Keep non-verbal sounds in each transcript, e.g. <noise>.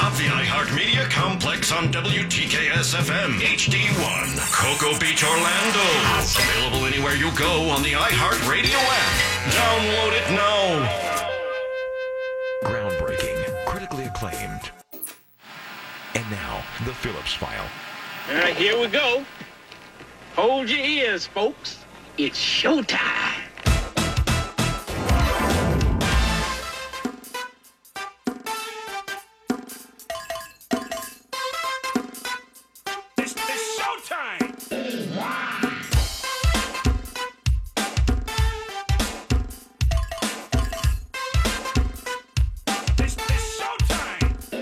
Pirate Media Complex on WTKS FM HD1, Cocoa Beach, Orlando. Available anywhere you go on the iHeartRadio app. Download it now. Groundbreaking, critically acclaimed. And now, the Phillips File. All right, here we go. Hold your ears, folks. It's showtime. It's, it's showtime! It's, it's showtime!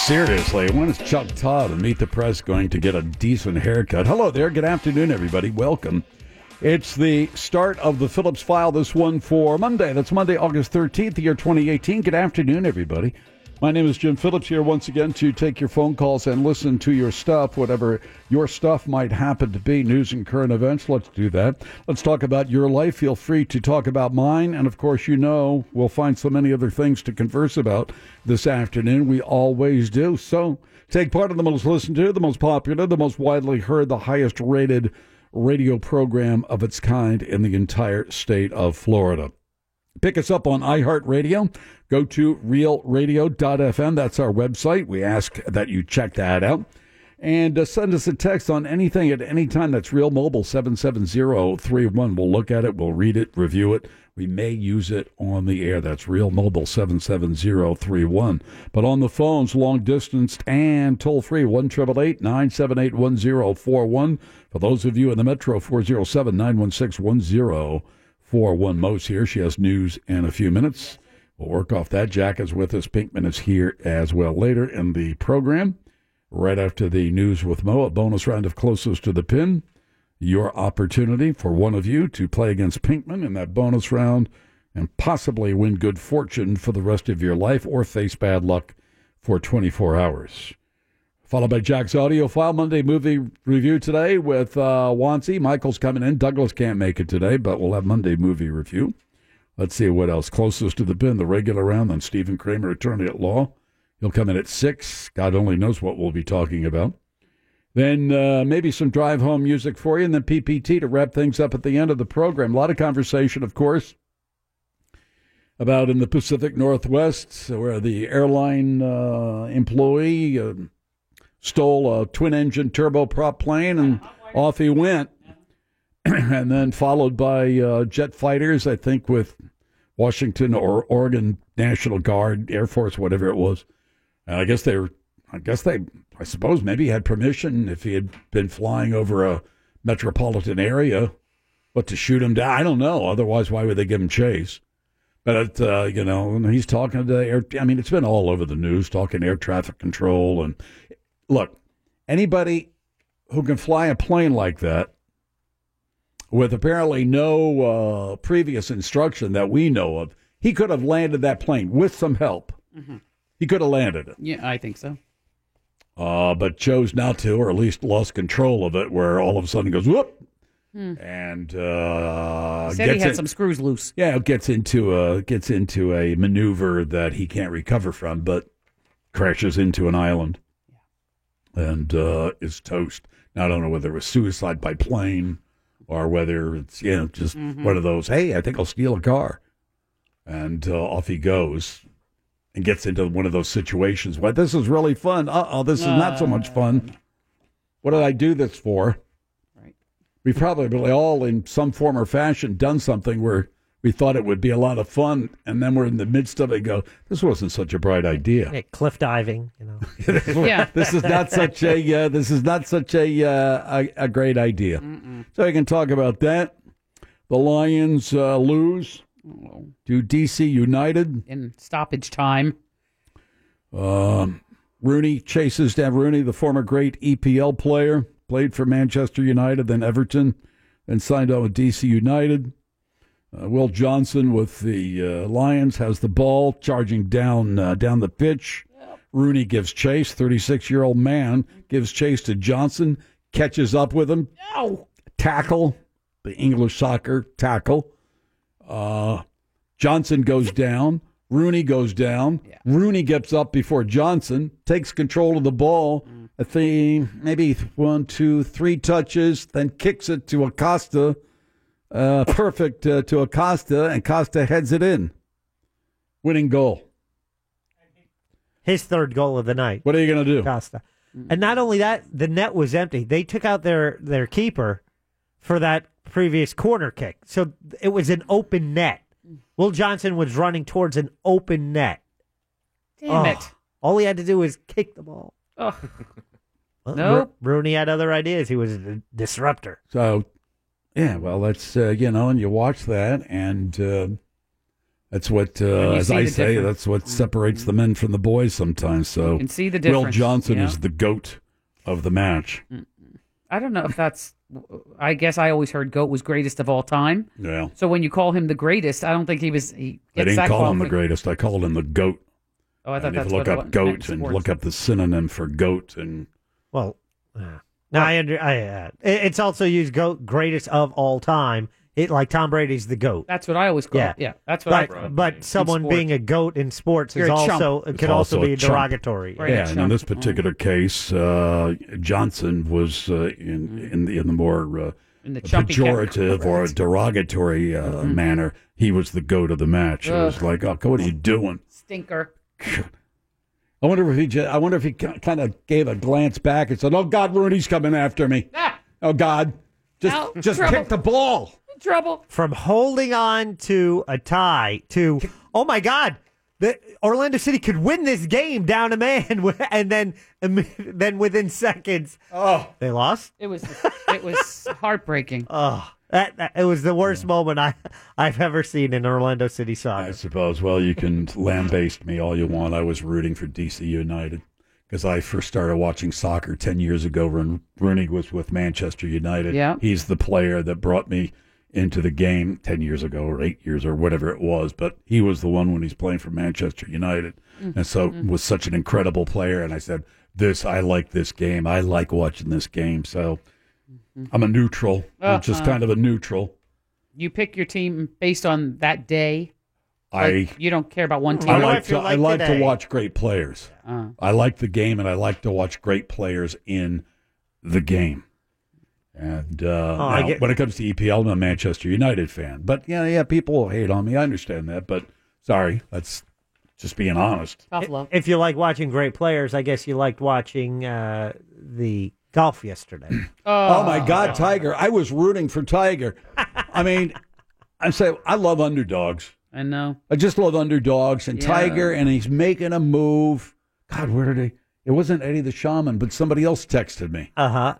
Seriously, when is Chuck Todd and Meet the Press going to get a decent haircut? Hello there. Good afternoon, everybody. Welcome. It's the start of the Phillips file, this one for Monday. That's Monday, August 13th, the year 2018. Good afternoon, everybody. My name is Jim Phillips here once again to take your phone calls and listen to your stuff, whatever your stuff might happen to be, news and current events. Let's do that. Let's talk about your life. Feel free to talk about mine. And of course, you know, we'll find so many other things to converse about this afternoon. We always do. So take part in the most listened to, the most popular, the most widely heard, the highest rated radio program of its kind in the entire state of Florida. Pick us up on iHeartRadio. Go to realradio.fm. That's our website. We ask that you check that out. And uh, send us a text on anything at any time. That's Real Mobile 77031. We'll look at it, we'll read it, review it. We may use it on the air. That's Real Mobile 77031. But on the phones, long distance and toll free, 1 978 1041. For those of you in the Metro, 407 916 1041. Mose here. She has news in a few minutes. We'll work off that. Jack is with us. Pinkman is here as well later in the program. Right after the news with Mo, a bonus round of closest to the pin. Your opportunity for one of you to play against Pinkman in that bonus round and possibly win good fortune for the rest of your life or face bad luck for 24 hours. Followed by Jack's audio file Monday movie review today with uh, Wansey. Michael's coming in. Douglas can't make it today, but we'll have Monday movie review. Let's see what else. Closest to the pin, the regular round, then Stephen Kramer, attorney at law. He'll come in at six. God only knows what we'll be talking about. Then uh, maybe some drive home music for you, and then PPT to wrap things up at the end of the program. A lot of conversation, of course, about in the Pacific Northwest where the airline uh, employee uh, stole a twin engine turboprop plane and off he went. <clears throat> and then followed by uh, jet fighters, I think, with Washington or Oregon National Guard, Air Force, whatever it was. And I guess they were, I guess they, I suppose maybe had permission if he had been flying over a metropolitan area, but to shoot him down, I don't know. Otherwise, why would they give him chase? But, uh, you know, and he's talking to air, I mean, it's been all over the news, talking air traffic control. And look, anybody who can fly a plane like that with apparently no uh, previous instruction that we know of, he could have landed that plane with some help. He could have landed it, Yeah, I think so. uh, but chose not to, or at least lost control of it, where all of a sudden goes whoop Hmm. and uh, He said he had some screws loose. Yeah, it gets into a gets into a maneuver that he can't recover from, but crashes into an island and uh, is toast. Now, I don't know whether it was suicide by plane or whether it's you know just Mm-hmm. Mhm. one of those. Hey, I think I'll steal a car, and uh, off he goes and gets into one of those situations. Well, this is really fun. Uh oh, this is not so much fun. What did I do this for? Right. We've probably all, in some form or fashion, done something where we thought it would be a lot of fun, and then we're in the midst of it. and Go, this wasn't such a bright idea. Yeah, cliff diving, <laughs> you <laughs> know. yeah. this is not such a uh, this is not such a uh, a, a great idea. So we can talk about that. The Lions uh, lose to DC United in stoppage time. Um, Rooney chases down Rooney, the former great EPL player, played for Manchester United, then Everton, then signed on with DC United. Uh, Will Johnson with the uh, Lions has the ball, charging down uh, down the pitch. Rooney gives chase. Thirty-six-year-old man gives chase to Johnson, catches up with him. Tackle, the English soccer tackle. Uh, Johnson goes down. Rooney goes down. Rooney gets up before Johnson, takes control of the ball. I think maybe one, two, three touches, then kicks it to Acosta. Uh, perfect uh, to Acosta, and Acosta heads it in. Winning goal. His third goal of the night. What are you going to do? Costa. And not only that, the net was empty. They took out their, their keeper for that previous corner kick. So it was an open net. Will Johnson was running towards an open net. Damn Oh, it. All he had to do was kick the ball. Oh. Well, Nope. Ro- Rooney had other ideas. He was a disruptor. So, yeah, well, that's uh, you know, and you watch that, and uh, that's what, uh, you as see I the say, difference. that's what separates the men from the boys sometimes. So, You can see the Will difference, Johnson yeah. Mm. is the goat of the match. I don't know if that's. I guess I always heard Goat was greatest of all time. Yeah, So when you call him the greatest, I don't think he was. He I didn't gets that call him the qualifi- greatest. I called him the goat. Oh, I thought and if that's you look what it up was- meant goat in and sports. look up the synonym for goat, and Well, uh, no, I under, I, uh, it- it's also used goat greatest of all time. It like Tom Brady's the goat. That's what I always call. Yeah. Yeah, yeah that's what I. But, but someone sports. being a goat in sports You're is a chump. also it It's could also, also a be chump. derogatory. Right. yeah. And in this Johnson. particular case, uh, Johnson was uh, in in the, in the more uh, Mm-hmm. In the chumpy cat- pejorative or a derogatory uh, manner, he was the goat of the match. It was Mm-hmm. Ugh. like, oh, God, what are you doing? stinker. I wonder if he. ju- I wonder if he kind of gave a glance back and said, "Oh God, Rooney's coming after me. Ah, Oh God, just Ow, just trouble. kick the ball." in trouble. From holding on to a tie to oh my god, the Orlando City could win this game down a man, <laughs> and then then within seconds, oh, they lost. It was. It <laughs> was heartbreaking. Oh, that, that- it was the worst moment I I've ever seen in Orlando City soccer. I suppose. Well, you can lambaste me all you want. I was rooting for DC United because I first started watching soccer 10 years ago when Rooney was with Manchester United. Yeah. He's the player that brought me into the game 10 years ago or eight years or whatever it was. But he was the one when he's playing for Manchester United. And so was such an incredible player. And I said, this, I like this game. I like watching this game. So I'm a neutral. I'm just kind of a neutral. You pick your team based on that day. I Like, you don't care about one team. I What do I like to feel I like like today? to watch great players. Uh. I like the game, and I like to watch great players in the game. And uh, Oh, I now, get- when it comes to EPL, I'm a Manchester United fan. But yeah, yeah, people will hate on me. I understand that, but sorry, that's just being honest. Tough love. If you like watching great players, I guess you liked watching uh, the golf yesterday. Oh my God, Tiger! I was rooting for Tiger. I mean, <laughs> I say I love underdogs. I know. I just love underdogs and Yeah. Tiger, and he's making a move. God, where did he? It wasn't Eddie the Shaman, but somebody else texted me. Uh huh.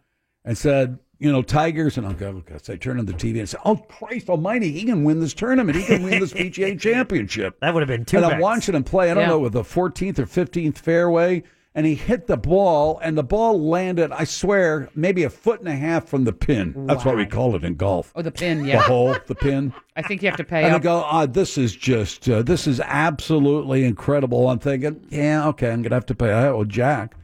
and said, you know, Tigers, and I'll go, I turn on the TV and say, oh, Christ almighty, he can win this tournament. He can <laughs> win this PGA championship. That would have been two. And I'm bets. watching him play, I don't Yeah. know, with the 14th or 15th fairway, and he hit the ball, and the ball landed, I swear, maybe a foot and a half from the pin. That's what we call it in golf. Oh, the pin. The Yeah, hole, the <laughs> pin. I think you have to pay And I up. go, ah, this is just, uh, this is absolutely incredible. I'm thinking, yeah, okay, I'm going to have to pay. I owe Jack.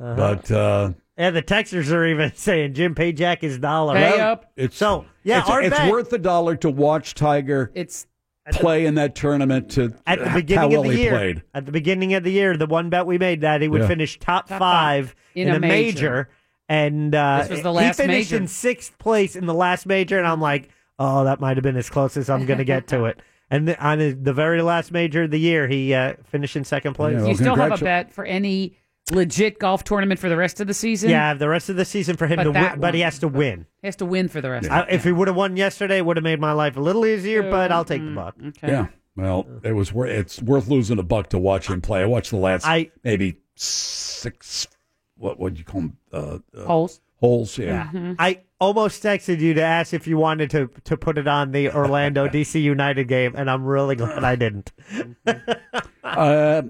Uh-huh. But uh, Yeah, the Texans are even <laughs> saying Jim pay Jack his dollar. Pay up. it's So, yeah, it's, our it's bet- worth a dollar to watch Tiger It's play in that tournament. To At the how beginning well of the he year, played. at the beginning of the year, the one bet we made that he would Yeah. finish top, Top five in, a major, major. and uh, This was the last he finished major. in sixth place in the last major, and I'm like, oh, that might have been as close as I'm going to get to <laughs> it. And the, on his, the very last major of the year, he uh, finished in second place. Yeah. you still have a congratu- bet for any legit golf tournament for the rest of the season. Yeah, the rest of the season for him But to that win, but he one- has to win. He has to win for the rest. I, if he would have won yesterday, it would have made my life a little easier, but I'll take the buck. Mm, Okay. Yeah, well, it was worth. It's worth losing a buck to watch him play. I watched the last I- maybe six. What would you call them? Uh, uh, Holes. Mm-hmm. holes? Yeah. I almost texted you to ask if you wanted to to put it on the <laughs> Orlando DC United game, and I'm really glad I didn't. Uh,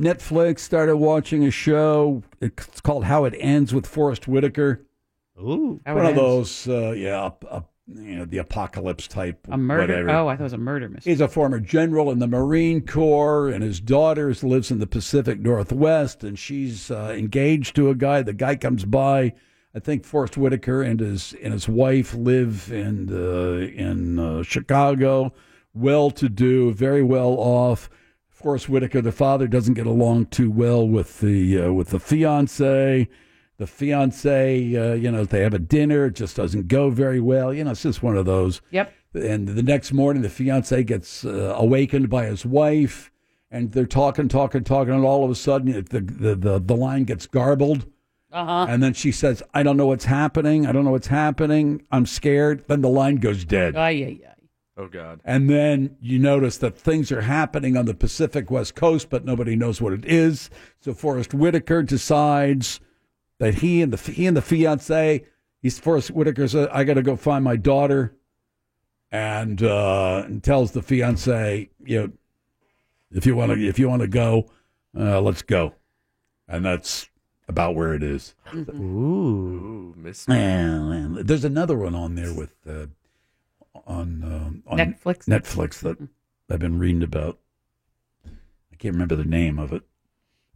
Netflix started watching a show. It's called How It Ends with Forrest Whitaker. Ooh, How One it of ends. those, uh, yeah, up, up, you know, the apocalypse type. A murder. Whatever. Oh, I thought it was a murder mystery. He's a former general in the Marine Corps, and his daughter lives in the Pacific Northwest, and she's uh, engaged to a guy. The guy comes by. I think Forrest Whitaker and his and his wife live in uh, in uh, Chicago, well to do, very well off. Of course, Whitaker, the father, doesn't get along too well with the uh, with the fiance. The fiance, uh, you know, they have a dinner. It just doesn't go very well. You know, it's just one of those. Yep. And the next morning, the fiance gets uh, awakened by his wife, and they're talking, talking, talking, and all of a sudden, it- the the the, the line gets garbled. Uh-huh. Uh huh. And then she says, "I don't know what's happening. I don't know what's happening. I'm scared." Then the line goes Uh, dead. Ay, ay, ay. Oh God. And then you notice that things are happening on the Pacific West Coast, but nobody knows what it is. So Forrest Whitaker decides that he and the he and the fiance, he's Forrest Whitaker says, "I got to go find my daughter," and, uh, and tells the fiance, "You know, if you want to if you want to go, uh, let's go." And that's about where it is. Ooh. Ooh, miss. And there's another one on there with uh, on um on Netflix? Mm-hmm. Netflix that I've been reading about. I can't remember the name of it.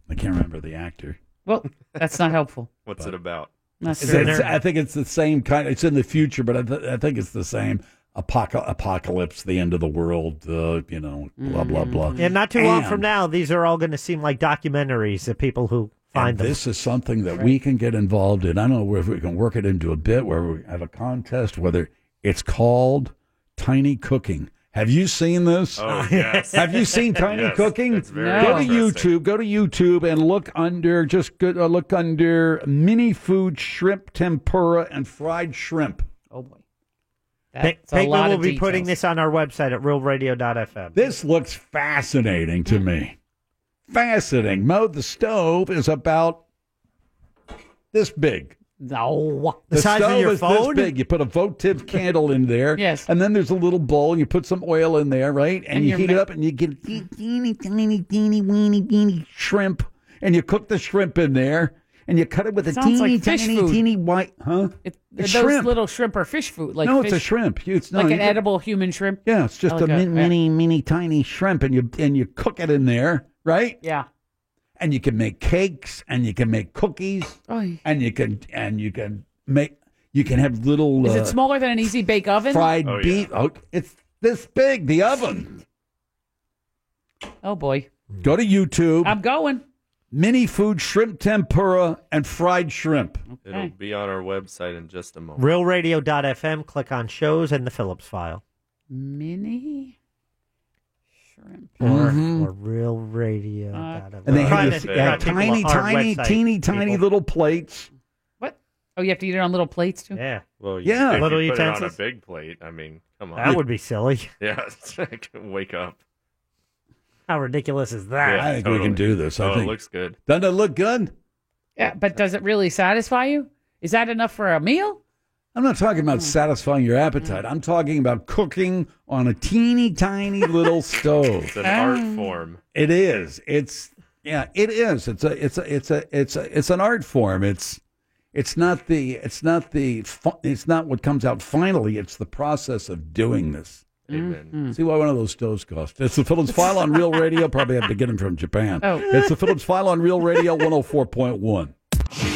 I can't remember the actor. Well, <laughs> that's not helpful. What's it about? Not Is sure. it- It's- I think it's the same kind. It's in the future, but I, th- I think it's the same Apoca- apocalypse, the end of the world. Uh, you know, blah blah Mm-hmm. blah. And not too long And- from now, these are all going to seem like documentaries that people who find and them. this is something that we can get involved in. I don't know whether we can work it into a bit, where we have a contest, whether it's called Tiny Cooking. Have you seen this? <laughs> Oh yes. Have you seen Tiny Yes, Cooking? that's very No. Go to interesting. YouTube. Go to YouTube and look under just go, uh, look under mini food shrimp tempura and fried shrimp. oh boy. Pe- That's a Pinkman lot will of be putting details. this on our website at realradio.fm. This looks fascinating to me. Fascinating. Mo, the stove is about this big. No. The size of stove your is phone? this big. You put a votive candle in there. Yes. And then there's a little bowl and you put some oil in there, right? And, And you your heat ma- it up and you get teeny, teeny, teeny, weeny, weeny shrimp. And you cook the shrimp in there and you cut it with a Sounds teeny, like fish teeny, food. teeny white. Huh? It, It's those shrimp. little shrimp are fish food. Like no, fish, it's a shrimp. It's no, Like you an get- edible human shrimp. Yeah, it's just Like a, a- min- mini, mini, tiny shrimp, and you and you cook it in there, right? Yeah. And you can make cakes, and you can make cookies, Oh, is and you can and you can make you can have little uh, it smaller than an easy bake oven? fried Oh, yeah. beef. Oh, it's this big. The oven. Oh boy. Go to YouTube. I'm going. mini food shrimp tempura and fried shrimp. It'll be on our website in just a moment. Realradio.fm, click on shows and the Phillips file. Mini shrimp. Or, or real radio. Mm-hmm. Uh, And they have Trying this to- they have trying to tiny, tiny, teeny, tiny little plates. What? Oh, you have to eat it on little plates too? Yeah, Well, Yeah. Oh, If Little you put utensils. it on a big plate. I mean, come on. that would be silly. <laughs> Yeah. Wake up. How ridiculous is that? Yeah. I think we totally. can do this. I oh, think. it looks good. Doesn't it look good? Yeah, but does it really satisfy you? Is that enough for a meal? I'm not talking Hmm. about satisfying your appetite. I'm talking about cooking on a teeny, tiny <laughs> little It's stove. an art form. It is. It's yeah. It is. It's a. It's a. It's a. It's a. It's an art form. It's. It's not the. It's not the. fu- It's not what comes out finally. It's the process of doing this. Hmm. Amen. See why one of those stoves cost. It's the Phillips File on Real Radio. Probably have to get them from Japan. Oh. It's the Phillips File on Real Radio 104.1. She's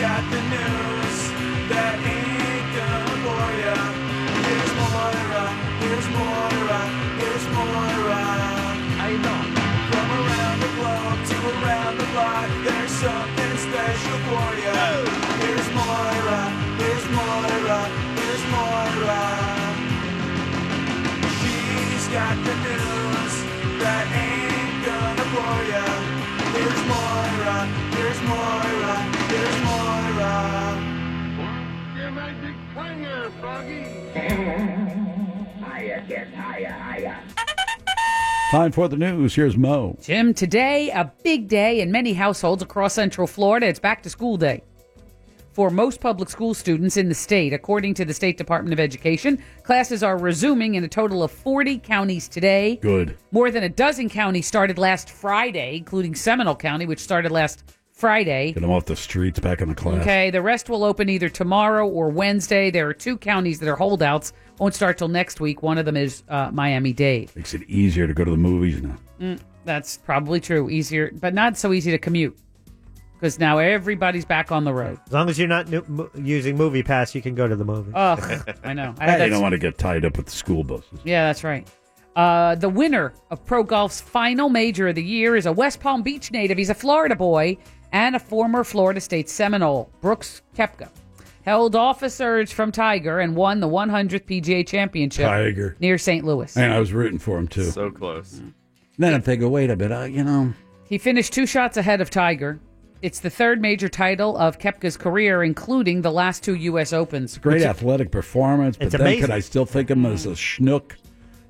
got the news that ain't gonna bore ya. Here's Moira, here's Moira, here's Moira. How you doing? From around the globe to around the block, there's something special for ya. Here's Moira, here's Moira, here's Moira. She's got the news that ain't gonna bore ya. Here's Moira, here's Moira, here's Moira. Time for the news. Here's Mo. Jim, today, a big day in many households across Central Florida. It's back to school day. For most public school students in the state, according to the State Department of Education, classes are resuming in a total of 40 counties today. Good. More than a dozen counties started last Friday, including Seminole County, which started last Friday. Get them off the streets, back in the class. Okay, the rest will open either tomorrow or Wednesday. There are two counties that are holdouts, won't start till next week. One of them is uh, Miami Dade. Makes it easier to go to the movies now. That's probably true. Easier, but not so easy to commute because now everybody's back on the road. As long as you're not nu- mo- using Movie Pass, you can go to the movie. <laughs> Ugh, I know. I I had that don't want to get tied up with the school buses. Yeah, that's right. Uh, the winner of pro golf's final major of the year is a West Palm Beach native. He's a Florida boy and a former Florida State Seminole, Brooks Kepka. Held office urge from Tiger and won the 100th PGA Championship Tiger. near St. Louis. And I was rooting for him too. So close. Then I'm thinking, wait a bit, I, you know, He finished two shots ahead of Tiger. It's the third major title of Kepka's career, including the last two U.S. Opens. great athletic performance, but It's then could amazing. I still think of him as a schnook?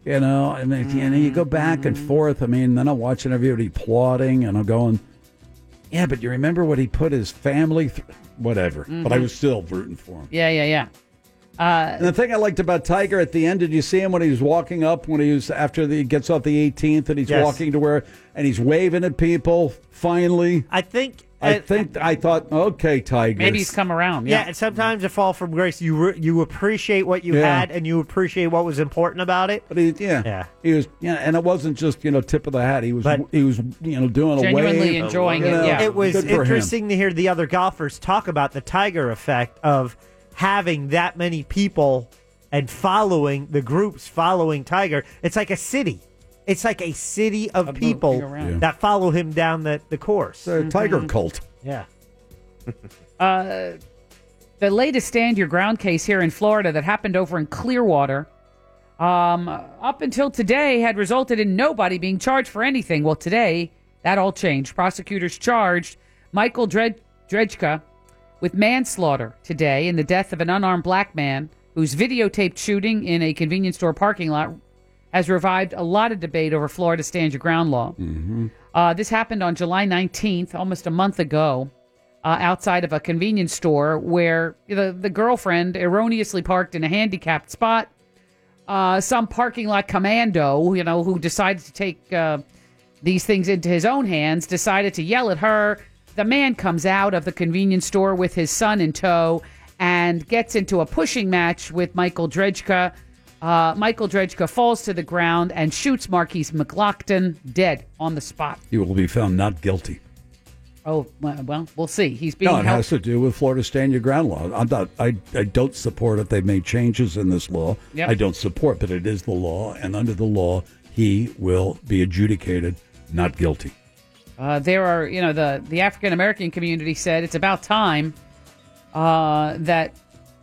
You know, I mean, you know, you go back and forth. I mean, then I'm watching everybody applauding, and I'm going, yeah, but you remember what he put his family through? Whatever. But I Mm-hmm. was still rooting for him. Yeah, yeah, Uh, yeah. And the thing I liked about Tiger at the end, did you see him when he was walking up, when he was after the, he gets off the 18th and he's Yes. walking to where, and he's waving at people, finally. I think. I and- think I thought, okay, Tiger. Maybe he's come around. Yeah, Yeah. and sometimes a fall from grace. You re- you appreciate what you Yeah. had, and you appreciate what was important about it. But he, yeah, Yeah. he was, yeah, and it wasn't just you know tip of the hat. He was, But- he was, you know, doing Genuinely a wave. enjoying you it, know, yeah. It was good for him. interesting to hear the other golfers talk about the Tiger effect of having that many people and following the groups following Tiger. It's like a city. It's like a city of Of moving people around. Mm-hmm. Yeah. that follow him down the, the course. The Tiger cult. Yeah. Uh, The latest stand your ground case here in Florida that happened over in Clearwater, um, up until today, had resulted in nobody being charged for anything. Well, today, that all changed. Prosecutors charged Michael Dred- Dredjka with manslaughter today in the death of an unarmed black man whose videotaped shooting in a convenience store parking lot has revived a lot of debate over Florida stand your ground law. Uh, this happened on July 19th, almost a month ago, uh, outside of a convenience store where the, the girlfriend erroneously parked in a handicapped spot. Uh, some parking lot commando, you know, who decided to take uh, these things into his own hands, decided to yell at her. The man comes out of the convenience store with his son in tow and gets into a pushing match with Michael Dredjka. Uh, Michael Dredjka falls to the ground and shoots Marquise McLaughlin dead on the spot. He will be found not guilty. Oh well, well, we'll see. He's being No, it held. has to do with Florida stand your ground law. I'm not. I, I don't support it. They've made changes in this law. Yep. I don't support, but it is the law, and under the law, he will be adjudicated not guilty. Uh, there are, you know, the the African American community said it's about time uh, that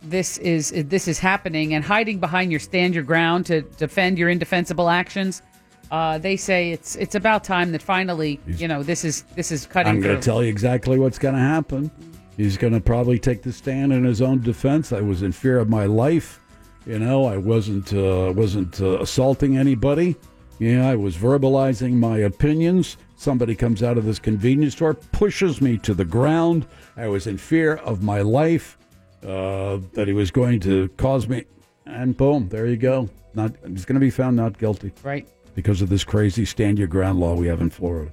this is this is happening and hiding behind your stand your ground to defend your indefensible actions. Uh, they say it's it's about time that finally, you know, this is this is cutting I'm going through. to tell you exactly what's going to happen. He's going to probably take the stand in his own defense. I was in fear of my life. You know, I wasn't uh, wasn't uh, assaulting anybody. Yeah, I was verbalizing my opinions. Somebody comes out of this convenience store, pushes me to the ground. I was in fear of my life uh, that he was going to cause me, and boom, there you go. Not he's going to be found not guilty right. because of this crazy stand your ground law we have in Florida.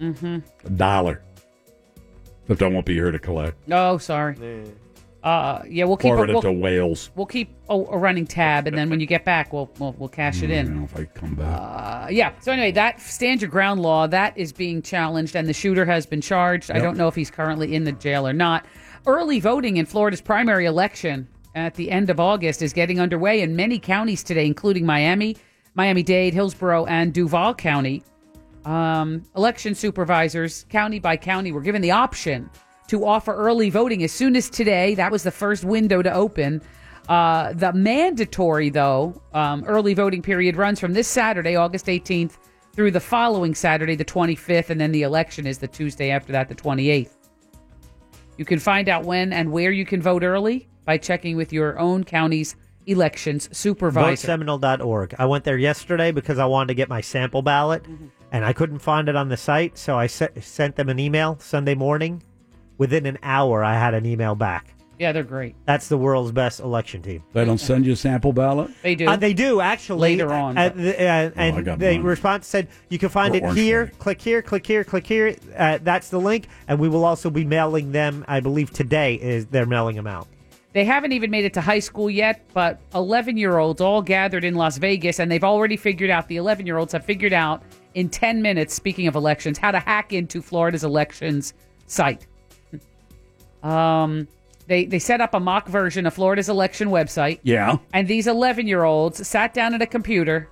Mm-hmm. A dollar. But I won't be here to collect. Oh, sorry. Uh, yeah, we'll keep a, Forward it to we'll, Wales. we'll keep a, a running tab, and then when you get back, we'll we'll, we'll cash it I in. don't know Mm, if I come back. Uh, yeah. So anyway, that stand your ground law that is being challenged, and the shooter has been charged. I don't know if he's currently in the jail or not. Early voting in Florida's primary election at the end of August is getting underway in many counties today, including Miami, Miami Dade, Hillsborough, and Duval County. Um, election supervisors, county by county, were given the option to offer early voting as soon as today. That was the first window to open. Uh, the mandatory, though, um, early voting period runs from this Saturday, August 18th, through the following Saturday, the 25th, and then the election is the Tuesday after that, the 28th. You can find out when and where you can vote early by checking with your own county's elections supervisor. VoteSeminole.org. I went there yesterday because I wanted to get my sample ballot, Mm-hmm. and I couldn't find it on the site, so I se- sent them an email Sunday morning. Within an hour, I had an email back. yeah, they're great. That's the world's best election team. They don't send you a sample ballot? They do. Uh, they do actually. Later on, uh, but- th- uh, I and got the mine. response said you can find Or it orange here. one. Click here. Click here. Click here. Uh, that's the link, and we will also be mailing them. I believe today is they're mailing them out. They haven't even made it to high school yet, but 11 year olds all gathered in Las Vegas, and they've already figured out the 11 year olds have figured out in 10 minutes, speaking of elections, how to hack into Florida's elections site. <laughs> Um, They they set up a mock version of Florida's election website. Yeah. And these 11 year olds sat down at a computer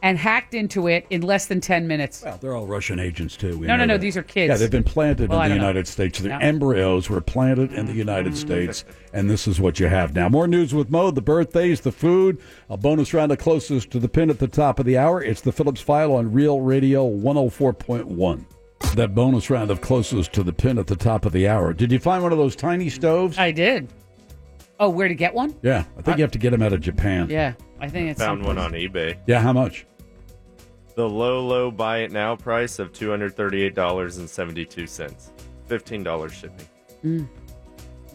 and hacked into it in less than 10 minutes. Well, they're all Russian agents too. We No, no, know no, that. these are kids. Yeah, they've been planted Well, I in the don't know. United States. The Yeah. Mm-hmm. embryos were planted in the United States, and this is what you have now. More news with Mo: the birthdays, the food, a bonus round of closest to the pin at the top of the hour. It's the Phillips File on Real Radio 104.1. That bonus round of closest to the pin at the top of the hour. Did you find one of those tiny stoves? I did. Oh, where to get one? yeah, I think you have to get them out of Japan. Yeah, I think it's Found one someplace. on eBay. Yeah, how much? The low, low buy it now price of two hundred thirty-eight dollars and seventy-two cents. Fifteen dollars shipping. Mm.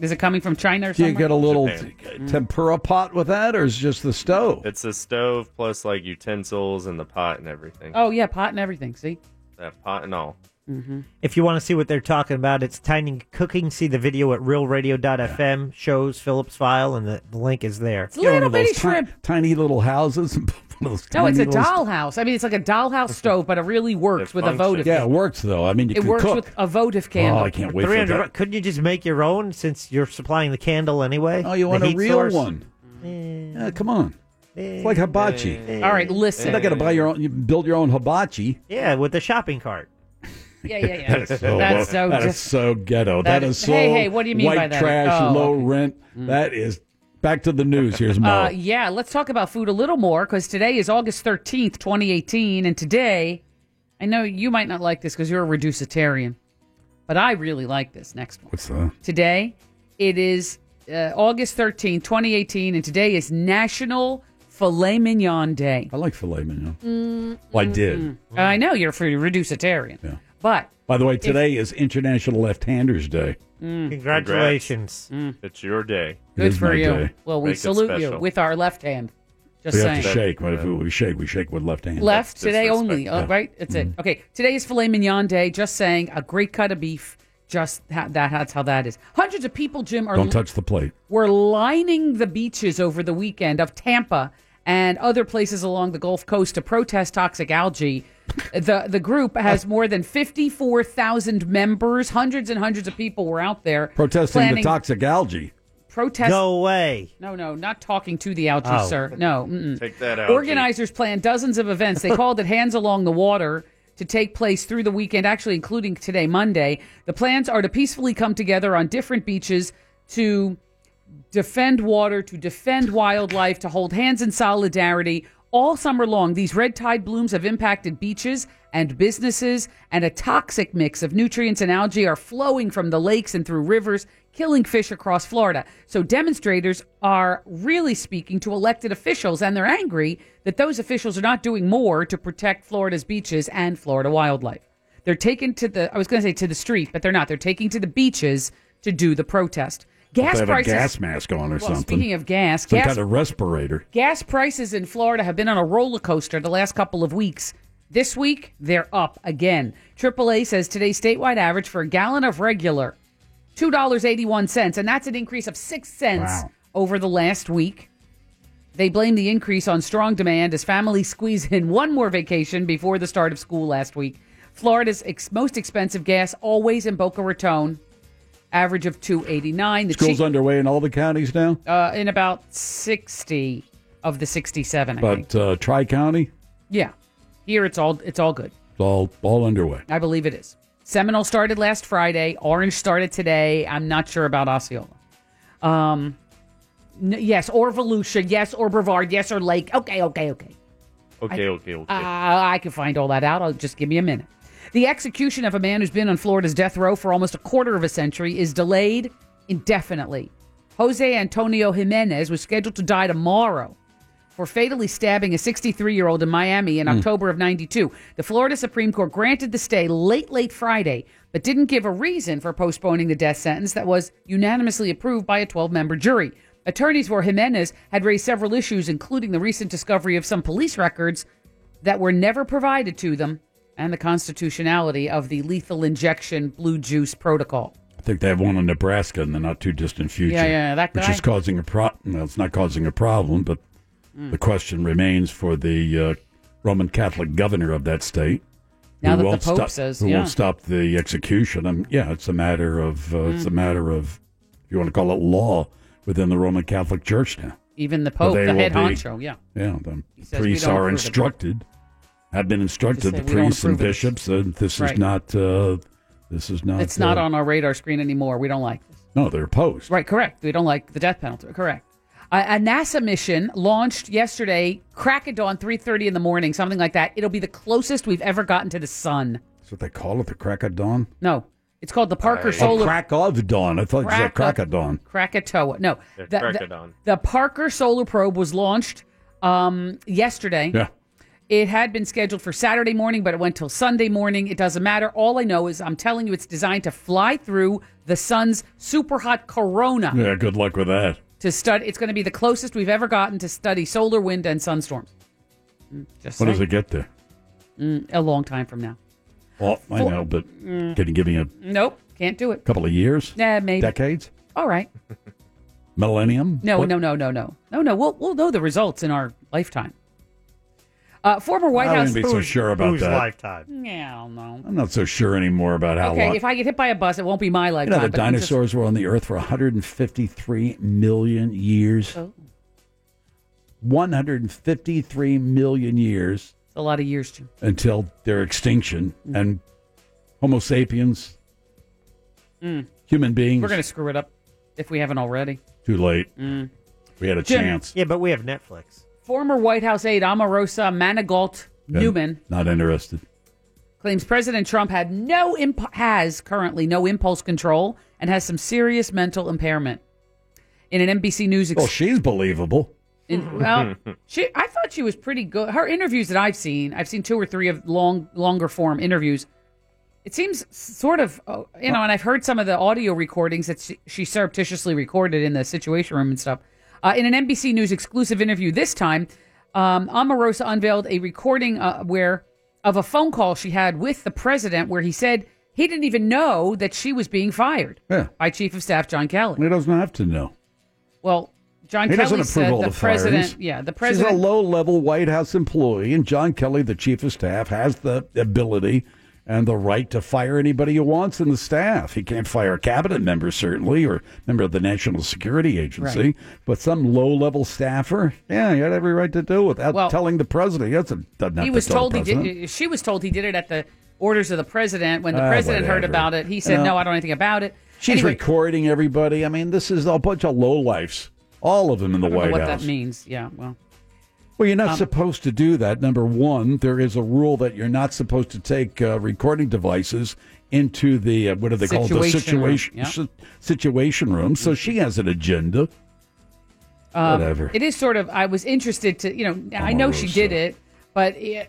Is it coming from China or Do something? you get a little Japan. t- tempura pot with that, or is it just the stove? It's the stove plus like utensils and the pot and everything. Oh yeah, pot and everything. See, That pot and all. Mm-hmm. If you want to see what they're talking about, it's Tiny Cooking. See the video at realradio.fm, shows Phillips File, and the, the link is there. it's a little one of bitty those ti- shrimp. tiny little houses. and <laughs> put one of those No, it's tiny a little st- dollhouse. I mean, it's like a dollhouse stove, but it really works It with a votive. functions. yeah, it works though. I mean, you it can works cook. with a votive oh, candle. I can't wait for 300 that. Couldn't you just make your own since you're supplying the candle anyway? Oh, you want The a heat real source? Eh. one? Yeah, come on, it's like hibachi. All right, You're listen. not going to buy your own. You build your own hibachi. Yeah, with the shopping cart. <laughs> yeah, yeah, yeah. That's so, That's so that is just- so ghetto. that that is, is- so hey, hey, what do you mean white by that? trash, Oh, low okay. rent. That is back to the news. Here's Mo. Uh, yeah, let's talk about food a little more because today is August 13th, 2018. And today, I know you might not like this because you're a reducitarian, but I really like this next one. What's that? Today, it is uh, August 13th, 2018, and today is National Filet Mignon Day. I like filet mignon. Mm, Well, I did. Uh, I know you're a free reducitarian, Yeah. but By the way, today is International Left-Handers Day. Congratulations. It's your day. It Mm. good is for my you. day. Well, we Make it salute you special. with our left hand. Just We have saying. to shake. If we shake, we shake with left hand. left That's today disrespectful. only. Oh, right, that's Mm-hmm. it. Okay, today is filet mignon day. Just saying, a great cut of beef. Just ha- that. That's how that is. Hundreds of people, Jim, are Don't touch the plate. were lining the beaches over the weekend of Tampa and other places along the Gulf Coast to protest toxic algae. The the group <laughs> has more than fifty four thousand members. Hundreds and hundreds of people were out there Protesting planning the toxic algae. protest. No. No way. no, not talking to the algae, Oh. sir. No. Mm-mm. Take that out. Organizers planned dozens of events. <laughs> They called it Hands Along the Water to take place through the weekend, actually, including today, Monday. The plans are to peacefully come together on different beaches to defend water, to defend wildlife, to hold hands in solidarity. All summer long, these red tide blooms have impacted beaches and businesses, and a toxic mix of nutrients and algae are flowing from the lakes and through rivers, killing fish across Florida. So, demonstrators are really speaking to elected officials, and they're angry that those officials are not doing more to protect Florida's beaches and Florida wildlife. They're taken to the, I was going to say to the street, but they're not. They're taking to the beaches to do the protest. Gas They have prices. a gas mask on or Well, something. speaking of gas, Some gas, kind of respirator. gas prices in Florida have been on a roller coaster the last couple of weeks. This week, they're up again. AAA says today's statewide average for a gallon of regular, $2.81, and that's an increase of 6 cents Wow. over the last week. They blame the increase on strong demand as families squeeze in one more vacation before the start of school last week. Florida's ex- most expensive gas always in Boca Raton, average of 289. The School's cheap- underway in all the counties now, uh, in about 60 of the 67 I think. but uh, Tri County, yeah here it's all it's all good it's all all underway. i believe it is seminole started last friday orange started today i'm not sure about osceola um n- yes or volusia yes or brevard yes or lake okay okay okay Okay, okay, okay. uh, I can find all that out. I'll just give me a minute. The execution of a man who's been on Florida's death row for almost a quarter of a century is delayed indefinitely. Jose Antonio Jimenez was scheduled to die tomorrow for fatally stabbing a 63 year old in Miami in October of 92. The Florida Supreme Court granted the stay late, late Friday, but didn't give a reason for postponing the death sentence that was unanimously approved by a 12 member jury. Attorneys for Jimenez had raised several issues, including the recent discovery of some police records that were never provided to them and the constitutionality of the lethal injection blue juice protocol. I think they have one in Nebraska in the not too distant future. Yeah, yeah, that which guy. is causing a pro. Well, it's not causing a problem, but the question remains for the uh, Roman Catholic governor of that state. Now who that the won't Pope stop- says, who yeah. Mm. won't stop the execution? Um, yeah, it's a matter of uh, it's a matter of if you want to call it law, within the Roman Catholic Church now. Even the Well, Pope, they the will head be. honcho, yeah. Yeah, the says we priests are don't approve of it. instructed, have been instructed, Just say the we don't priests and approve of this. bishops, that this Right. is not, uh, this is not. It's not uh, on our radar screen anymore. We don't like this. No, they're opposed. Right, correct. We don't like the death penalty. Correct. Uh, a NASA mission launched yesterday, crack of dawn, 3.30 in the morning, something like that. It'll be the closest we've ever gotten to the sun. That's what they call it, the crack of dawn. No, it's called the Parker Oh, Solar... crack of dawn. I thought you said crack of dawn. Krakatoa. No, Yeah, the, the, Krakadon. the Parker Solar Probe was launched um, yesterday. Yeah. It had been scheduled for Saturday morning, but it went till Sunday morning. It doesn't matter. All I know is I'm telling you, it's designed to fly through the sun's super hot corona Yeah, good luck with that. to study. It's going to be the closest we've ever gotten to study solar wind and sunstorms. Just when does saying. it get there? Mm, a long time from now. Well, I Four- know, but Mm. can you give me a Nope, can't do it. couple of years? Nah, maybe. Decades? All right. Millennium? No, What? no, no, no, no, no, no. We'll we'll know the results in our lifetime. Uh, former White I House. wouldn't be so sure about that. Yeah, I don't know. I'm not so sure anymore about how okay, long. if I get hit by a bus, it won't be my you lifetime. know, the but I'm just- dinosaurs were on the Earth for 153 million years. Oh. 153 million years It's a lot of years, Jim. until their extinction, and Homo sapiens, Mm. human beings, We're going to screw it up if we haven't already. too late. Mm. We had a Jim. chance. Yeah, but we have Netflix. Former White House aide Omarosa Manigault Good. Newman Not interested. claims President Trump had no imp- has currently no impulse control and has some serious mental impairment. In an NBC News, ex- Well, she's believable. in, well, <laughs> she I thought she was pretty good. Her interviews that I've seen, I've seen two or three of long, longer form interviews. It seems sort of, uh, you know, and I've heard some of the audio recordings that she, she surreptitiously recorded in the Situation Room and stuff. Uh, in an NBC News exclusive interview this time, um, Omarosa unveiled a recording uh, where of a phone call she had with the president, where he said he didn't even know that she was being fired Yeah. by Chief of Staff John Kelly. He doesn't have to know. Well, John he doesn't Kelly approve said all the, the president, firings. yeah, the She's president a low-level White House employee, and John Kelly, the chief of staff, has the ability and the right to fire anybody he wants in the staff. He can't fire a cabinet member, certainly, or member of the National Security Agency, Right. but some low-level staffer, yeah, he had every right to do it without Well, telling the president. He doesn't, doesn't have he to was tell told the he president. did. uh, She was told he did it at the orders of the president. When the Ah, president heard whatever. about it, he You said, know, "No, I don't know anything about it." She's Anyway, recording everybody. I mean, this is a bunch of lowlifes, all of them in the I don't White know what House. that means? Yeah, well, Well, you're not Um, supposed to do that. Number one, there is a rule that you're not supposed to take uh, recording devices into the uh, what do they call it? the Situation room, situation yeah. Mm-hmm. si- situation room. So she has an agenda. um, Whatever. It is sort of. I was interested to, you know, I know she did it, but i-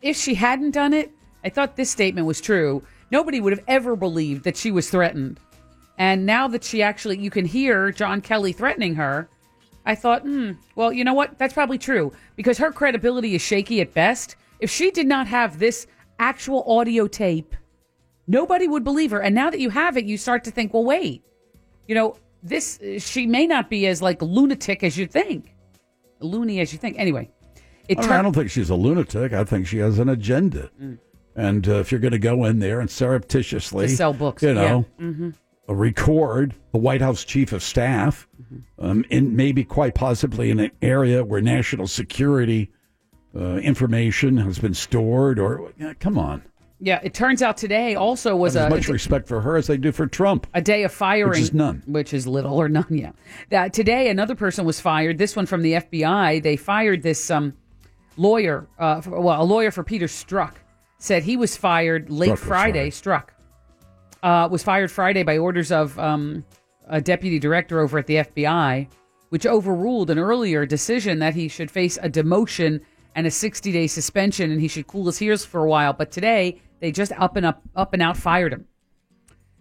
if she hadn't done it, I thought this statement was true. Nobody would have ever believed that she was threatened, and now that she actually, you can hear John Kelly threatening her. I thought, hmm, well, you know what? That's probably true because her credibility is shaky at best. If she did not have this actual audio tape, nobody would believe her. And now that you have it, you start to think, well, wait, you know, this, she may not be as like lunatic as you think, loony as you think. Anyway, it I, mean, I turned. don't think she's a lunatic. I think she has an agenda. And uh, if you're going to go in there and surreptitiously To sell books, you know, yeah. Mhm. uh, record the White House chief of staff, Mm-hmm. um, in maybe quite possibly in an area where national security uh, information has been stored, or yeah, come on, Yeah, it turns out today also was as a much respect for her as they do for Trump. a day of firing, Which is none. which is little or none. Yeah. That today, another person was fired. This one from the FBI. They fired this um, lawyer. Uh, for, well, a lawyer for Peter Strzok said he was fired Strzok late was Friday. Struck uh, was fired Friday by orders of um, a deputy director over at the FBI, which overruled an earlier decision that he should face a demotion and a 60 day suspension, and he should cool his heels for a while. But today, they just up and up, up and out fired him.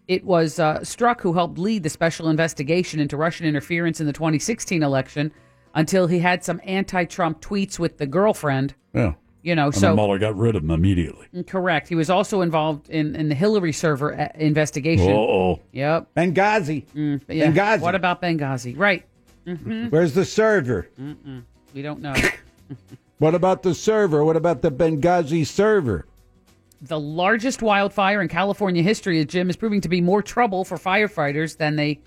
It was uh, Strzok who helped lead the special investigation into Russian interference in the 2016 election until he had some anti Trump tweets with the girlfriend. Yeah, You know, and Oh, so- then Mueller got rid of him immediately. Correct. He was also involved in, in the Hillary server uh, investigation. Uh-oh. Yep. Benghazi. Mm, but yeah. Benghazi. What about Benghazi? Right. Mhm. Where's the server? Mm-mm. We don't know. What about the server? What about the Benghazi server? the largest wildfire in California history, Jim, is proving to be more trouble for firefighters than they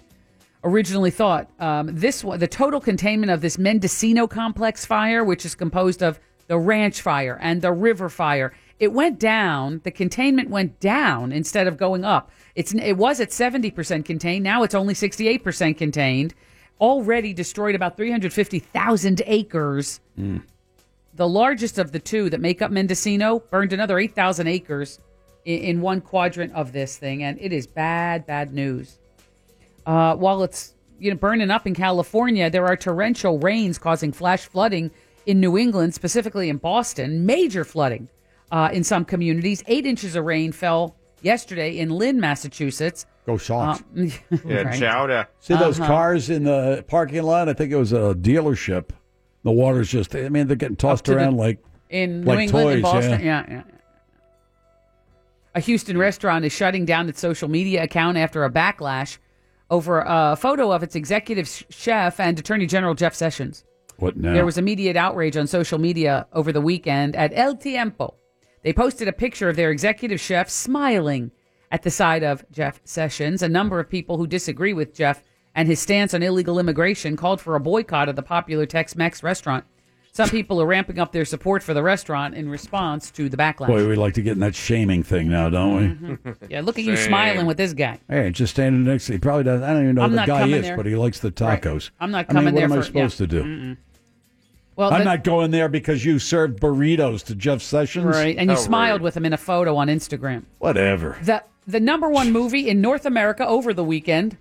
originally thought. Um, this one, the total containment of this Mendocino complex fire, which is composed of the ranch fire and the river fire, it went down. The containment went down instead of going up. It's it was at seventy percent contained. Now it's only sixty eight percent contained. Already destroyed about three hundred fifty thousand acres. The largest of the two that make up Mendocino burned another eight thousand acres in, in one quadrant of this thing, and it is bad, bad news uh, while it's you know burning up in California, there are torrential rains causing flash flooding in New England, specifically in Boston. Major flooding uh, in some communities. Eight inches of rain fell yesterday in Lynn, Massachusetts. Go Sox. <laughs> Um, Yeah, right. Uh-huh. chowder. See those cars in the parking lot? I think it was a dealership. The water's just, I mean, they're getting tossed to the- around like. in Like New England and toys, Boston. Yeah. yeah, A Houston restaurant is shutting down its social media account after a backlash over a photo of its executive sh- chef and Attorney General Jeff Sessions. What now? There was immediate outrage on social media over the weekend at El Tiempo. They posted a picture of their executive chef smiling at the side of Jeff Sessions. A number of people who disagree with Jeff and his stance on illegal immigration called for a boycott of the popular Tex Mex restaurant. Some people are ramping up their support for the restaurant in response to the backlash. Boy, we like to get in that shaming thing now, don't we? Mm-hmm. yeah, look at you smiling with this guy. Hey, just standing next to he probably doesn't. I don't even know I'm who the not guy coming is, there. but he likes the tacos. I'm not I mean, coming what there am I for- supposed yeah. Mm-hmm. to do? Well, I'm the- not going there because you served burritos to Jeff Sessions. right, and you Oh, smiled right. with him in a photo on Instagram. Whatever. the the number one movie in North America over the weekend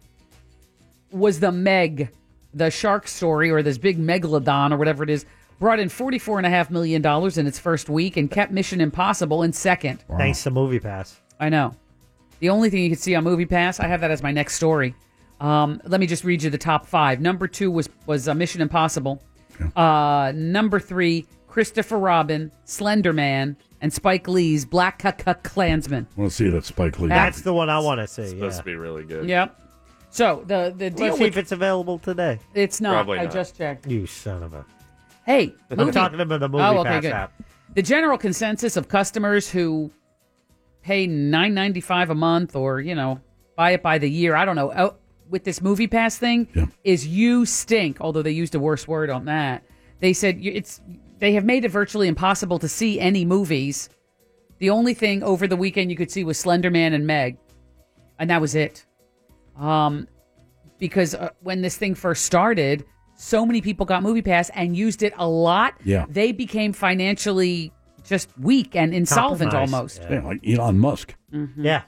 was the Meg, the shark story, or this big megalodon or whatever it is, brought in forty four and a half million dollars in its first week and kept Mission Impossible in second. Thanks to Movie Pass. I know. The only thing you can see on Movie Pass, I have that as my next story. Um, let me just read you the top five. Number two was was uh, Mission Impossible. Uh, number three, Christopher Robin, Slender Man, and Spike Lee's Black Klansman. I want to see that Spike Lee. That's- That's the one I want to see. Supposed Yeah. to be really good. Yep. So the the deal Let's see with if it's available today. It's not. Probably I not. just checked. You son of a. <laughs> Hey, I'm movie- talking about the Movie Oh, okay, Pass good. app. the general consensus of customers who pay nine ninety five a month or you know buy it by the year. I don't know. Oh, with this movie pass thing, Yeah. is you stink. Although they used a worse word on that. They said you- it's they have made it virtually impossible to see any movies. The only thing over the weekend you could see was Slender Man and Meg, and that was it. Um, because uh, when this thing first started, so many people got Movie Pass and used it a lot. Yeah. they became financially just weak and insolvent Compromise. almost. Mm-hmm. Yeah. Yeah, like Elon Musk. Yeah.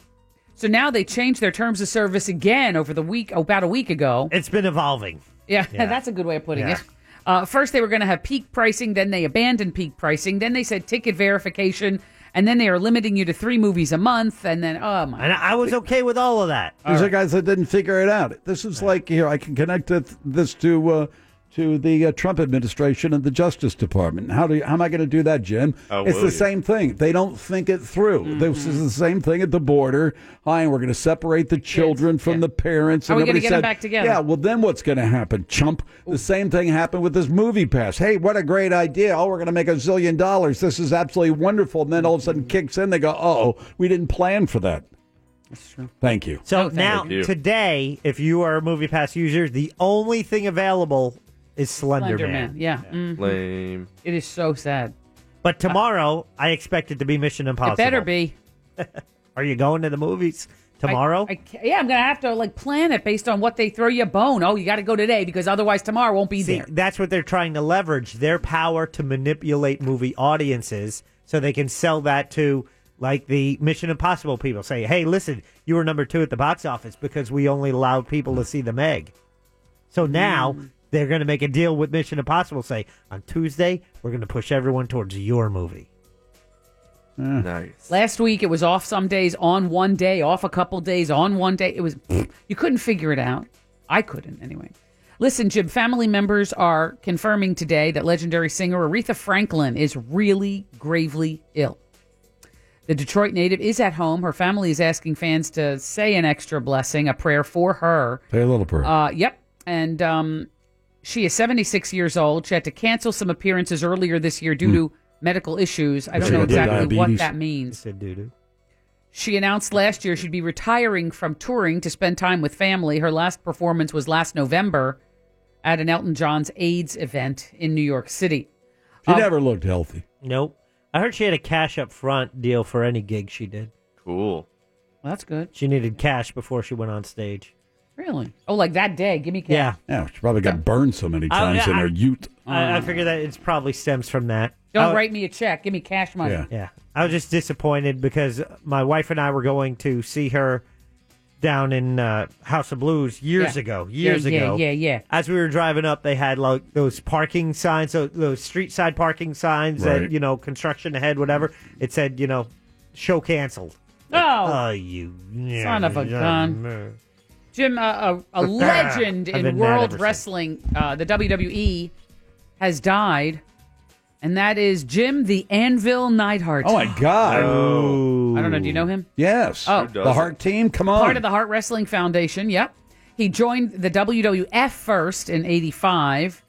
So now they changed their terms of service again over the week, about a week ago. It's been evolving. Yeah, <laughs> that's a good way of putting Yeah. it. Uh, first, they were going to have peak pricing, then they abandoned peak pricing, then they said ticket verification, and then they are limiting you to three movies a month, and then oh my, And I I was okay with all of that. These are guys that didn't figure it out. This is like here. I can connect it- this to uh, to the uh, Trump administration and the Justice Department. How do you, how am I going to do that, Jim? Oh, it's will the you? same thing. They don't think it through. Mm-hmm. This is the same thing at the border. Hi, and we're going to separate the children from yeah. the parents. How and we gonna everybody get 'em said, back together? Yeah. Well, then what's going to happen, chump? The same thing happened with this movie pass. Hey, what a great idea! Oh, we're going to make a zillion dollars. This is absolutely wonderful. And then all of a Mm-hmm. sudden kicks in. They go, oh, we didn't plan for that. that's true. Thank you. So thank now, you. today, if you are a Movie Pass user, the only thing available is Slender, Slender Man. Man, yeah, Mm, Lame. it is so sad. But tomorrow, I expect it to be Mission Impossible. It better be <laughs> Are you going to the movies I- tomorrow? I ca- yeah, I'm gonna have to like plan it based on what they throw you a bone. Oh, you got to go today because otherwise tomorrow won't be See, there. that's what they're trying to leverage their power to manipulate movie audiences so they can sell that to like the Mission Impossible people. Say, hey, listen, you were number two at the box office because we only allowed people to see the Meg. So now Mm. they're going to make a deal with Mission Impossible. Say, on Tuesday, we're going to push everyone towards your movie. Nice. Last week it was off some days, on one day, off a couple days, on one day. It was you couldn't figure it out. I couldn't anyway. Listen, Jim, family members are confirming today that legendary singer Aretha Franklin is really gravely ill. The Detroit native is at home. Her family is asking fans to say an extra blessing, a prayer for her. Say a little prayer. Uh, yep. And um, she is 76 years old. She had to cancel some appearances earlier this year due to medical issues. I don't Hmm. She know had exactly what diabetes. that means. Said doo doo. She announced last year she'd be retiring from touring to spend time with family. Her last performance was last November at an Elton John's AIDS event in New York City. She never looked healthy. Um, Nope. I heard she had a cash up front deal for any gig she did. Cool. that's good. She needed cash before she went on stage. Really? Oh, like that day. Give me cash. Yeah. Yeah, she probably got burned so many I- times in I- her youth. I, I figure that it Uh, probably stems from that. Don't I- write me a check. Give me cash money. Yeah. Oh. Yeah. I was just disappointed because my wife and I were going to see her down in uh, House of Blues years Yeah. ago. Yeah, Years yeah, ago. yeah, yeah. As we were driving up, they had like those parking signs, so those street side parking signs Right. that, you know, construction ahead, whatever. It said, you know, show canceled. Oh, Oh, you Son of a gun. Jim, uh, a, a legend I've been in mad world ever since. wrestling, uh, the WWE, has died, and that is Jim the Anvil Neidhart. Oh my God! I don't know. Do you know him? Yes. Oh. Who the doesn't? heart team. Come on. Part of the Heart Wrestling Foundation. Yep. He joined the WWF first in '85,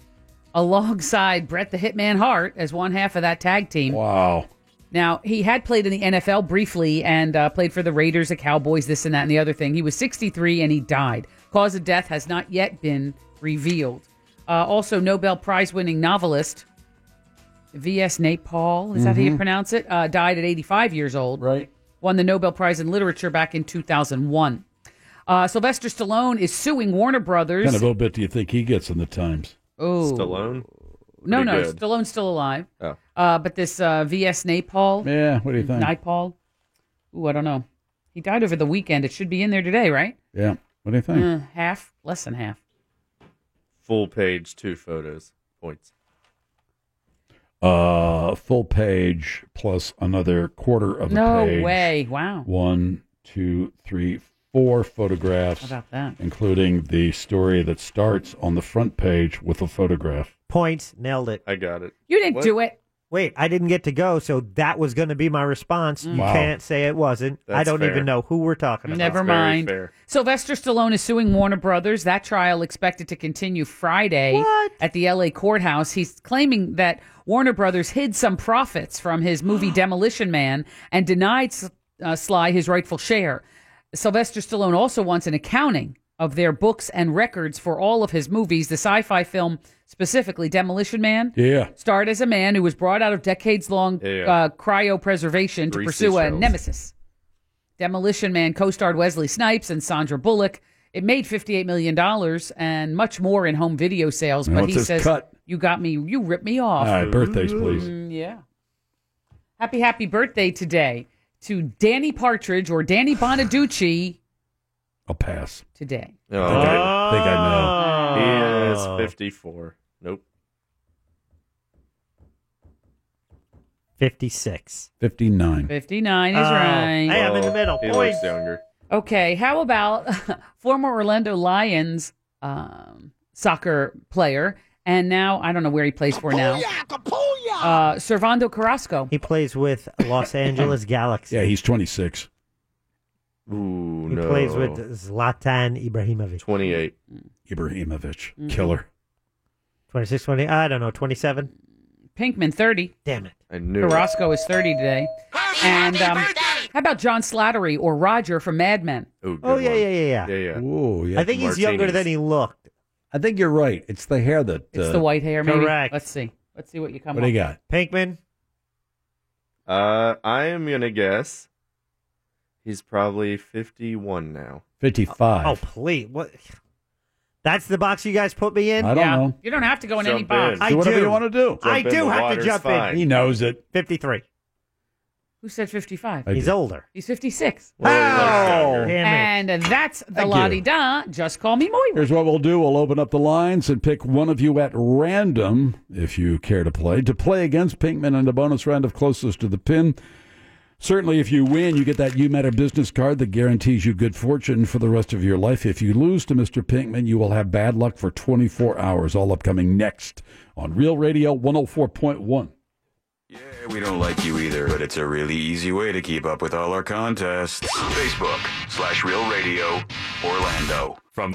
alongside Brett the Hitman Hart as one half of that tag team. wow. Now, he had played in the NFL briefly and uh, played for the Raiders, the Cowboys, this and that, and the other thing. He was 63 and he died. Cause of death has not yet been revealed. Uh, also, Nobel Prize winning novelist V.S. Napal, is that how you pronounce it? Uh, died at 85 years old. Mm-hmm. Right. Won the Nobel Prize in Literature back in 2001. Uh, Sylvester Stallone is suing Warner Brothers. Kind of little bit do you think he gets in the times? oh, Stallone. no, Pretty no, good. Stallone's still alive. Oh. Uh, but this uh, V.S. Napal. Yeah. What do you think? Nightpaul. Ooh, I don't know. He died over the weekend. It should be in there today, right? Yeah. What do you think? Uh, half, less than half. Full page, two photos, points. Uh, full page plus another quarter of a No page. way! Wow. One, two, three, four photographs, How about that? including the story that starts on the front page with a photograph. Points. Nailed it. I got it. You didn't What? do it. Wait, I didn't get to go, so that was going to be my response. You Wow. can't say it wasn't. I That's don't fair. even know who we're talking about. Never very mind. fair. Sylvester Stallone is suing Warner Brothers. That trial expected to continue Friday at the LA courthouse. He's claiming that Warner Brothers hid some profits from his <gasps> movie Demolition Man and denied S- uh, Sly his rightful share. Sylvester Stallone also wants an accounting of their books and records for all of his movies. The sci fi film, specifically Demolition Man, Yeah. starred as a man who was brought out of decades long Yeah. uh, cryopreservation to Greasy pursue a shells. nemesis. Demolition Man co starred Wesley Snipes and Sandra Bullock. It made $58 million and much more in home video sales, And but what's he his says, cut? You got me, you ripped me off. All right. Birthdays, please. Mm, yeah. Happy, happy birthday today to Danny Partridge or Danny Bonaducci I'll pass. today. Oh, I think, I, think I know. He is 54. Nope. 56. 59. 59 is Oh, right. Hey, I'm in the Oh, middle. He Points. looks younger. Okay, how about <laughs> former Orlando Lions um, soccer player, and now I don't know where he plays for now. Uh, Servando Carrasco. He plays with <clears throat> Los Angeles Galaxy. Yeah, he's 26. Ooh, he no. plays with Zlatan Ibrahimovic. 28. Mm. Ibrahimovic, Mm-hmm. killer. 26, 20, I don't know, 27? Pinkman, 30. Damn it. I knew it. Carrasco is 30 today. And um, how about John Slattery or Roger from Mad Men? Ooh, Oh, good yeah, one. yeah, yeah, yeah. Yeah, yeah. Oh, yeah. I think he's younger Martinis. than he looked. I think you're right. It's the hair that. It's uh, the white hair, maybe. correct. Let's see. Let's see what you come What do up you got? Pinkman, Uh, I am going to guess he's probably 51 now. 55. Oh, please. What? That's the box you guys put me in? I don't with. yeah. know. You don't have to go in Jump any box. in. I do whatever do. you want to do. I Jump in, do the have to water's jump fine. in. He knows it. 53. Who said 55? I He's did. older. He's 56. Oh, damn it. And that's the Thank you. la di da. Just call me Moira. Here's what we'll do. We'll open up the lines and pick one of you at random, if you care to play, to play against Pinkman in the bonus round of closest to the pin. Certainly, if you win, you get that You Matter business card that guarantees you good fortune for the rest of your life. If you lose to Mr. Pinkman, you will have bad luck for 24 hours, all upcoming next on Real Radio 104.1. Yeah, we don't like you either, but it's a really easy way to keep up with all our contests. Facebook slash Real Radio Orlando. From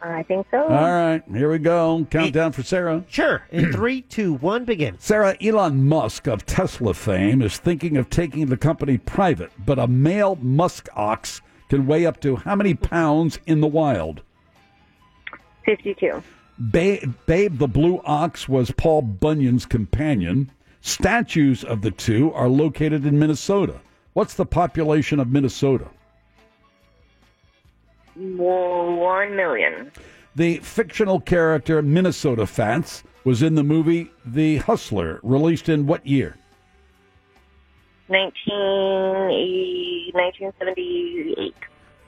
Uh, I think so. All right, here we go. Countdown for Sarah. Oh. <clears throat> Sure. In three, two, one, begin. Sarah, Elon Musk of Tesla fame is thinking of taking the company private, but a male musk ox can weigh up to how many pounds in the wild? 52. Ba- Babe the Blue Ox was Paul Bunyan's companion. Statues of the two are located in Minnesota. What's the population of Minnesota? Whoa, one million. The fictional character Minnesota Fats was in the movie The Hustler, released in what year? 1980, 1978.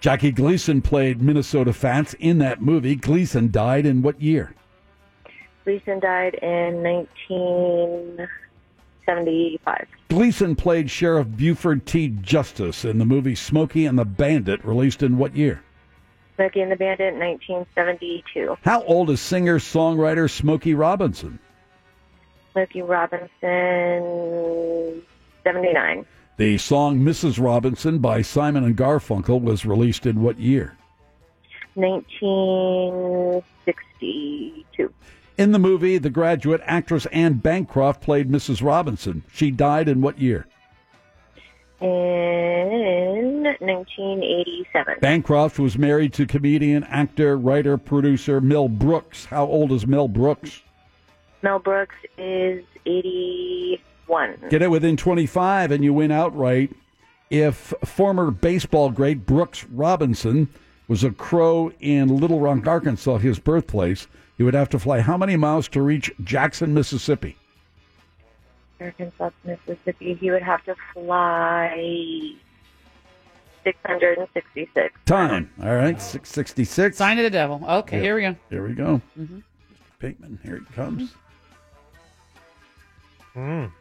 Jackie Gleason played Minnesota Fats in that movie. Gleason died in what year? Gleason died in 1975. Gleason played Sheriff Buford T. Justice in the movie Smokey and the Bandit, released in what year? Smokey and the Bandit, 1972. How old is singer songwriter Smokey Robinson? Smokey Robinson, 79. The song Mrs. Robinson by Simon and Garfunkel was released in what year? 1962. In the movie, the graduate actress Anne Bancroft played Mrs. Robinson. She died in what year? In 1987. Bancroft was married to comedian, actor, writer, producer Mel Brooks. How old is Mel Brooks? Mel Brooks is 81. Get it within 25 and you win outright. If former baseball great Brooks Robinson was a crow in Little Rock, Arkansas, his birthplace, he would have to fly how many miles to reach Jackson, Mississippi? Arkansas, Mississippi. He would have to fly 666. Time. All right, 666. Sign of the devil. Okay, Yep. here we go. Here we go. Mhm. Mr. Pinkman, here he comes. Mm.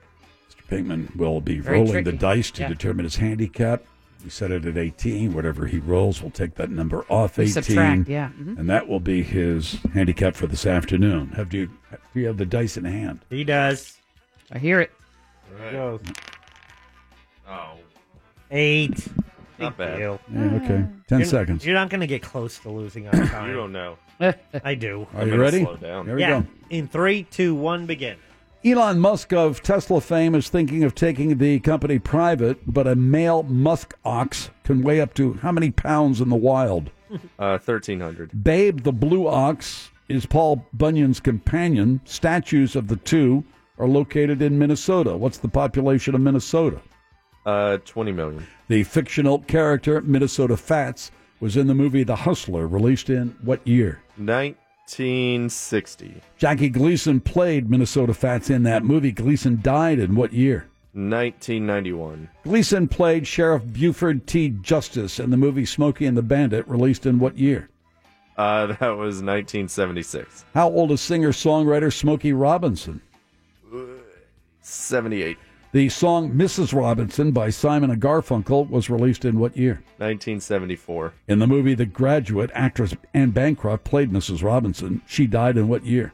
Mr. Pinkman will be Very rolling the tricky. dice to Yeah. determine his handicap. We set it at 18. Whatever he rolls, we'll take that number off 18. Subtract, yeah. Mhm. And that will be his handicap for this afternoon. Have do you, do you have the dice in hand? He does. I hear it. Right. Oh, Eight. Not Thank bad. you. Yeah, okay. 10 You're- seconds. You're not going to get close to <coughs> losing on time. you don't know. I do. Are you gonna ready? slow down. Here we yeah. go. In three, two, one, begin. Elon Musk of Tesla fame is thinking of taking the company private, but a male musk ox can weigh up to how many pounds in the wild? Uh, 1300. Babe the Blue Ox is Paul Bunyan's companion. Statues of the two are located in Minnesota. What's the population of Minnesota? Uh, 20 million. The fictional character Minnesota Fats was in the movie The Hustler, released in what year? 1960. Jackie Gleason played Minnesota Fats in that movie. Gleason died in what year? 1991. Gleason played Sheriff Buford T. Justice in the movie Smokey and the Bandit, released in what year? Uh, <laughs> that was 1976. How old is singer songwriter Smokey Robinson? 78. The song Mrs. Robinson by Simon and Garfunkel was released in what year? 1974. In the movie The Graduate, actress Anne Bancroft played Mrs. Robinson. She died in what year?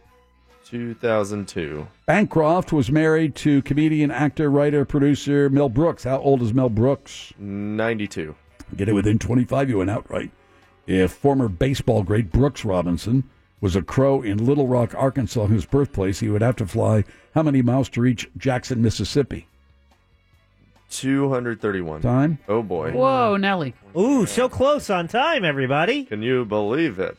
2002. Bancroft was married to comedian, actor, writer, producer Mel Brooks. How old is Mel Brooks? 92. Get it within 25, you went outright. If former baseball great Brooks Robinson was a crow in Little Rock, Arkansas, whose birthplace, he would have to fly how many miles to reach Jackson, Mississippi? 231. Time? Oh, boy. Whoa, Nelly. Ooh, so close on time, everybody. Can you believe it?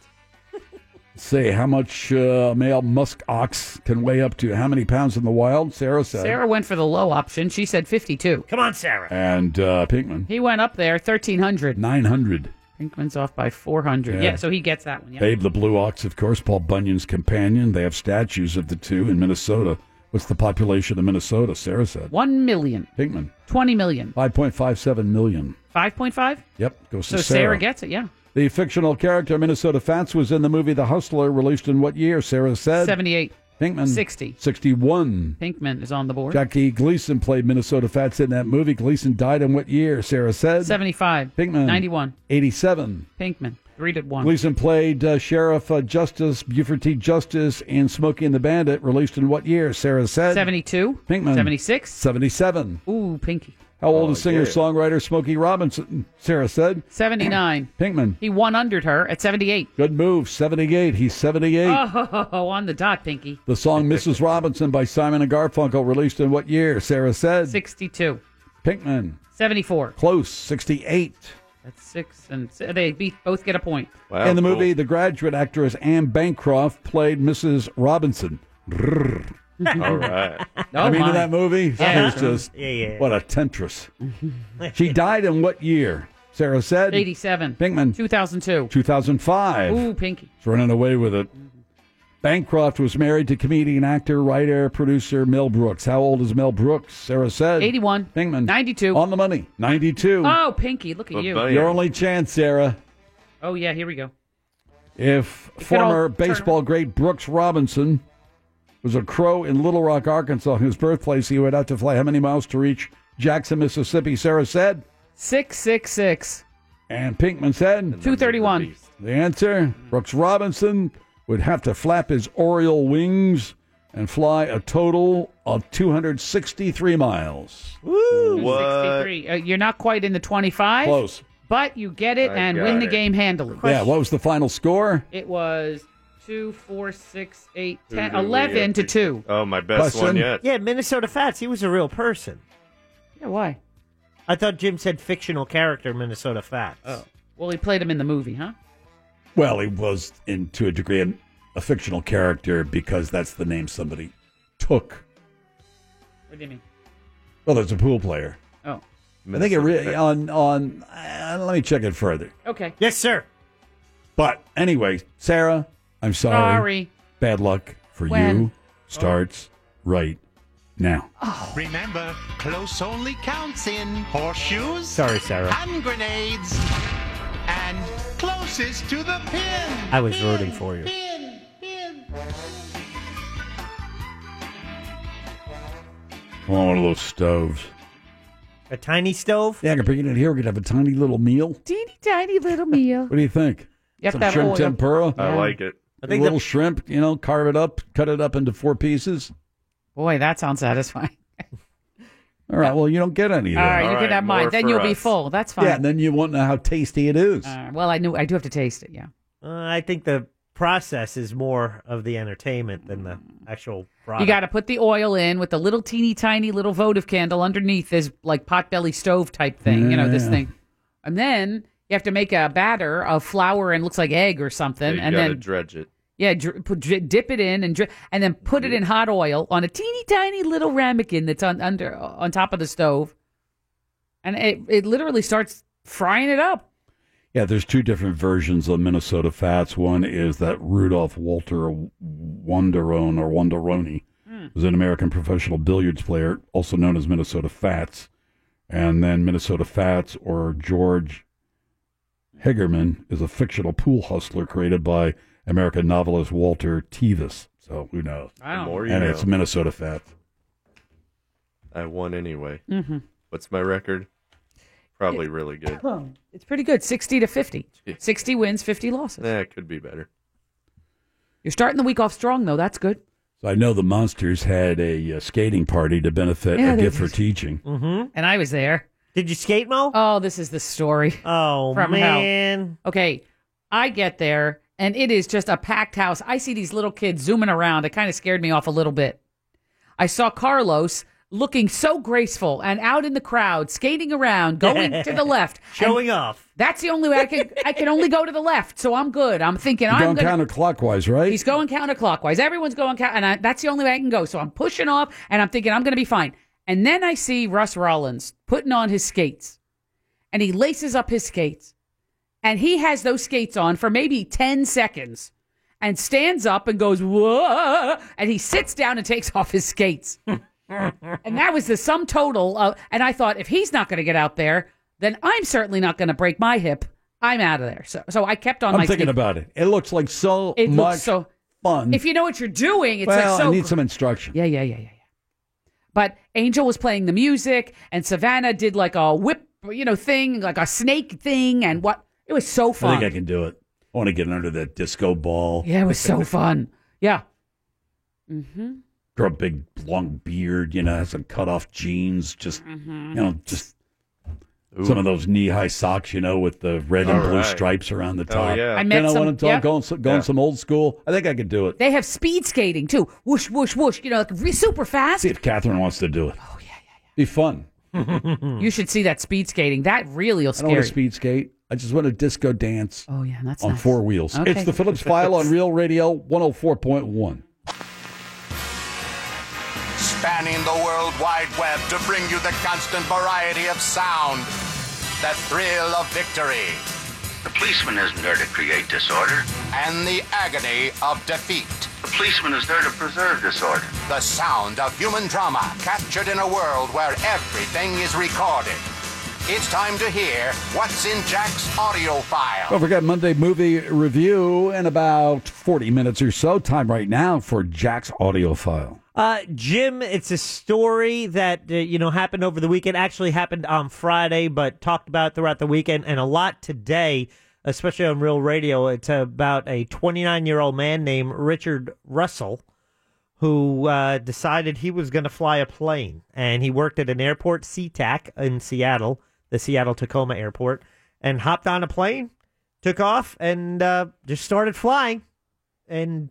Say how much uh, male musk ox can weigh up to how many pounds in the wild? Sarah said. Sarah went for the low option. She said 52. Come on, Sarah. And uh, Pinkman. He went up there, 1,300. 900. Pinkman's off by 400. Yeah. Yeah, so he gets that one. Yeah. Babe the Blue Ox, of course, Paul Bunyan's companion. They have statues of the two in Minnesota. What's the population of Minnesota? Sarah said. 1 million. Pinkman. 20 million. 5.57 million. 5.5? Yep, goes So to Sarah. Sarah. gets it, yeah. the fictional character Minnesota Fats was in the movie The Hustler, released in what year? Sarah said. 78. Pinkman. 60. 61. Pinkman is on the board. Jackie Gleason played Minnesota Fats in that movie. Gleason died in what year? Sarah said. 75. Pinkman. 91. 87. Pinkman. 3 to 1. Gleason played uh, Sheriff uh, Justice, Buford T. Justice, in Smokey and the Bandit, released in what year? Sarah said. 72. Pinkman. 76. 77. Ooh, Pinky. How old is singer songwriter Smokey Robinson? Sarah said. 79. Pinkman. He one undered her at 78. Good move. 78. He's 78. Oh, on the dot, Pinky. The song Mrs. Robinson by Simon and Garfunkel, released in what year? Sarah said. 62. Pinkman. 74. Close. 68. That's six, and s- they beat, both get a point. Oh, in the movie, the graduate actress Anne Bancroft played Mrs. Robinson. Grrr. <laughs> All right. I mean, my. in that movie, she Yeah. was just Yeah, yeah. what a temptress. she died in what year? Sarah said 87. Pinkman. 2002. 2005. Ooh, Pinky. She's running away with it. Bancroft was married to comedian, actor, writer, producer Mel Brooks. How old is Mel Brooks? Sarah said 81. Pinkman. 92. On the money. 92. Oh, Pinky, look at you. Your only chance, Sarah. Oh, yeah, here we go. If could all former turn baseball great Brooks Robinson was a crow in Little Rock, Arkansas, his birthplace, he would have to fly how many miles to reach Jackson, Mississippi? Sarah said, 666. and Pinkman said, 231. the answer Brooks Robinson would have to flap his Oriole wings and fly a total of 263 miles. What? 63. Uh, you're not quite in the 25. Close. But you get it I and got win the it. game handily. Yeah, what was the final score? It was two, four, six, eight, Who ten, do we eleven to appreciate? 2. Oh, my best Question? one yet. Yeah, Minnesota Fats. He was a real person. Yeah, why? I thought Jim said fictional character Minnesota Fats. Oh. Well, he played him in the movie, huh? Well, he was, in to a degree, an, a fictional character because that's the name somebody took. What do you mean? Well, there's a pool player. Oh, I think it really on on. Uh, let me check it further. okay. Yes, sir. But anyway, Sarah, I'm sorry. Sorry. Bad luck for When? you. Starts right now. Remember, close only counts in horseshoes, Sorry, Sarah. hand grenades, and closest to the pin. I was rooting for you. Pin, pin. I want one of those stoves. A tiny stove. Yeah, I can bring it in here. We could have a tiny little meal. Teeny tiny little meal. What do you think? Yep, Some that shrimp oil. tempura. I like it. I a think little the, shrimp. You know, carve it up, cut it up into four pieces. Boy, that sounds satisfying. All right. Well, you don't get any of All that. right, you All can right, have mine. more Then for you'll be us. full. That's fine. Yeah, and then you won't know how tasty it is. Uh, well, I knew I do have to taste it. Yeah. uh, I think the process is more of the entertainment than the actual product. You got to put the oil in with the little teeny tiny little votive candle underneath this like potbelly stove type thing, you know, this Yeah. thing. And then you have to make a batter of flour and looks like egg or something, you and gotta then dredge it. yeah, dr- put, dri dip it in and dri- and then put it in hot oil on a teeny tiny little ramekin that's on under on top of the stove, and it it literally starts frying it up. Yeah, there's two different versions of Minnesota Fats. One is that Rudolph Walter Wonderone or Wonderoni Hmm. was an American professional billiards player, also known as Minnesota Fats. And then Minnesota Fats or George Hegerman is a fictional pool hustler created by American novelist Walter Tevis. So who knows? The more you And know. it's Minnesota Fats. I won anyway. Mm-hmm. What's my record? Probably really good. It's pretty good, sixty to fifty. Sixty wins, fifty losses. That Eh, could be better. You're starting the week off strong though. That's good. So I know the Monsters had a uh, skating party to benefit Yeah, a they gift for did. teaching. Mm-hmm. And I was there. Did you skate, Mo? Oh, this is the story. <laughs> oh from hell. man. Okay, I get there and it is just a packed house. I see these little kids zooming around. It kind of scared me off a little bit. I saw Carlos looking so graceful and out in the crowd, skating around, going to <laughs> the left, Showing And off. That's the only way I can. I can only go to the left, so I'm good. I'm thinking You're going I'm gonna, counterclockwise, right? He's going counterclockwise. Everyone's going count, and I, that's the only way I can go. So I'm pushing off, and I'm thinking I'm going to be fine. And then I see Russ Rollins putting on his skates, and he laces up his skates, and he has those skates on for maybe ten seconds, and stands up and goes whoa, and he sits down and takes <laughs> off his skates. and that was the sum total of and i thought if he's not going to get out there then i'm certainly not going to break my hip i'm out of there so so i kept on I'm my thinking skate- about it. It looks like so It looks much so- fun. if you know what you're doing it's Um, well, like so I need some instruction. Yeah, yeah, yeah, yeah. but angel was playing the music and savannah did like a whip you know thing like a snake thing and what it was so I fun think I can do it. I want to get under that disco ball. <laughs> yeah it <laughs> was so fun yeah mm-hmm Grow a big long beard, you know, have some cut off jeans, just Mhm. you know, just some of those knee high socks, you know, with the red and All blue right. stripes around the Oh, top. yeah. I met you know some- what I'm talking? yep. Going, some- going Yeah. some old school. I think I could do it. they have speed skating too whoosh whoosh whoosh you know like re- <laughs> super fast See if Catherine wants to do it. Oh yeah, yeah, yeah. Be fun. you should see that speed skating that really will I scare don't want you. to speed skate. I just want to disco dance. Oh yeah, that's on nice. four wheels. Okay. It's the Phillips File <laughs> on Real Radio 104.1. spanning the World Wide Web to bring you the constant variety of sound, the thrill of victory, The policeman isn't there to create disorder. and the agony of defeat. The policeman is there to preserve disorder. The sound of human drama captured in a world where everything is recorded. It's time to hear what's in Jack's audio file. Don't forget Monday movie review in about 40 minutes or so. Time right now for Jack's audio file. Uh, Jim, it's a story that uh, you know happened over the weekend. Actually, happened on Friday, but talked about throughout the weekend and a lot today, especially on Real Radio. It's about a 29 year old man named Richard Russell who uh, decided he was going to fly a plane, and he worked at an airport, SeaTac in Seattle, the Seattle Tacoma Airport, and hopped on a plane, took off, and uh, just started flying, and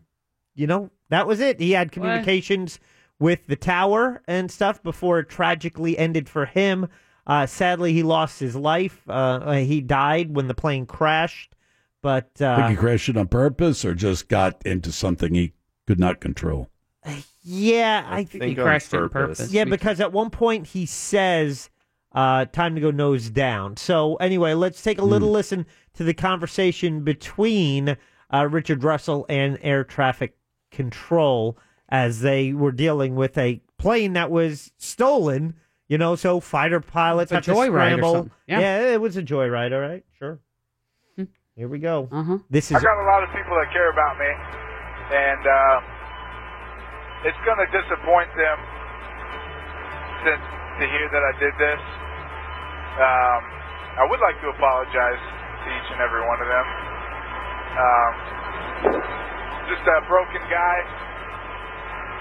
you know that was it. He had communications with the tower and stuff before it tragically ended for him. Uh, sadly, he lost his life. Uh, Uh, he died when the plane crashed, but uh, Think he crashed it on purpose or just got into something he could not control? Yeah, I, think, think on crashed on purpose. purpose. Yeah, because at one point he says, uh, "Time to go nose down." So anyway, let's take a little listen to the conversation between uh, Richard Russell and air traffic control as they were dealing with a plane that was stolen. You know, so fighter It's pilots a have to joyride or scramble. something. Yeah. Hmm. it was a joyride. All right, sure. Here we go. Uh-huh. This I is got a lot of people that care about me, and uh, it's going to disappoint them since to hear that I did this. Um, I would like to apologize to each and every one of them. Um, just a broken guy,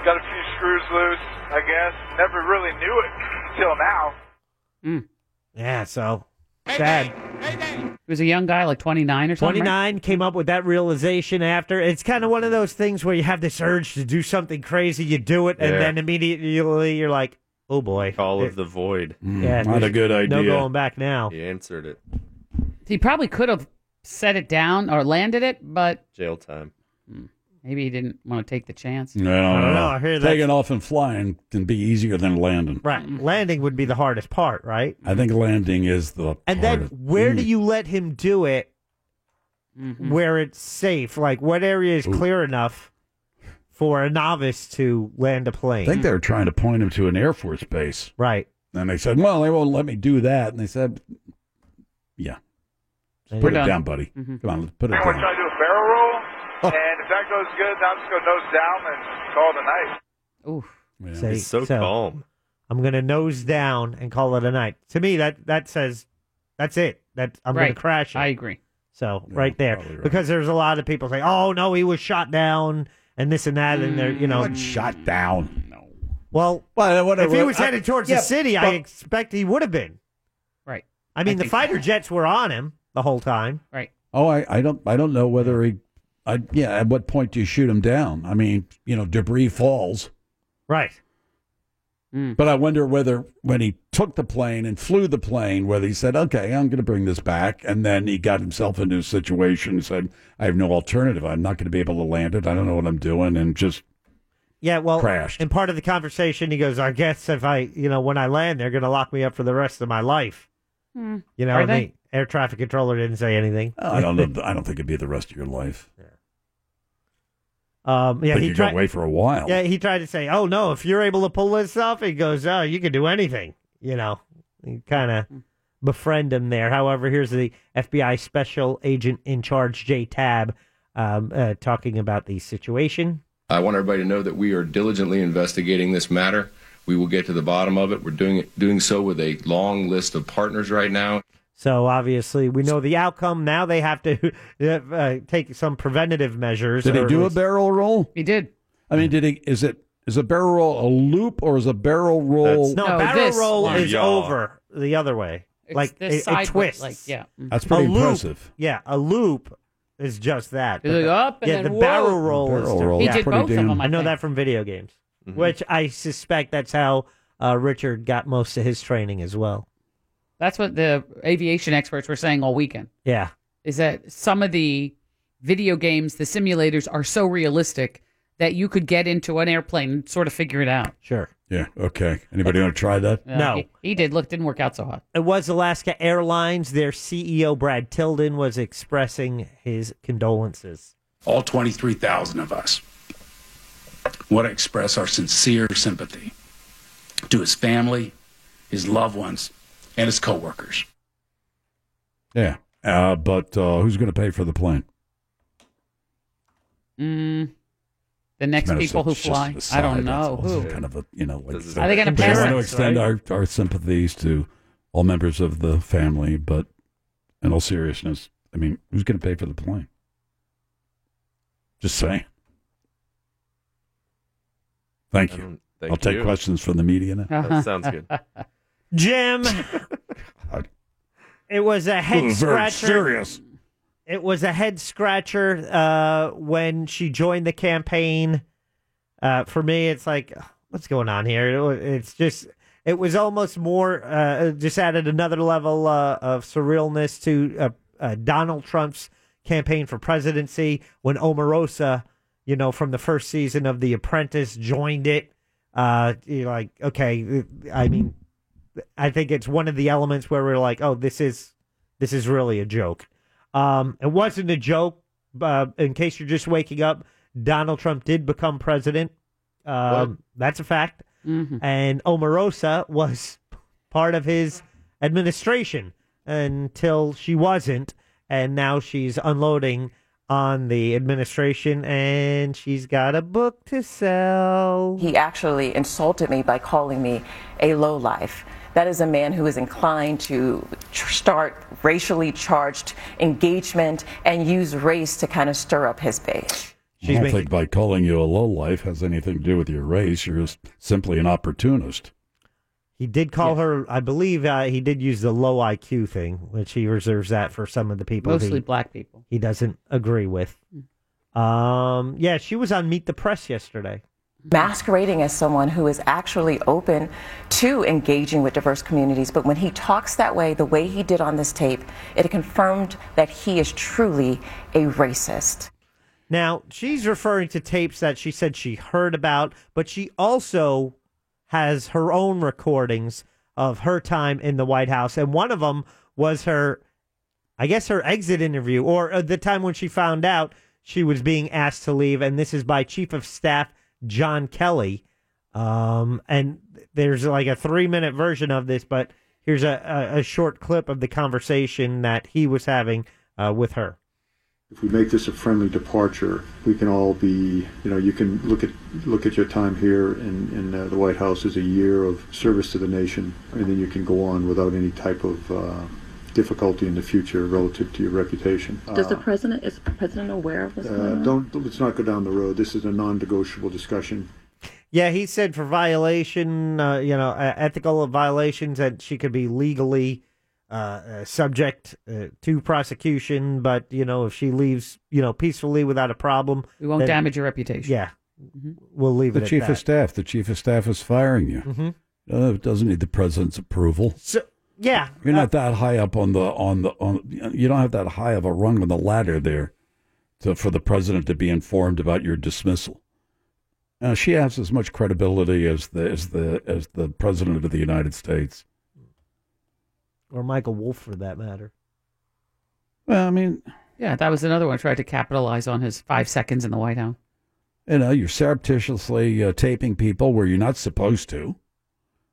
got a few screws loose, I guess. Never really knew it <clears throat> until now. Mm. yeah. So sad. He was a young guy, like 29 or something. 29 came up with that realization after. It's kind of one of those things where you have this urge to do something crazy, you do it, and Yeah. then immediately you're like, oh boy. Call It- of the void. yeah, Hmm, not a good No idea. going back now. He answered it. He probably could have set it down or landed it, but Jail time. maybe he didn't want to take the chance. I don't, know. Taking off and flying can be easier than landing. Right. Mm-hmm. Landing would be the hardest part, right? I think landing is the. And then where Mm. do you let him do it Mm-hmm. where it's safe? Like, what area is clear enough for a novice to land a I plane? think they were trying to point him to an Air Force base. Right. And they said, well, they won't let me do that. And they said, yeah. We're put it done. down, buddy. Come on, let's put it I'm going down. to try to do a barrel roll, Oh. and if that goes good, then I'm just going to nose down and call it a night. Ooh. Say- He's so calm. I'm gonna nose down and call it a night. To me, that that says that's it. That I'm Right. gonna crash. It. I agree. So right there, because there's a lot of people saying, "Oh no, he was shot down," and this and that, and they're you know What shot down. Well, well, if he whatever. was I- headed towards yeah, the city, I but- expect he would have been. Right. I mean, the think- fighter jets were on him the whole time. Right. Oh, I, I don't I don't know whether he, I yeah. At what point do you shoot him down? I mean, you know, debris falls. Right. But I wonder whether when he took the plane and flew the plane, whether he said, okay, I'm going to bring this back. And then he got himself into a situation and said, I have no alternative. I'm not going to be able to land it. I don't know what I'm doing. And just Yeah, well, Crashed. And part of the conversation, he goes, "I guess if I, you know, when I land, they're going to lock me up for the rest of my life." Hmm. You know, Are and they? the air traffic controller didn't say anything. Oh, I don't <laughs> know. I don't think it'd be the rest of your life. Um, yeah, But he you go tried, away for a while. Yeah, he tried to say, "Oh no, if you're able to pull this off," he goes, "Oh, you can do anything." You know, you kind of Hmm. befriend him there. However, here's the FBI special agent in charge, J. Tab, um, uh, talking about the situation. I want everybody to know that we are diligently investigating this matter. We will get to the bottom of it. We're doing it, doing so with a long list of partners right now. So obviously, we know the outcome. Now they have to <laughs> uh, take some preventative measures. Did he or do a at least- barrel roll? He did. I mean, did he? Is it is a barrel roll a loop or is a barrel roll? No, barrel roll is Yeah. over the other way. like this it, side way, it twists. like, yeah. Mm. That's pretty a loop, impressive. Yeah, a loop is just that. You look up and yeah, then the whoa. barrel roll Barrel is. roll He is did pretty both of damn- Mm-hmm. them, I I, know think. that from video games, which I suspect that's how uh, Richard got most of his training as well. That's what the aviation experts were saying all weekend. Yeah. Is that some of the video games, the simulators are so realistic that you could get into an airplane and sort of figure it out. Sure. Yeah. Okay. Anybody want to try that? Uh, He, he did. Look, didn't work out so hot. It was Alaska Airlines. Their CEO Brad Tilden was expressing his condolences. all 23,000 of us, want to express our sincere sympathy to his family, his loved ones, and his coworkers. Yeah. Uh, but uh, who's going to pay for the plane? Mm, the next Matter of people who fact, it's just fly. an I don't aside. know It's also who. Kind of a you know. Like, Does it- Are they gonna We pass want it? to extend our, our sympathies to all members of the family, but in all seriousness, I mean, who's going to pay for the plane? Just saying. Thank you. thank I'll take you. questions from the media now. Uh-huh. That sounds <laughs> good. Jim, it was a <laughs> head Very scratcher. serious. It was a head scratcher uh, when she joined the campaign. Uh, for me, it's like, what's going on here? It wa- It's just, it was almost more, uh, it just added another level uh, of surrealness to uh, uh, Donald Trump's campaign for presidency when Omarosa, you know, from the first season of The Apprentice, joined it. Uh, you're like, okay, I mean, I think it's one of the elements where we're like, oh, this is this is really a joke. Um, it wasn't a joke. Uh, in case you're just waking up, Donald Trump did become president. Um, that's a fact. And Omarosa was part of his administration until she wasn't, and now she's unloading on the administration, and she's got a book to sell. He actually insulted me by calling me a lowlife. That is a man who is inclined to tr- start racially charged engagement and use race to kind of stir up his base. I don't think by calling you a lowlife has anything to do with your race. You're just simply an opportunist. He did call her, I believe uh, he did use the low IQ thing, which he reserves that for some of the people. Mostly he, black people. Hmm. He doesn't agree with. Um, yeah, she was on Meet the Press yesterday. masquerading as someone who is actually open to engaging with diverse communities. But when he talks that way, the way he did on this tape, it confirmed that he is truly a racist. Now, she's referring to tapes that she said she heard about, but she also has her own recordings of her time in the White House. And one of them was her, I guess, her exit interview or uh, the time when she found out she was being asked to leave. And this is by Chief of Staff John Kelly. Um, and there's like a three minute version of this, but here's a, a, a short clip of the conversation that he was having uh, with her. if we make this a friendly departure, we can all be, you know, you can look at look at your time here in, in uh, the White House as a year of service to the nation, and then you can go on without any type of uh, difficulty in the future relative to your reputation. Does the Uh, president is the president aware of what's uh, going on? don't let's not go down the road. This is a non-negotiable discussion. Yeah, he said for violation, uh, you know, uh, ethical violations that she could be legally uh, uh, subject uh, to prosecution. But you know, if she leaves, you know, peacefully without a problem, We won't damage your reputation. Yeah, We'll leave the it chief at that. of staff. The chief of staff is firing you. Mm-hmm. Mhm. Uh, it doesn't need the president's approval. yeah, You're not that high up on the on the on. You don't have that high of a rung on the ladder there, to, for the president to be informed about your dismissal. Now, she has as much credibility as the as the as the president of the United States. or Michael Wolf for that matter. Well, I mean, yeah, that was another one. Tried to capitalize on his five seconds in the White House. You know, you're surreptitiously uh, taping people where you're not supposed to.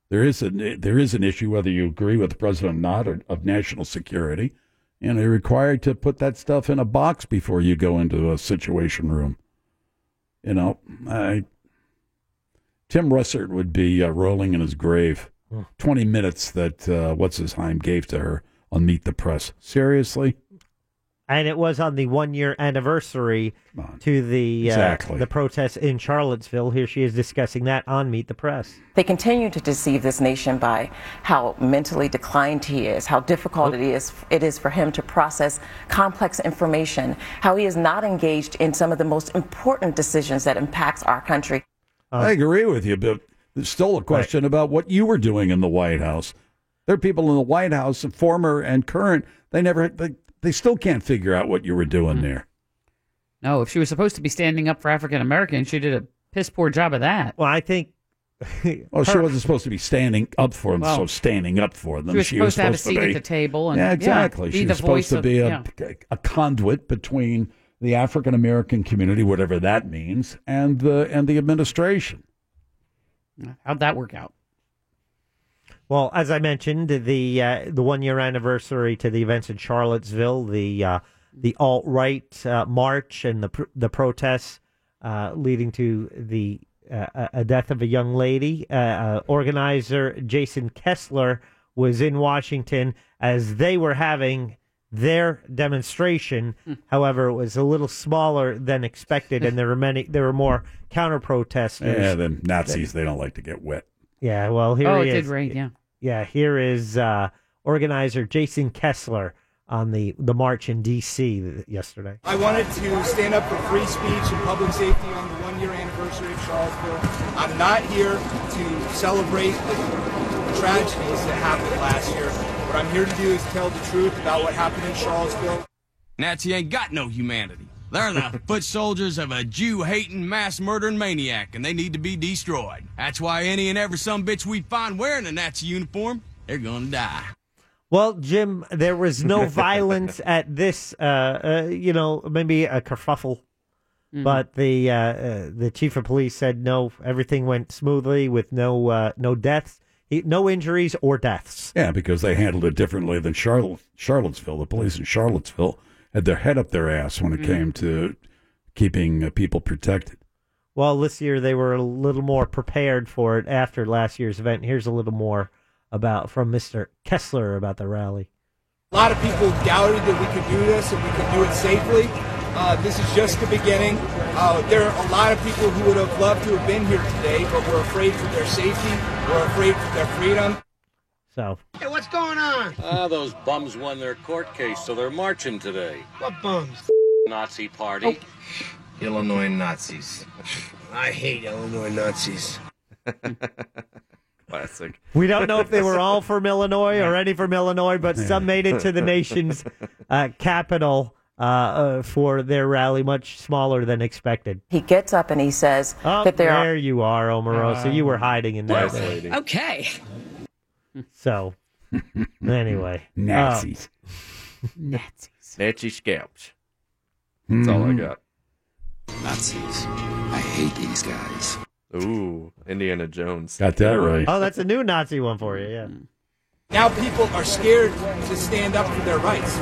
There is an there is an issue whether you agree with the president or not or, of national security, and you're required to put that stuff in a box before you go into a situation room. You know, I Tim Russert would be uh, rolling in his grave. Hmm. Twenty minutes that uh, what's his Heim gave to her on Meet the Press. Seriously, And it was on the one year anniversary to the uh, Exactly. the protests in Charlottesville. Here she is discussing that on Meet the Press. They continue to deceive this nation by how mentally declined he is, how difficult it is it is for him to process complex information, how he is not engaged in some of the most important decisions that impacts our country. Uh, I agree with you, but there's still a question about what you were doing in the White House. There are people in the White House, former and current, they never, they, they still can't figure out what you were Hmm. doing there. No, if she was supposed to be standing up for African Americans, she did a piss poor job of that. Well, I think. Oh, she wasn't supposed to be standing up for them, Well, so standing up for them. she was supposed to have a seat at be- the table and- yeah, yeah, exactly. be she the was supposed voice to of- be a, a conduit between the African American community, whatever that means, and the and the administration. How'd that work out? Well, as I mentioned, the uh, the one year anniversary to the events in Charlottesville, the uh, the alt right uh, march and the pr- the protests uh, leading to the uh, a- a death of a young lady. Uh, uh, organizer Jason Kessler was in Washington as they were having their demonstration. However, it was a little smaller than expected, and there were many there were more counter protesters. Yeah, the Nazis, they don't like to get wet. Yeah, well, here oh, he it is. did rain. Yeah. Yeah, here is uh, organizer Jason Kessler on the, the march in D.C. th- yesterday. I wanted to stand up for free speech and public safety on the one year anniversary of Charlottesville. I'm not here to celebrate the tragedies that happened last year. What I'm here to do is tell the truth about what happened in Charlottesville. Nazi ain't got no humanity. They're <laughs> the foot soldiers of a Jew hating, mass murdering maniac, and they need to be destroyed. That's why any and every some bitch we find wearing a Nazi uniform, they're gonna die. Well, Jim, there was no violence at this. Uh, uh, you know, maybe a kerfuffle, Mm-hmm. but the uh, uh, the chief of police said no. Everything went smoothly with no uh, no deaths, eh, no injuries or deaths. Yeah, because they handled it differently than Charlotte, Charlottesville. The police in Charlottesville had their head up their ass when it Mm. came to keeping uh, people protected. Well, this year they were a little more prepared for it after last year's event. Here's a little more about from Mr. Kessler about the rally. A lot of people doubted that we could do this and we could do it safely. Uh, this is just the beginning. Uh, there are a lot of people who would have loved to have been here today, but were afraid for their safety, were afraid for their freedom. So Hey, what's going on? Ah, those bums won their court case, so they're marching today. What bums? Nazi party. Oh. Illinois Nazis. I hate Illinois Nazis. <laughs> Classic. We don't know if <laughs> they were all from Illinois or any from Illinois, but some made it to the nation's uh, capital uh, uh, for their rally, much smaller than expected. He gets up and he says Oh, that there there are you are, Uh, Omarosa. you were hiding in there. Okay. So, anyway. Nazis. Um, <laughs> Nazis. Nazi scalps. That's all I Mhm. got. Nazis. I hate these guys. Ooh, Indiana Jones. Got that right. Oh, that's a new Nazi one for you, yeah. Now people are scared to stand up for their rights.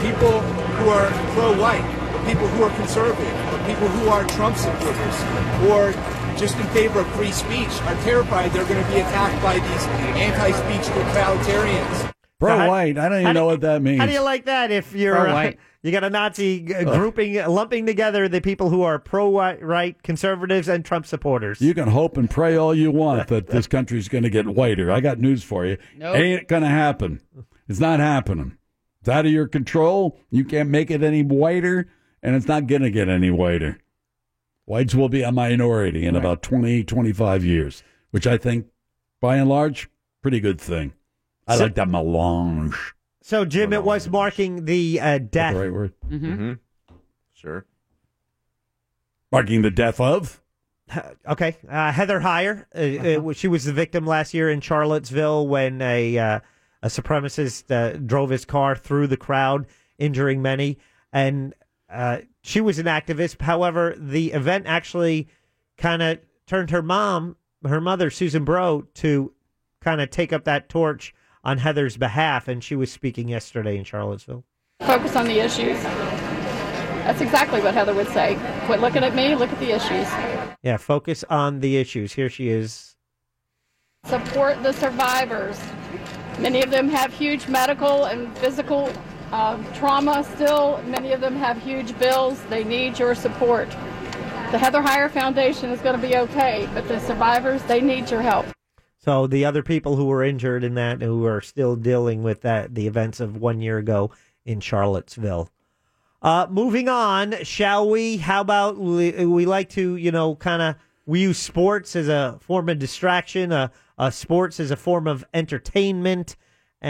People who are pro-white, or people who are conservative, or people who are Trump supporters, or just in favor of free speech are terrified they're going to be attacked by these anti-speech totalitarians. Pro white, I don't even know what that means. How do you like that if you're. Uh, Pro-white. you got a Nazi g- uh, grouping, lumping together the people who are pro-right conservatives and Trump supporters. You can hope and pray all you want that this country's going to get whiter. I got news for you. Nope. Ain't going to happen. It's not happening. It's out of your control. You can't make it any whiter, and it's not going to get any whiter. Whites will be a minority in about 20, 25 years, which I think, by and large, pretty good thing. I So- like that melange. So, Jim, it was marking the uh, death. right word? Mm-hmm. Sure. Marking the death of? <laughs> Okay, uh, Heather Heyer. Uh, uh, she was the victim last year in Charlottesville when a uh, a supremacist uh, drove his car through the crowd, injuring many. And uh, she was an activist. However, the event actually kind of turned her mom, her mother Susan Bro, to kind of take up that torch on Heather's behalf. And she was speaking yesterday in Charlottesville. Focus on the issues. That's exactly what Heather would say. Quit looking at me, look at the issues. Yeah, focus on the issues. Here she is. Support the survivors. Many of them have huge medical and physical uh, trauma still. Many of them have huge bills. They need your support. The Heather Heyer Foundation is going to be okay, but the survivors, they need your help. So the other people who were injured in that, who are still dealing with that, the events of one year ago in Charlottesville. Uh, moving on, shall we? How about we, we like to, you know, kind of we use sports as a form of distraction, uh, uh, sports as a form of entertainment,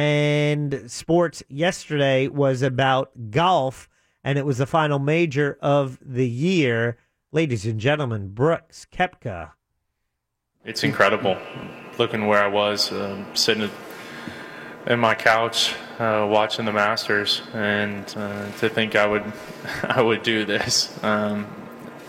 and sports yesterday was about golf, and it was the final major of the year. Ladies and gentlemen, Brooks Kepka It's incredible. Looking where I was, um sitting in my couch, uh, watching the Masters, and uh, to think I would, <laughs> I would do this. Um,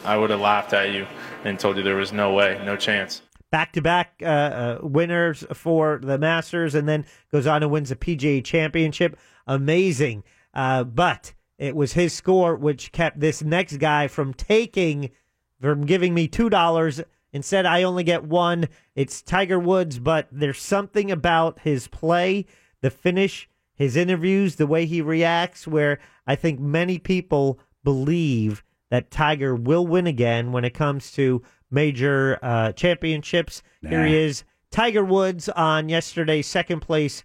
I would have laughed at you and told you there was no way, no chance. back to back uh, winners for the Masters, and then goes on and wins the PGA Championship. Amazing. Uh, but it was his score which kept this next guy from taking, from giving me $2. Instead, I only get one. It's Tiger Woods, but there's something about his play, the finish, his interviews, the way he reacts, where I think many people believe that Tiger will win again when it comes to major uh, championships. Here he is, Tiger Woods, on yesterday's second place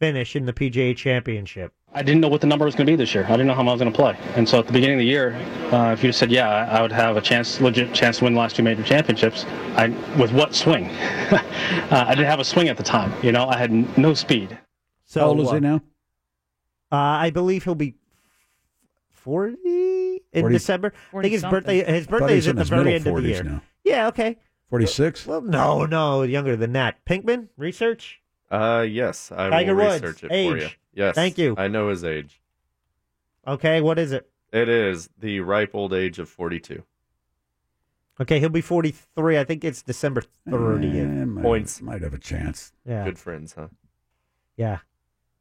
finish in the PGA Championship. I didn't know what the number was going to be this year. I didn't know how I was going to play. And so at the beginning of the year, uh, if you just said, yeah, I I would have a chance, legit chance to win the last two major championships, I, with what swing? <laughs> uh, I didn't have a swing at the time. You know, I had n- no speed. So, How old is he uh, now? Uh, I believe he'll be forty in 40 December. I think his 40 birthday. something. His Thought he birthday was is in at the his very middle end of 40s the year. now. Yeah. Okay. 46? Well, no, no, younger than that. Pinkman, research. Uh, yes, I Tiger will Woods, research it for age. you. Yes, Thank you. I know his age. Okay, what is it? It is the ripe old age of forty-two. Okay, he'll be forty-three. I think it's December thirtieth. Points Eh, might have a chance. Yeah. Good friends, huh? Yeah.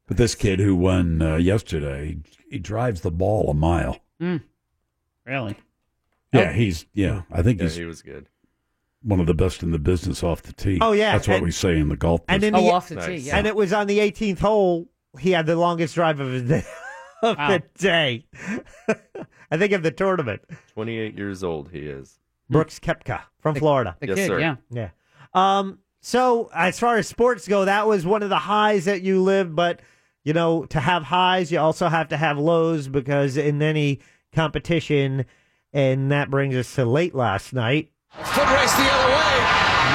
But this kid who won uh, yesterday, he drives the ball a mile. Really? Yeah, he's, yeah, I think Yeah, he's he was good. one of the best in the business off the tee. Oh, yeah, That's what and- we say in the golf And in business. Oh, the, Oh, e And it was on the eighteenth hole. He had the longest drive of the <laughs> day. Of Wow. the day. <laughs> I think of the tournament. Twenty-eight years old, he is. Brooks Kepka from Florida. Hmm. the Yes, kid, sir. yeah. Yeah. Um, so as far as sports go, that was one of the highs that you lived, but you know, to have highs, you also have to have lows because in any competition, and that brings us to late last night. Foot race the other way.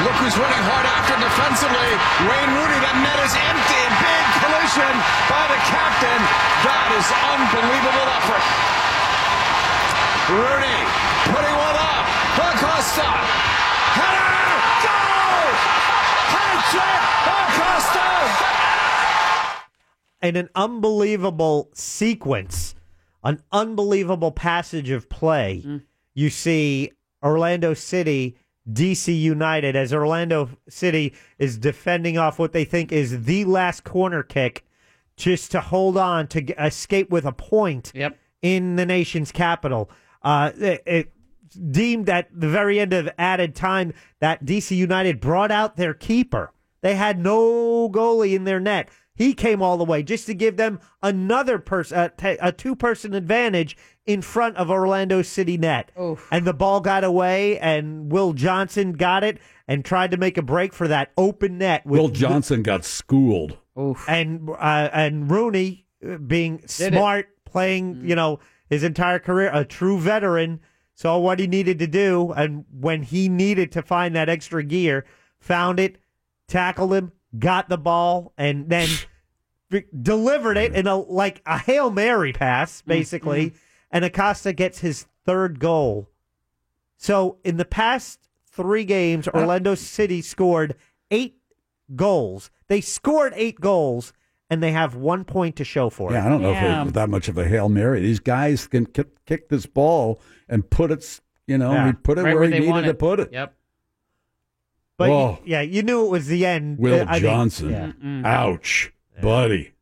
Look who's running hard after defensively. Wayne Rooney, that net is empty. Big collision by the captain. That is unbelievable effort. Rooney putting one up. Acosta. Header. Goal! Hat trick. Acosta. in an unbelievable sequence, an unbelievable passage of play, you see Orlando City, DC United, as Orlando City is defending off what they think is the last corner kick just to hold on to g- escape with a point in the nation's capital. Uh, it, it deemed at the very end of added time that DC United brought out their keeper. They had no goalie in their net. He came all the way just to give them another person, a, t- a two-person advantage in front of Orlando City net. And the ball got away, and Will Johnson got it and tried to make a break for that open net. with- Will Johnson got schooled. and uh, and Rooney uh, being smart, playing you know his entire career, a true veteran, saw what he needed to do, and when he needed to find that extra gear, found it, tackled him, got the ball, and then b- delivered it in a like a hail mary pass, basically. And Acosta gets his third goal. So in the past three games, Orlando City scored eight goals. They scored eight goals, and they have one point to show for it. Yeah, I don't know if it if was that much of a hail mary. These guys can kick, kick this ball and put it, you know, he put it where, he needed to put it. Yep. But Whoa. yeah, you knew it was the end. Will Uh, I think- Johnson, yeah. ouch, buddy,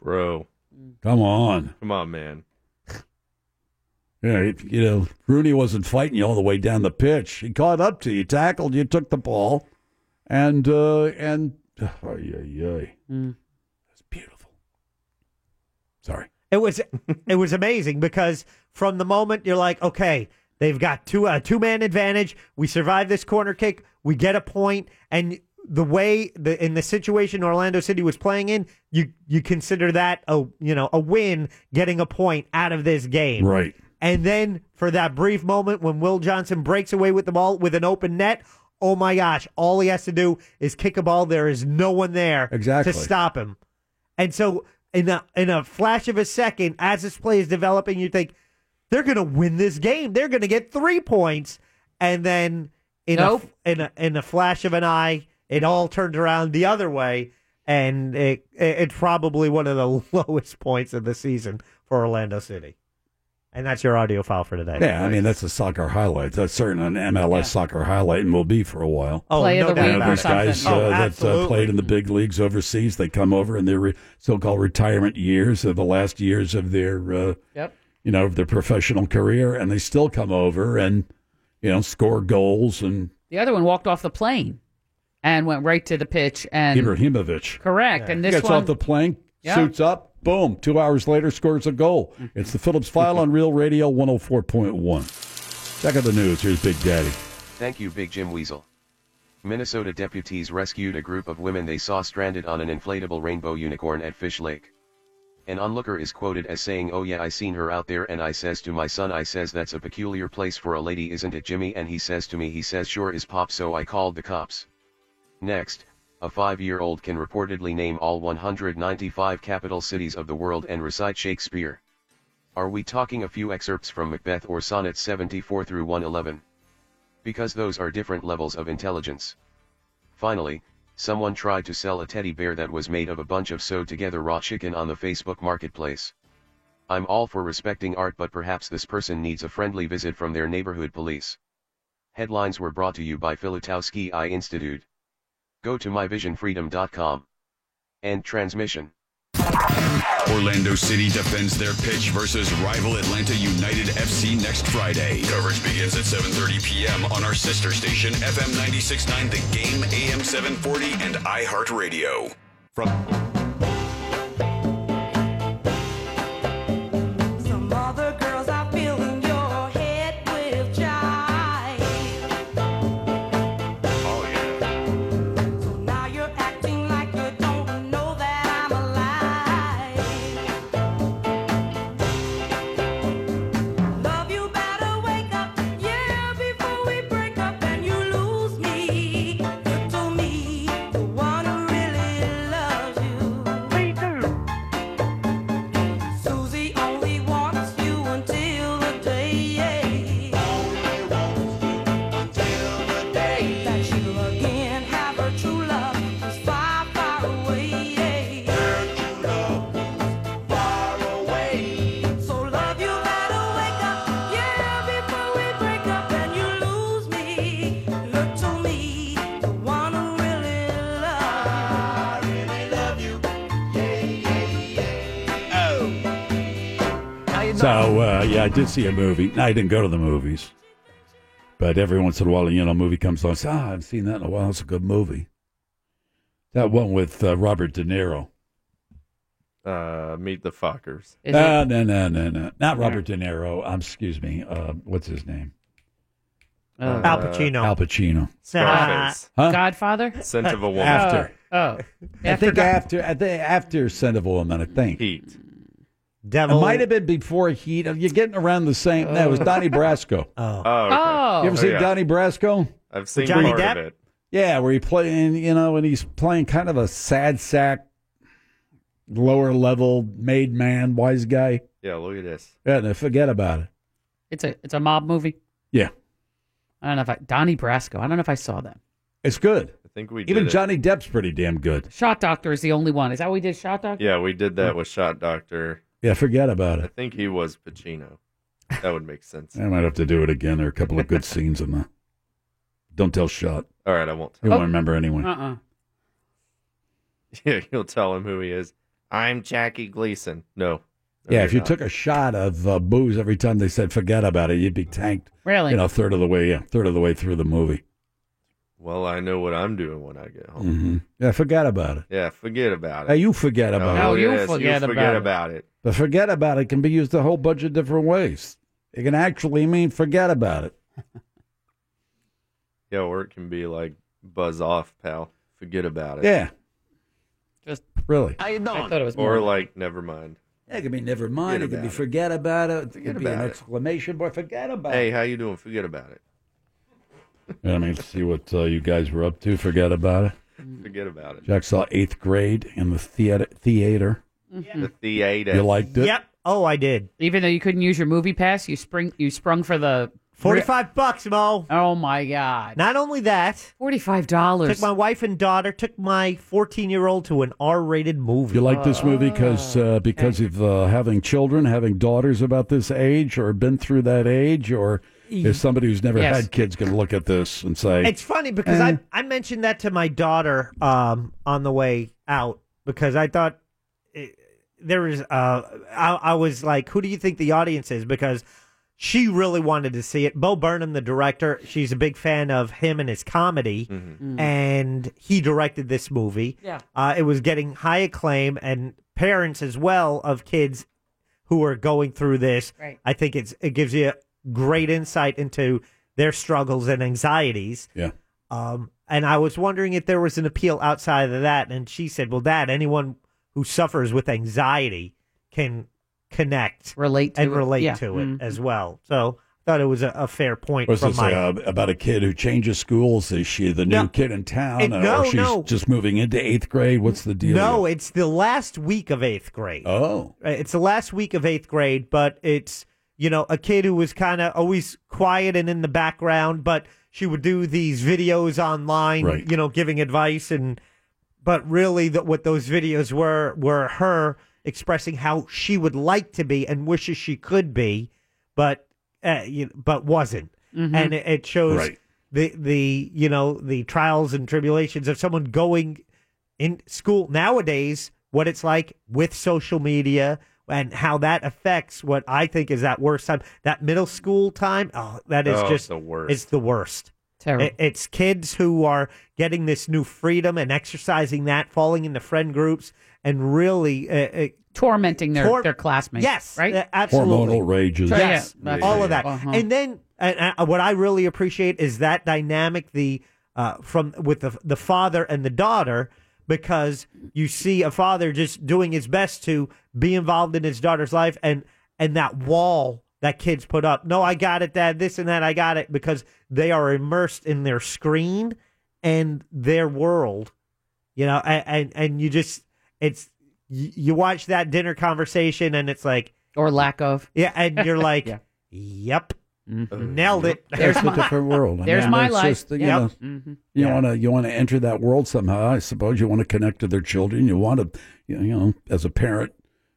bro. come on, Come on, man. yeah, it- you know, Rooney wasn't fighting you all the way down the pitch. He caught up to you, tackled you, took the ball, and uh, and <sighs> ay, ay, ay. Mm. Sorry. It was <laughs> it was amazing because from the moment you're like, okay, they've got two uh, two man advantage. We survive this corner kick. We get a point, and the way the in the situation Orlando City was playing in, you you consider that a you know a win, getting a point out of this game, Right. And then for that brief moment when Will Johnson breaks away with the ball with an open net. Oh my gosh! All he has to do is kick a ball. There is no one there Exactly. to stop him. And so in a in a flash of a second, as this play is developing, you think they're going to win this game. They're going to get three points, and then in Nope. a in a in a flash of an eye, it all turned around the other way, and it, it- it's probably one of the <laughs> lowest points of the season for Orlando City. And that's your audio file for today. Yeah, I mean that's a soccer highlight. That's certain an MLS soccer highlight, and will be for a while. Oh, Play of no the doubt week You know, or those guys something. uh, Oh, that uh, absolutely. played in the big leagues overseas, they come over in their re- so-called retirement years, or the last years of their, uh, Yep. you know, of their professional career, and they still come over and you know score goals and The other one walked off the plane and went right to the pitch and Ibrahimovic. correct. And this gets one off the plane, Yeah. suits up, boom. Two hours later, scores a goal. Mm-hmm. It's the Phillips File on Real Radio 104.1. Check out the news. Here's Big Daddy. Thank you, Big Jim Weasel. Minnesota deputies rescued a group of women they saw stranded on an inflatable rainbow unicorn at Fish Lake. An onlooker is quoted as saying, Oh yeah, I seen her out there, and I says to my son, I says, That's a peculiar place for a lady, isn't it, Jimmy? And he says to me, He says, Sure is pop, so I called the cops. Next, a five year old can reportedly name all 195 capital cities of the world and recite Shakespeare. Are we talking a few excerpts from Macbeth or sonnets 74 through 111? Because those are different levels of intelligence. Finally, someone tried to sell a teddy bear that was made of a bunch of sewed together raw chicken on the Facebook marketplace. I'm all for respecting art, but perhaps this person needs a friendly visit from their neighborhood police. Headlines were brought to you by Filutowski Eye Institute. Go to myvisionfreedom.com. End transmission. Orlando City defends their pitch versus rival Atlanta United FC next Friday. Coverage begins at 7:30 p.m. on our sister station FM 96.9 The Game, AM 740, and iHeartRadio. From Other girls are filling your head with jive. Oh yeah. So now you're acting like you don't know that I'm alive. Love you better wake up, yeah, before we break up and you lose me. You told me the one who really loves you. Me too. Susie only wants you until the day. Only wants you until the day that you again have her true love who's far, far away. Her true love who's far away. So love you better wake up, yeah, before we break up and you lose me. Look to me, the one who really loves you. really love you. So uh, yeah, I did see a movie. I didn't go to the movies, but every once in a while, you know, a movie comes on. I say, Ah, I haven't seen that in a while. It's a good movie. That one with uh, Robert De Niro. Uh, meet the Fockers. Uh, no, no, no, no, not Robert De Niro. Um, excuse me. Uh, what's his name? Uh, Al Pacino. Al Pacino. Scarface. Huh? Godfather? Scent of a Woman. After. Oh. oh. I think after I think after Scent of a Woman, I think. Heat. Devil. It might have been before Heat. Uh, You're getting around the same. That was Donnie Brasco. Oh. Oh, okay. You ever seen Oh, yeah. Donnie Brasco? I've seen Johnny part Depp? of it. Yeah, where he playing, you know, and he's playing kind of a sad sack, lower level, made man, wise guy. Yeah, look at this. Yeah, and they forget about it. It's a it's a mob movie. Yeah. I don't know if I Donnie Brasco. I don't know if I saw that. It's good. I think we Even did it. Johnny Depp's pretty damn good. Shot Doctor is the only one. Is that what we did? Shot Doctor. Yeah, we did that with Shot Doctor. Yeah, forget about I <laughs> it. think he was Pacino. That would make sense. <laughs> I might have to do it again. There are a couple of <laughs> good scenes in the. Don't tell shot. All right, I won't. You won't remember anyway. Uh-uh. Yeah, you'll tell him who he is. I'm Jackie Gleason. No. No, yeah, if you're you not. took a shot of uh, booze every time they said forget about it, you'd be tanked. Really? You know, third of the way. Yeah, third of the way through the movie. Well, I know what I'm doing when I get home. hmm Yeah, forget about it. Yeah, forget about it. Hey, you forget about Oh, it. yes, forget about it. The forget about it can be used a whole bunch of different ways. It can actually mean forget about it. Yeah, or it can be like buzz off, pal. Forget about it. Yeah. Just really. How you doing? I thought it was or more- like never mind. It could be never mind. It Forget could be about it. forget about it. It Forget could be an about it. exclamation mark. Forget about Hey, it. how you doing? Forget about it. I mean, see what uh, you guys were up to. Forget about it. Forget about it. Jack saw eighth grade in the theater. theater. Mm-hmm. The theater. You liked it? Yep. Oh, I did. Even though you couldn't use your movie pass, you spring you sprung for the 45 bucks, Mo. Oh my god. Not only that, forty-five dollars. Took my wife and daughter. Took my fourteen-year-old to an R-rated movie. You like this movie because Ah. uh, because of uh, having children, having daughters about this age, or been through that age, or is somebody who's never Yes. had kids going to look at this and say, It's funny because Eh. I I mentioned that to my daughter um, on the way out because I thought it, there was uh I, I was like, who do you think the audience is? Because she really wanted to see it. Bo Burnham, the director, she's a big fan of him and his comedy, Mhm. and he directed this movie. Yeah. uh, it was getting high acclaim, and parents as well of kids who are going through this. Right. I think it's it gives you great insight into their struggles and anxieties. Yeah. Um, and I was wondering if there was an appeal outside of that, and she said, "Well, Dad, anyone who suffers with anxiety can connect, relate, and to it. relate Yeah. to it Mhm. as well." So I thought it was a, a fair point What's from this my. uh, about a kid who changes schools? Is she the new kid in town, It- no, or she's no. just moving into eighth grade? What's the deal? No, it's the last week of eighth grade. Oh. It's the last week of eighth grade, but it's, you know, a kid who was kind of always quiet and in the background, but she would do these videos online, Right. you know, giving advice. And, but really, that what those videos were, were her expressing how she would like to be and wishes she could be, but, uh, you but wasn't. Mhm. And it, it shows Right. the the you know the trials and tribulations of someone going in school nowadays what it's like with social media and how that affects what i think is that worst time that middle school time oh that is Oh, just the worst. it's the worst Terrible. It- it's kids who are getting this new freedom and exercising that falling into friend groups and really uh, uh, tormenting their- tor- their classmates, yes right? uh, absolutely Hormonal rages. So, yes yeah, that's- all of that Uh-huh. and then and uh, what I really appreciate is that dynamic the uh, from with the the father and the daughter because you see a father just doing his best to be involved in his daughter's life and and that wall that kids put up. No, I got it, Dad. This and that, I got it because they are immersed in their screen and their world you know and and, and you just it's you, you watch that dinner conversation and it's like or lack of yeah and <laughs> you're like Yeah. yep nailed it There's a different world. I mean, it's just, you know, Mm-hmm. You Yeah. want to you want to enter that world somehow. I suppose you want to connect to their children. You want to, you know, you know, as a parent,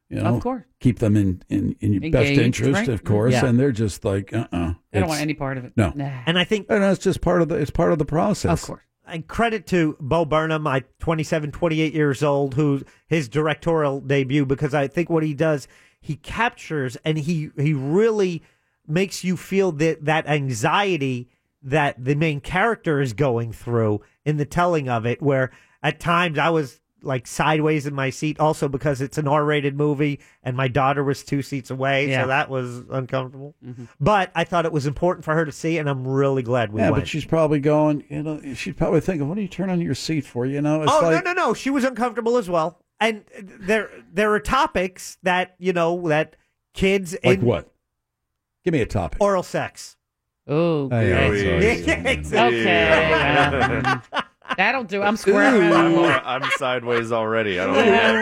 you know, Of course. keep them in in, in your best Engaged, interest, right? of course. Yeah. And they're just like, uh, uh I don't want any part of it. No, Nah. and I think and that's just part of the it's part of the process. Of course, and credit to Bo Burnham, I 27, 28 years old, who his directorial debut because I think what he does, he captures and he he really makes you feel that that anxiety that the main character is going through in the telling of it where at times I was like sideways in my seat also because it's an R-rated movie and my daughter was two seats away Yeah. so that was uncomfortable. But I thought it was important for her to see and I'm really glad we yeah. went. But she's probably going. You know, she's probably thinking, "What do you turn on your seat for?" You know, it's oh like no no no! She was uncomfortable as well. and there there are topics that you know that kids Like in what? Give me a topic. oral <laughs> sex. Oh, I know, great. it's Okay. <laughs> well, that'll do. <laughs> I'm square. I'm, al- I'm sideways already. I don't think I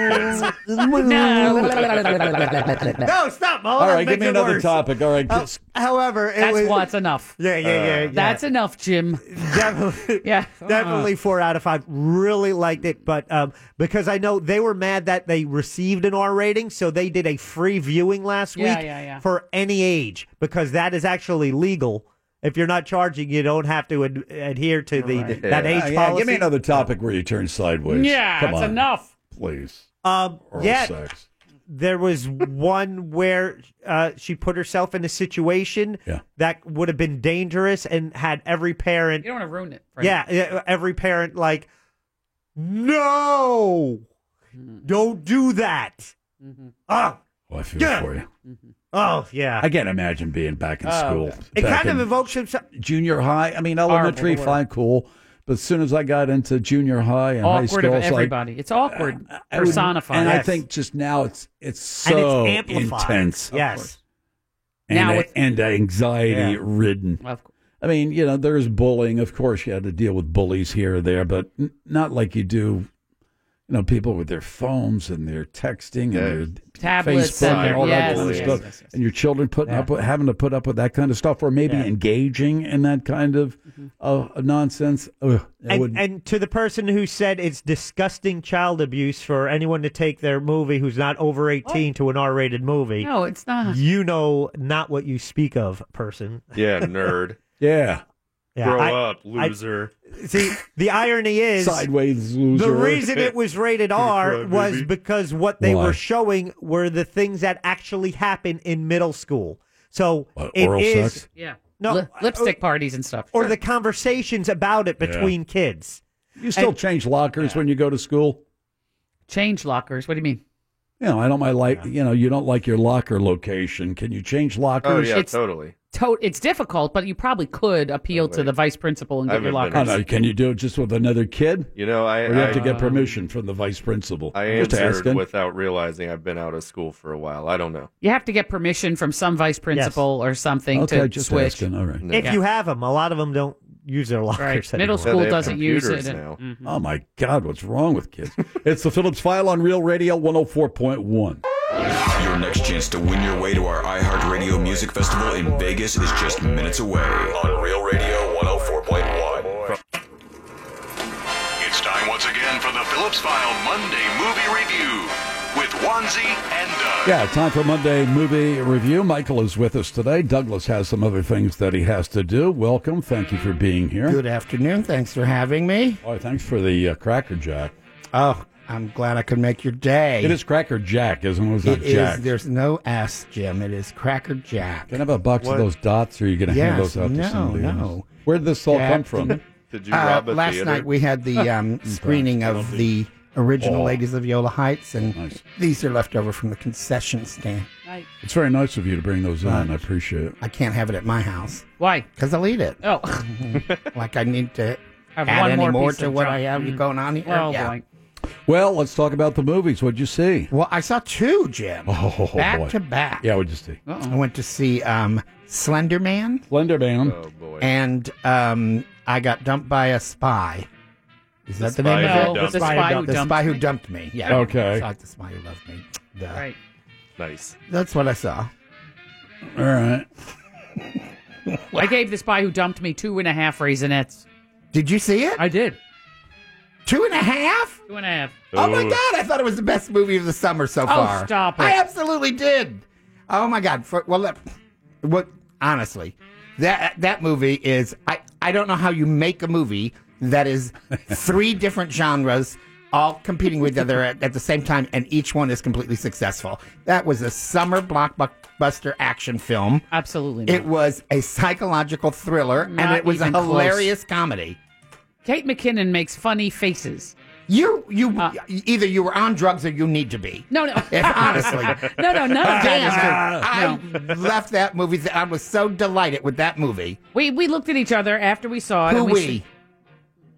have kids. <laughs> no, stop, Mo. All right, That give me makes it another worse. topic. All right. Oh, however, it That's was, what's enough. Yeah, yeah, Uh, yeah, yeah. That's enough, Jim. Definitely. <laughs> <laughs> yeah. Definitely four out of five. Really liked it, but um, because I know they were mad that they received an R rating, so they did a free viewing last Yeah, week yeah, yeah. for any age because that is actually legal. If you're not charging, you don't have to ad- adhere to the that age Yeah, yeah, policy. Give me another topic where you turn sideways. Yeah, Come that's on, enough. Please. Um, Oral yeah, sex. there <laughs> was one where uh, she put herself in a situation Yeah. that would have been dangerous and had every parent. You don't want to ruin it. Frank. Yeah, yeah, uh, every parent like, no, Hmm. don't do that. Mm-hmm. Oh, Well, I feel Yeah. for you. oh, yeah. I can't imagine being back in Oh, school. okay. It back kind of in evokes some. junior high. I mean, elementary, Horrible fine, cool. But as soon as I got into junior high and high awkward school, of it's like- everybody. it's awkward. Uh, I would- personified. And I think just now it's it's And it's so amplified. intense. Of Yes. course. And, Now a- it's- and anxiety Yeah. ridden. I mean, you know, there's bullying. Of course, you had to deal with bullies here or there, but n- not like you do, you know, people with their phones and their texting and their Tablets Facebook and their- all that yes, other yes, stuff. yes, yes. And your children putting up with, having to put up with that kind of stuff or maybe engaging in that kind of Mm-hmm. uh, nonsense. Ugh, I And, wouldn't- and to the person who said it's disgusting child abuse for anyone to take their movie who's not over 18 to an R-rated movie. No, it's not. You know not what you speak of, person. Yeah, nerd. yeah. Yeah, Grow I- up, I- loser. See, the irony is sideways loser. The reason it was rated R Right, was baby. because what they Why? were showing were the things that actually happen in middle school. So What, it oral is- sex? yeah, no Lip- lipstick parties and stuff, or the conversations about it between kids. You still And- change lockers when you go to school. Change lockers. What do you mean? You know, I don't. I like. You know, you don't like your locker location. Can you change lockers? Oh, It's- To- it's difficult, but you probably could appeal to the vice principal and I get your locker. don't know. Oh, Can you do it just with another kid? You know, I- Or you have I- um, to get permission from the vice principal. I Just answered asking. without realizing I've been out of school for a while. I don't know. You have to get permission from some vice principal or something to switch. If you have them, a lot of them don't use their lockers. Right. Anymore. Middle school doesn't use it. Mm-hmm. Oh my God, what's wrong with kids? it's the Phillips File on Real Radio 104.1. Your next chance to win your way to our iHeartRadio Music Festival in Vegas is just minutes away on Real Radio 104.1. It's time once again for the Phillips File Monday Movie Review with Wanzi and uh, Doug. Yeah, time for Monday movie review. Michael is with us today. Douglas has some other things that he has to do. Welcome. Thank you for being here. Good afternoon. Thanks for having me. Oh, thanks for the uh, Cracker Jack. Oh, I'm glad I could make your day. It is Cracker Jack, isn't it? It's not It is- Jack. There's no S, Jim. It is Cracker Jack. Can I have a box What? of those dots, or are you going to hand Yes, those out no, to somebody no. else? Where did this all Yeah. come from? Did Uh, last night we had the <laughs> um, screening of the original Oh. Ladies of Yola Heights, and these are left over from the concession stand. It's very nice of you to bring those Right. on. I appreciate it. I can't have it at my house. Why? Because I'll eat it. Oh, <laughs> like I <laughs> need to Have add one any more more, piece to of what junk. I have Mm. going on here. Oh, yeah. boy. Well, let's talk about the movies. What'd you see? Well, I saw two, Jim. Oh, back boy. to back. Yeah, what'd you see? I went to see um, Slender Man. Slender Man. Oh, boy. And um, I got dumped by a spy. Is The that the Spy Who name of it? Dumped The Me. Spy Who The Dumped Spy Who Me. Dumped Me. Yeah. Okay. So it's the Spy Who Loved Me. The- Right. Nice. That's what I saw. All right. I gave this guy who dumped me two and a half raisinets. Did you see it? I did. Two and a half? Two and a half. Oh my God! I thought it was the best movie of the summer so far. Oh, stop it. I absolutely did. Oh my God! For, well, that, what? Honestly, that that movie is. I I don't know how you make a movie <laughs> that is three different genres all competing with each other at, at the same time, and each one is completely successful. That was a summer blockbuster action film. Absolutely. It was a psychological thriller, and Not it was a even close. hilarious comedy. Kate McKinnon makes funny faces. You you Uh. either you were on drugs or you need to be. No, <laughs> <laughs> no. If honestly. No, no, none of that is Damn, true. I left that movie. th- I was so delighted with that movie. We we looked at each other after we saw it. Who and we?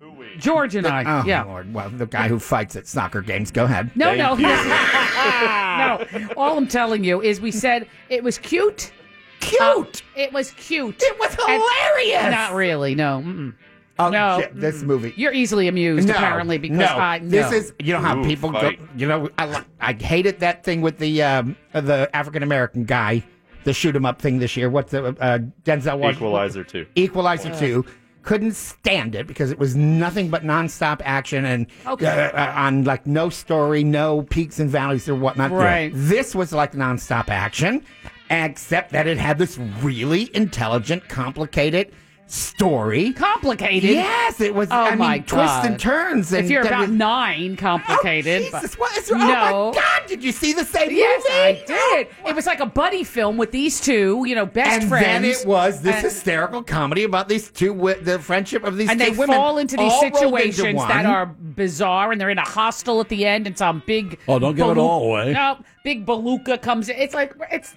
s- George and I. Oh, yeah. Lord. Well, the guy who fights at soccer games. Go ahead. No, no. <laughs> no. All I'm telling you is we said it was cute. Cute. it was cute. It was hilarious. not really. No. Mm-mm. Oh, no. shit, this mm-mm. movie. You're easily amused, No, apparently, because no. I. This no. is you know how people fight. go. You know, I li- I hated that thing with the um, uh, the African American guy, the shoot 'em up thing this year. What's the uh, Denzel Washington? Equalizer 2. Equalizer Yeah. two. Couldn't stand it because it was nothing but nonstop action and Okay. uh, uh, on like no story, no peaks and valleys or whatnot. Right. This was like nonstop action, except that it had this really intelligent, complicated story. Complicated. Yes, it was. Oh I my mean, twists God. and turns. And if you're that about was- nine, complicated. Oh, Jesus, but- what is no. wrong? Oh my God, did you see the same Yes, movie? I did. It was like a buddy film with these two, you know, best and friends. then it was this And- hysterical comedy about these two, wi- the friendship of these and two they women. fall into these all rolled into situations that one. are bizarre, and they're in a hostel at the end, and some big Oh, don't give it balu- all away. No, big beluga comes. in. It's like it's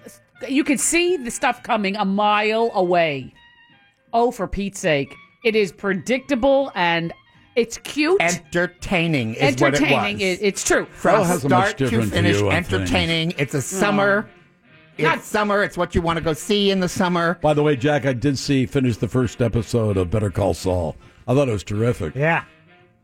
you can see the stuff coming a mile away. Oh, for Pete's sake! It is predictable and it's cute, entertaining. Is entertaining. what it was. It- it's true. From has a much start to different finish, view on entertaining. It's a Mm. summer. It's summer. It's what you want to go see in the summer. By the way, Jack, I did see finish the first episode of Better Call Saul. I thought it was terrific. Yeah.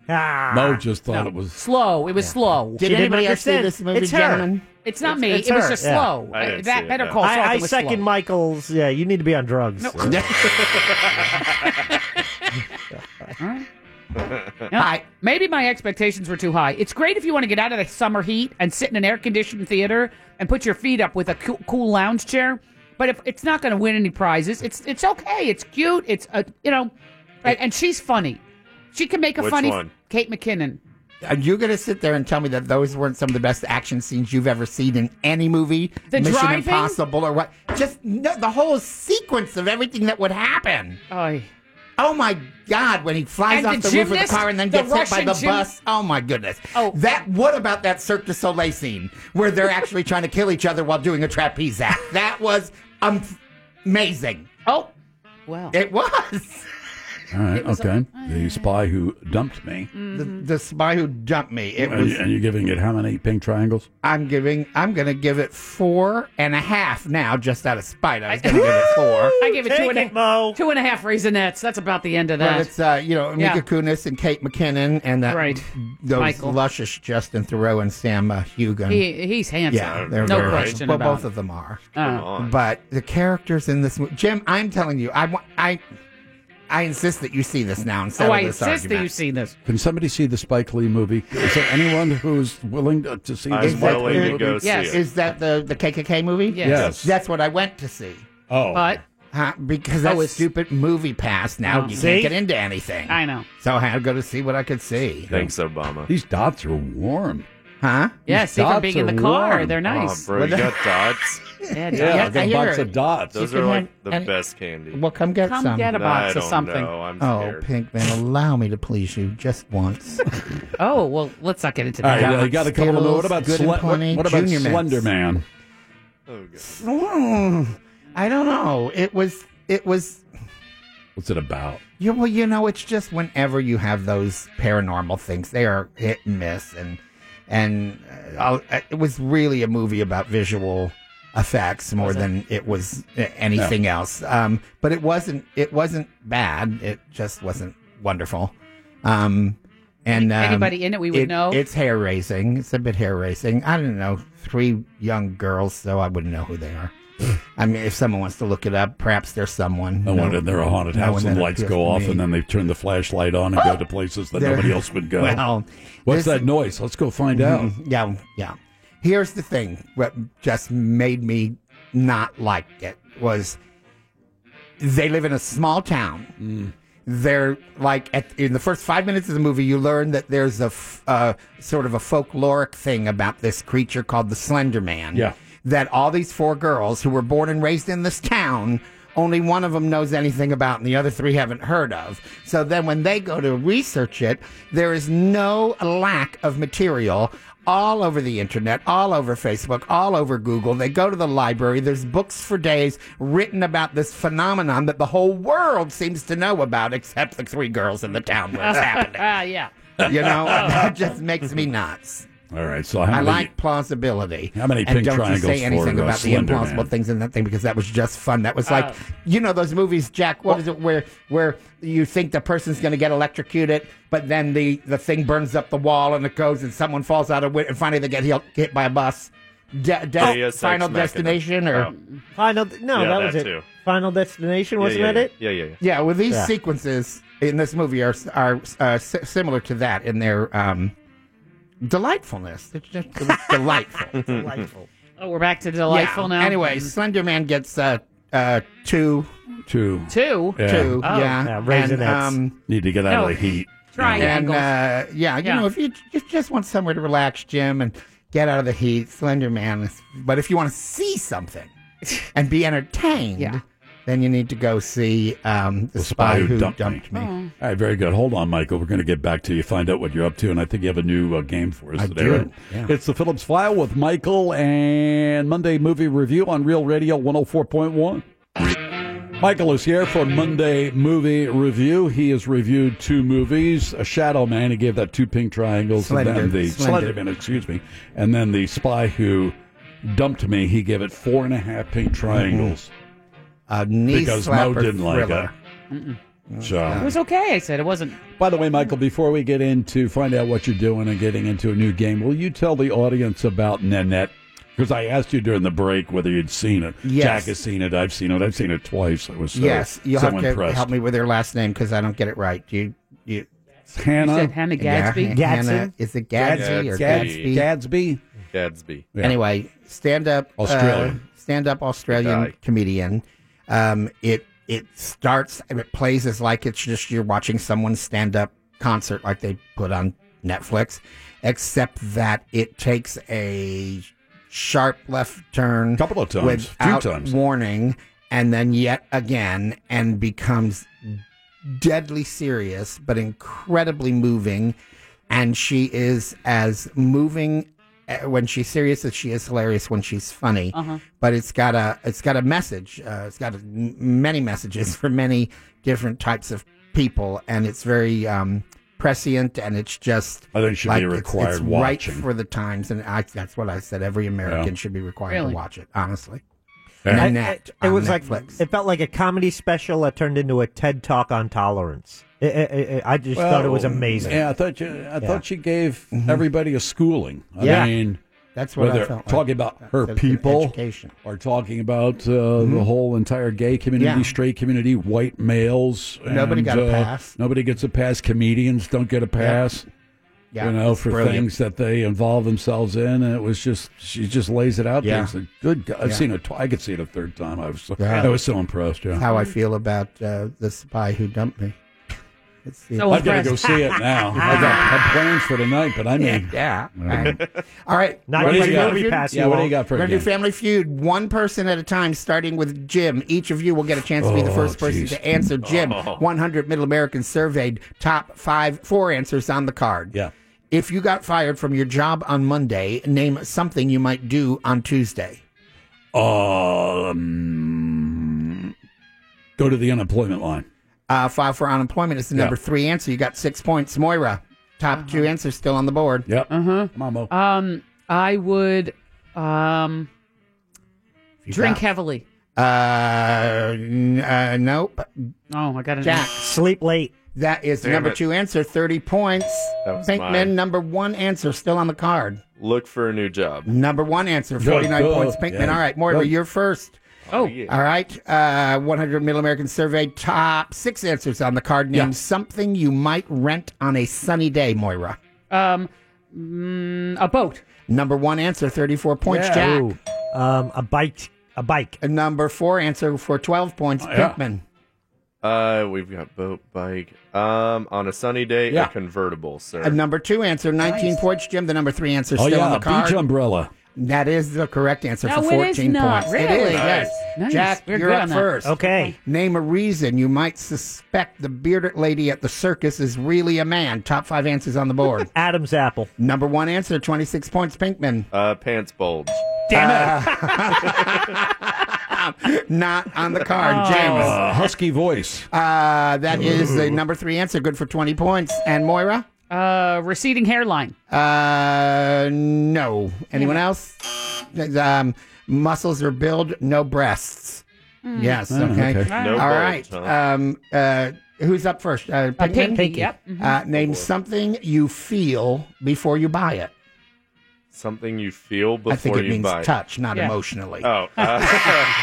Ah. Mo just thought it was slow. It was slow. Did She didn't anybody else see understand. this movie, It's her. gentlemen? It's not It's- me. it's it was her, just yeah. slow. I didn't that see it, Better no. Call Saul. I, I it was second slow. Michael's. Yeah, you need to be on drugs. <laughs> No. Hi. Maybe my expectations were too high. It's great if you want to get out of the summer heat and sit in an air conditioned theater and put your feet up with a cool, cool lounge chair. But if it's not going to win any prizes, it's it's okay. It's cute. It's uh, you know, and, and she's funny. She can make a Which funny one? Kate McKinnon. Are you going to sit there and tell me that those weren't some of the best action scenes you've ever seen in any movie? The Mission driving? Impossible or what? Just no, the whole sequence of everything that would happen. Oh my God! When he flies And off the the, roof of gymnast, the car and then the gets hit by Russian the gym- bus. Oh my goodness! Oh, that. What about that Cirque du Soleil scene where they're actually trying to kill each other while doing a trapeze act? That was um, amazing. Oh, wow! It was. all right. It was Okay, the spy who dumped me. The, the spy who dumped me. It and, was. and you're giving it how many pink triangles? I'm giving. I'm going to give it four and a half now, just out of spite. I was going to give <laughs> it four. I gave it two and a two and a half raisinets. That's about the end of that. But it's uh, you know Mika Yeah. Kunis and Kate McKinnon and that Right. those Michael. luscious Justin Thoreau and Sam uh, Hugan. He- he's handsome. Yeah, they're No very- question Well, about both it. of them are. Come Uh. on. But the characters in this movie, Jim, I'm telling you, I want I. I insist that you see this now and settle Oh, I this insist that argument. you see this. Can somebody see the Spike Lee movie? Is there anyone who's willing to, to see this? Spike Lee movie? Is that the the KKK movie? Yes. Yes. That's what I went to see. Oh. But Huh, because that was stupid movie pass now Oh. you See? can't get into anything. I know. So I had to go to see what I could see. Thanks, Obama. These dots are warm. Huh? Yeah, see from dots being in are the car. warm. They're nice. Oh, bro, you got dots. Yeah, Yeah, I hear it. Those You are can like have the any- best candy. Well, come get Come some. get a box I of don't something. know. I'm Oh, scared. Pinkman, allow me to please you just <laughs> once. Oh well, let's not get into All right, that. yeah, you got a couple of them. What about Skittles, Good Sle- and Plenty, what, what about Junior Mints. Slender Man? Oh, Mm, I don't know. It was. It was. What's it about? You well, you know, it's just whenever you have those paranormal things, they are hit and miss, and and uh, I'll- uh, it was really a movie about visual effects more Was it? than it was uh, anything else. Um, but it wasn't. It wasn't bad. It just wasn't wonderful. Um, and um, Anybody in it we would know? It's hair raising. It's a bit hair raising. I don't know three young girls, so I wouldn't know who they are. I mean, if someone wants to look it up, perhaps there's someone. No, one in there a haunted no house one and that lights appeals go to off, me. and then they turn the flashlight on and <gasps> go to places that There- nobody else would go. Well, what's this- that noise? Let's go find out. Mhm. Yeah, yeah. Here's the thing: what just made me not like it was they live in a small town. They're like at, in the first five minutes of the movie, you learn that there's a f- uh, sort of a folkloric thing about this creature called the Slender Man. Yeah. That all these four girls who were born and raised in this town, only one of them knows anything about, and the other three haven't heard of. So then, when they go to research it, there is no lack of material all over the internet, all over Facebook, all over Google. They go to the library. There's books for days written about this phenomenon that the whole world seems to know about, except the three girls in the town <laughs> <laughs> where it's happening. Ah, yeah. You know, <laughs> that just makes me nuts. All right. So how I many- like plausibility. How many and pink don't triangles you say for, anything uh, about the Slender implausible Man? things in that thing because that was just fun. That was like Uh, you know those movies, Jack. What is it where where you think the person's going to get electrocuted, but then the the thing burns up the wall and it goes and someone falls out of window and finally they get hit, hit by a bus. De- Oh. de- Deus Ex final Machina. destination or Final, no, Oh. that, Yeah, that was it. too. Final Destination, wasn't that it? Yeah, well, these Yeah. sequences in this movie are are uh, si- similar to that in their um, delightfulness. It's just it <laughs> was delightful. Delightful. Oh, we're back to delightful Yeah. now. Mm-hmm. Anyway, Slender Man gets uh, uh, two. Two. Two? Yeah. Two, Oh. yeah. Yeah, and, Raisinets. um, Need to get out of the heat. and, Triangles. uh, yeah, you Yeah. know, if you j- just want somewhere to relax, Jim, and get out of the heat, Slender Man. Is, but if you want to see something and be entertained, then you need to go see um, the, spy, Who, Dumped, Me. All right, very good. Hold on, Michael. We're going to get back to you, find out what you're up to, and I think you have a new uh, game for us I today. do, right? yeah. It's the Phillips File with Michael and Monday Movie Review on Real Radio 104.1. Michael is here for Monday Movie Review. He has reviewed two movies: A Shadow Man. He gave that two pink triangles, and then Slender, the Slender. Slender Man. Excuse me, and then the Spy Who Dumped Me. He gave it four and a half pink triangles. Mm-hmm. A knee because Mo slapper didn't thriller. like it. So It was okay. I said it wasn't. by the way, Michael, before we get into find out what you're doing and getting into a new game, will you tell the audience about Nanette? Because I asked you during the break whether you'd seen it. Yes. Jack has seen it. I've seen it. I've seen it twice. I was so, yes, you'll so have to impressed. help me with their last name because I don't get it right. You, you, Hannah. You said Hannah Gadsby? Yeah, Gadsby? Hannah, is it Gadsby or Gadsby? Gadsby. Gadsby. Anyway, stand up uh, Australian. stand up Good Australian comedian. Um, it it starts and it plays as like it's just you're watching someone stand up concert like they put on Netflix, except that it takes a sharp left turn couple of times, few without times. warning, and then yet again, and becomes deadly serious but incredibly moving and she is as moving uh, when she's serious as she is hilarious when she's funny Uh-huh. but it's got a it's got a message uh, it's got a, m- many messages for many different types of people and it's very um prescient and it's just I think it should be a it's- required it's watching. right for the times and I, that's what i said every american should be required Really? to watch it honestly I- and that I- it on was Netflix. like it felt like a comedy special that turned into a TED talk on tolerance. I- I- I- I just thought it was Well, amazing. Yeah, I thought you. I Yeah. thought she gave everybody a schooling. I Yeah. mean, Mm-hmm. That's what I whether felt like. talking about her That's an people, education. or talking about uh, the Mm-hmm. Mhm. whole entire gay community, Yeah. straight community, white males. Nobody and, got a uh, pass. nobody gets a pass. Comedians don't get a pass. Yeah, you know, it's for brilliant. things that they involve themselves in, and it was just she just lays it out. there. Yeah. It's a good. God. I've Yeah. seen it. Tw- I could see it a third time. I was. So, Yeah. I was so impressed. Yeah. That's how I feel about uh, the spy who dumped me. <laughs> It's the- I've got to go see it <laughs> now. I got I have plans for tonight, but I mean, yeah. Well, All right. Not Ready yet. for Yeah, Family we Feud? pass Yeah, you what do all. you got for a We're gonna do game? Family Feud, one person at a time, starting with Jim. Each of you will get a chance to be the Oh, first person geez. to answer Jim. Oh. 100 Middle Americans surveyed, top five, four answers on the card. Yeah. If you got fired from your job on Monday, name something you might do on Tuesday. Um, go to the unemployment line. Uh, file for unemployment is the Yeah. number three answer. You got six points. Moira, top two answers still on the board. Yep. Uh huh. Mamo. Uh-huh. Um, I would um drink heavily. Uh, n- uh nope. Oh, I got it. Jack. Sleep late. That is Damn number it. two answer, 30 points. That was Pinkman, mine. number one answer, still on the card. Look for a new job. Number one answer, 49 Duh, duh. points. Pinkman, Yeah. all right. Moira, Duh. you're first. Oh. yeah. All right. Uh, 100 Middle American Survey, top six answers on the card. Name something you might rent on a sunny day, Moira. Um, mm, a boat. Number one answer, 34 points. Yeah. Jack. Ooh. Um, a bike. A bike. And number four answer for 12 points. Oh, Yeah. Pinkman. Uh, we've got boat, bike. Um, on a sunny day, Yeah. a convertible, sir. And number two answer, 19 points. Jim, the number three answer, oh still yeah, on the card. beach umbrella. That is the correct answer No, for it is 14 not. points. It Really? Nice. is, yes. Nice. Jack, We're you're good up on that. first. Okay. Name a reason you might suspect the bearded lady at the circus is really a man. Top five answers on the board. Adam's apple. Number one answer, 26 points, Pinkman. Uh, pants bulge. Damn <laughs> it. not on the card, Oh. James. Uh, husky voice. Uh, that is the number three answer. Good for 20 points. And Moira? Uh, receding hairline. Uh, no. Anyone else? Um, muscles are build, no breasts. Hmm. Yes. Oh, Okay. okay. No All right. bulge, huh? Um, uh, who's up first? Uh, Uh, Pinkman? Pinky, Pinky. yep. Mhm. Uh, name something you feel before you buy it. Something you feel before I think it you means buy. it. touch, not emotionally. Oh. Uh,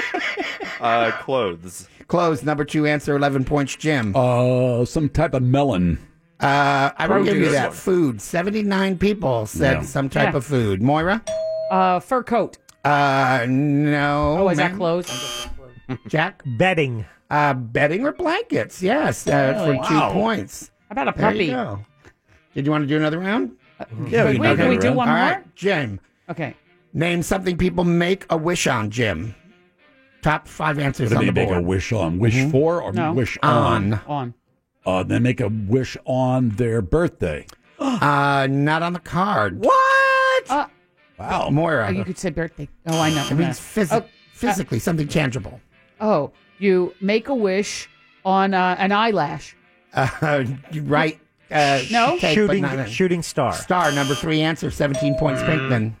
<laughs> <laughs> uh, clothes. Close. Number two answer, 11 points, Jim. Uh, some type of melon. Uh, I will give you Produce. that. Food. 79 people said Yeah. some type Yeah. of food. Moira? Uh, fur coat. Uh, no. Oh, is that ma'am. clothes? <laughs> Jack? Bedding. Uh, bedding or blankets, yes, uh, Really? for two Wow. points. How about a There puppy? you go. Did you want to do another round? Yeah, we can wait, do can another we do round. one All more? right, Jim. Okay. Name something people make a wish on, Jim. Top five answers What do on they the make board. <gasps> a wish on? Wish for or No. wish Mm-hmm. On. on? On. Uh, they make a wish on their birthday. uh, not on the card. What? wow. Moira. Uh, Oh, you could say birthday. Oh, I know. It means phys- Oh, uh, physically, something tangible. <laughs> Oh, you make a wish on uh, an eyelash. Uh, right. Uh, No. take, but Shooting- not in. shooting star. Star, number three answer, 17 points, Pinkman.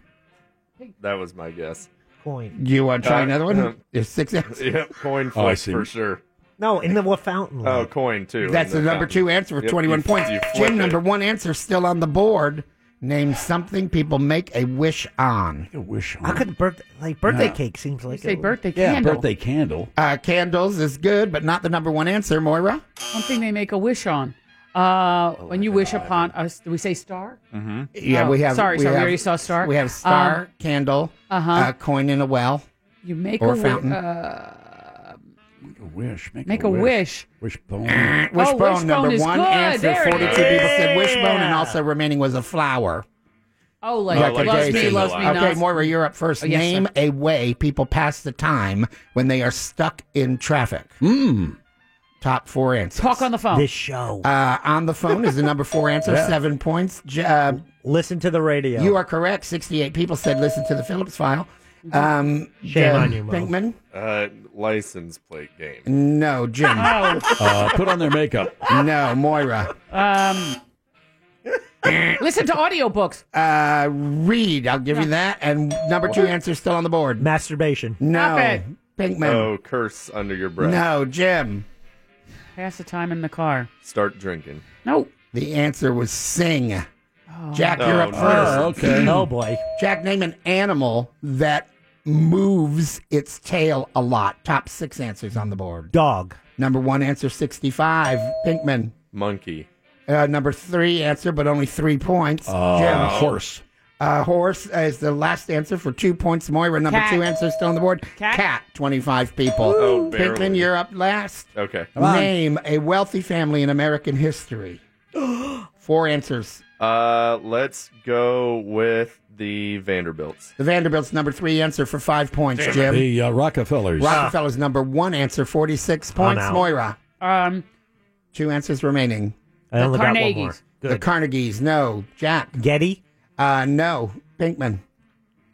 That was my guess. Coin. Do you want to try Uh, another one? uh, <laughs> There's six answers. Yep, coin Oh, I flips see. for sure. No, in the what fountain? Oh, coin too. That's the And number two answer for Yep, 21 you- points. you flip Jim, it. number one answer still on the board. Name something people make a wish on. A wish on. How could birthday like birthday No. cake seems like say it would- birthday Yeah, candle. birthday candle. Uh, candles is good, but not the number one answer, Moira. Something they make a wish on. Uh, Oh, when you wish upon us, do we say star? Mm-hmm. Yeah, Oh, we have. sorry, we sorry, we have- already saw star. We have star, Um, candle, uh-huh. uh, coin in a well. You make or a wi- fountain. uh, Make a wish. Make, Make a, a wish. <clears throat> Wishbone. wishbone, wishbone number is one good. answer. There it 42 people is. said wishbone, and Yeah. also remaining was a flower. oh, like, loves me, Recommendation. loves me not. Okay, Moira, you're up first. Oh, yes, Name sir. a way people pass the time when they are stuck in traffic. Hmm. Top four answers. Talk on the phone. This show. Uh, on the phone is the number four answer. <laughs> Yeah. Seven points. J- Uh, listen to the radio. you are correct. Sixty-eight people said listen to the Phillips file. Um, Shame uh, on you, Mo. Pinkman. Uh, license plate game. <laughs> No, Jim. Oh. Uh, put on their makeup. No, Moira. Um, listen to audiobooks. Uh, read. I'll give you that. And number two answer still on the board. Masturbation. Stop No, it. Pinkman. Oh, curse under your breath. No, Jim. Pass the time in the car. Start drinking. No. The answer was sing. Jack, Oh, you're up no. first. Oh, okay. <clears throat> Oh, boy. Jack, name an animal that moves its tail a lot. Top six answers on the board. Dog. Number one answer, 65. Pinkman. Monkey. Uh, number three answer, but only three points. Uh, Jim. horse. Uh, horse is the last answer for two points. Moira, number Cat. two answer, still on the board. Cat, 25 people. Oh, barely. Pinkman, you're up last. Okay. Name a wealthy family in American history. Four answers. Uh, let's go with the Vanderbilts. The Vanderbilt's number three answer for five points, Damn it. Jim. The uh, Rockefellers. Rockefeller's number one answer, 46 points. out. Moira, Um, two answers remaining. I The only got one more. Carnegies. The Carnegies, no. Jack. Getty? Uh, no. Pinkman.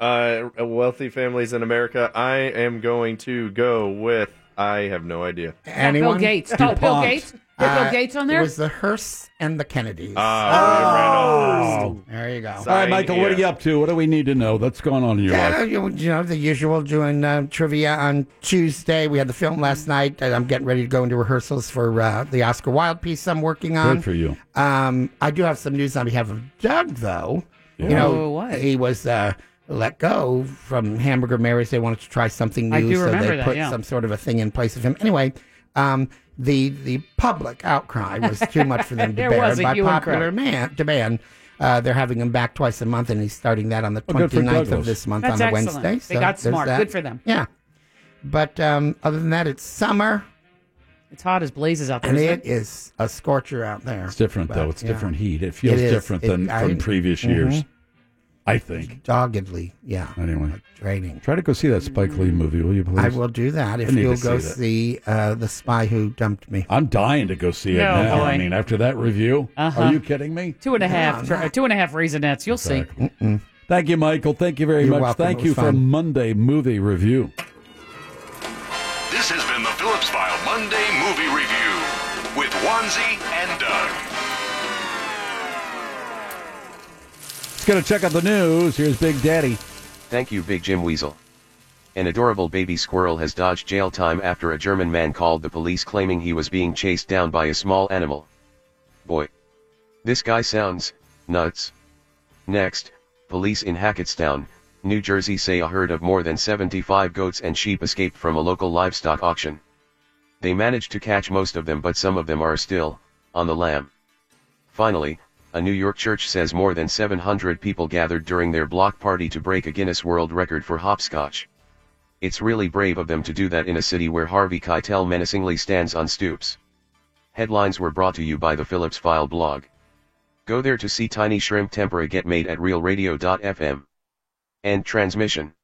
Uh, wealthy families in America. I am going to go with. I have no idea. Anyone? Bill Gates. Oh, Bill Gates. Did Bill Uh, Gates on It there? was the Hearst and the Kennedys. Oh, There you go. All right, Michael, what are you up to? What do we need to know? That's going on in your Yeah, life. you, you know the usual. Doing uh, trivia on Tuesday. We had the film last night. and I'm getting ready to go into rehearsals for uh, the Oscar Wilde piece I'm working on. Good for you. Um, I do have some news on behalf of Doug, though. You Yeah. know, Oh, he was uh, let go from Hamburger Mary's. They wanted to try something new, I do so they remember that, put yeah. some sort of a thing in place of him. Anyway, um, the the public outcry was too much <laughs> for them to There bear. was a by hue and cry. popular man, demand, uh, they're having him back twice a month, and he's starting that on the Oh, good for 29th of Douglas. this month That's on a excellent. Wednesday. They got there's smart. that. Good for them. Yeah. But um, other than that, it's <laughs> summer, It's hot as blazes out there. and isn't it is a scorcher out there. It's different, though. It's different heat. It feels is. different It- than I- Mm-hmm. from previous years. Mhm. I think. Doggedly, yeah. Anyway, training. Try to go see that Spike Lee movie, will you please? I will do that if I need you'll to go that. see uh, the spy who dumped me. I'm dying to go see it No, now. I boy. mean, after that review, Uh-huh. are you kidding me? Two and a half, Yeah, tr- two and a half raisinets. You'll see. Thank you, Michael. Thank you very You're much. welcome. Thank It was you for fun. Monday movie review. This has been the Phillips File Monday Movie Review with Wanzi and uh, Doug. Let's go to check out the news. Here's Big Daddy. Thank you, Big Jim Weasel. An adorable baby squirrel has dodged jail time after a German man called the police claiming he was being chased down by a small animal. Boy. This guy sounds nuts. Next, police in Hackettstown, New Jersey say a herd of more than 75 goats and sheep escaped from a local livestock auction. They managed to catch most of them, but some of them are still on the lam. Finally, a New York church says more than 700 people gathered during their block party to break a Guinness World Record for hopscotch. It's really brave of them to do that in a city where Harvey Keitel menacingly stands on stoops. Headlines were brought to you by the Phillips File blog. Go there to see tiny shrimp tempura get made at realradio.fm. End transmission.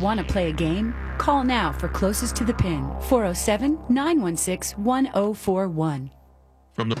Want to play a game? Call now for closest to the pin 407 916 1041. From the.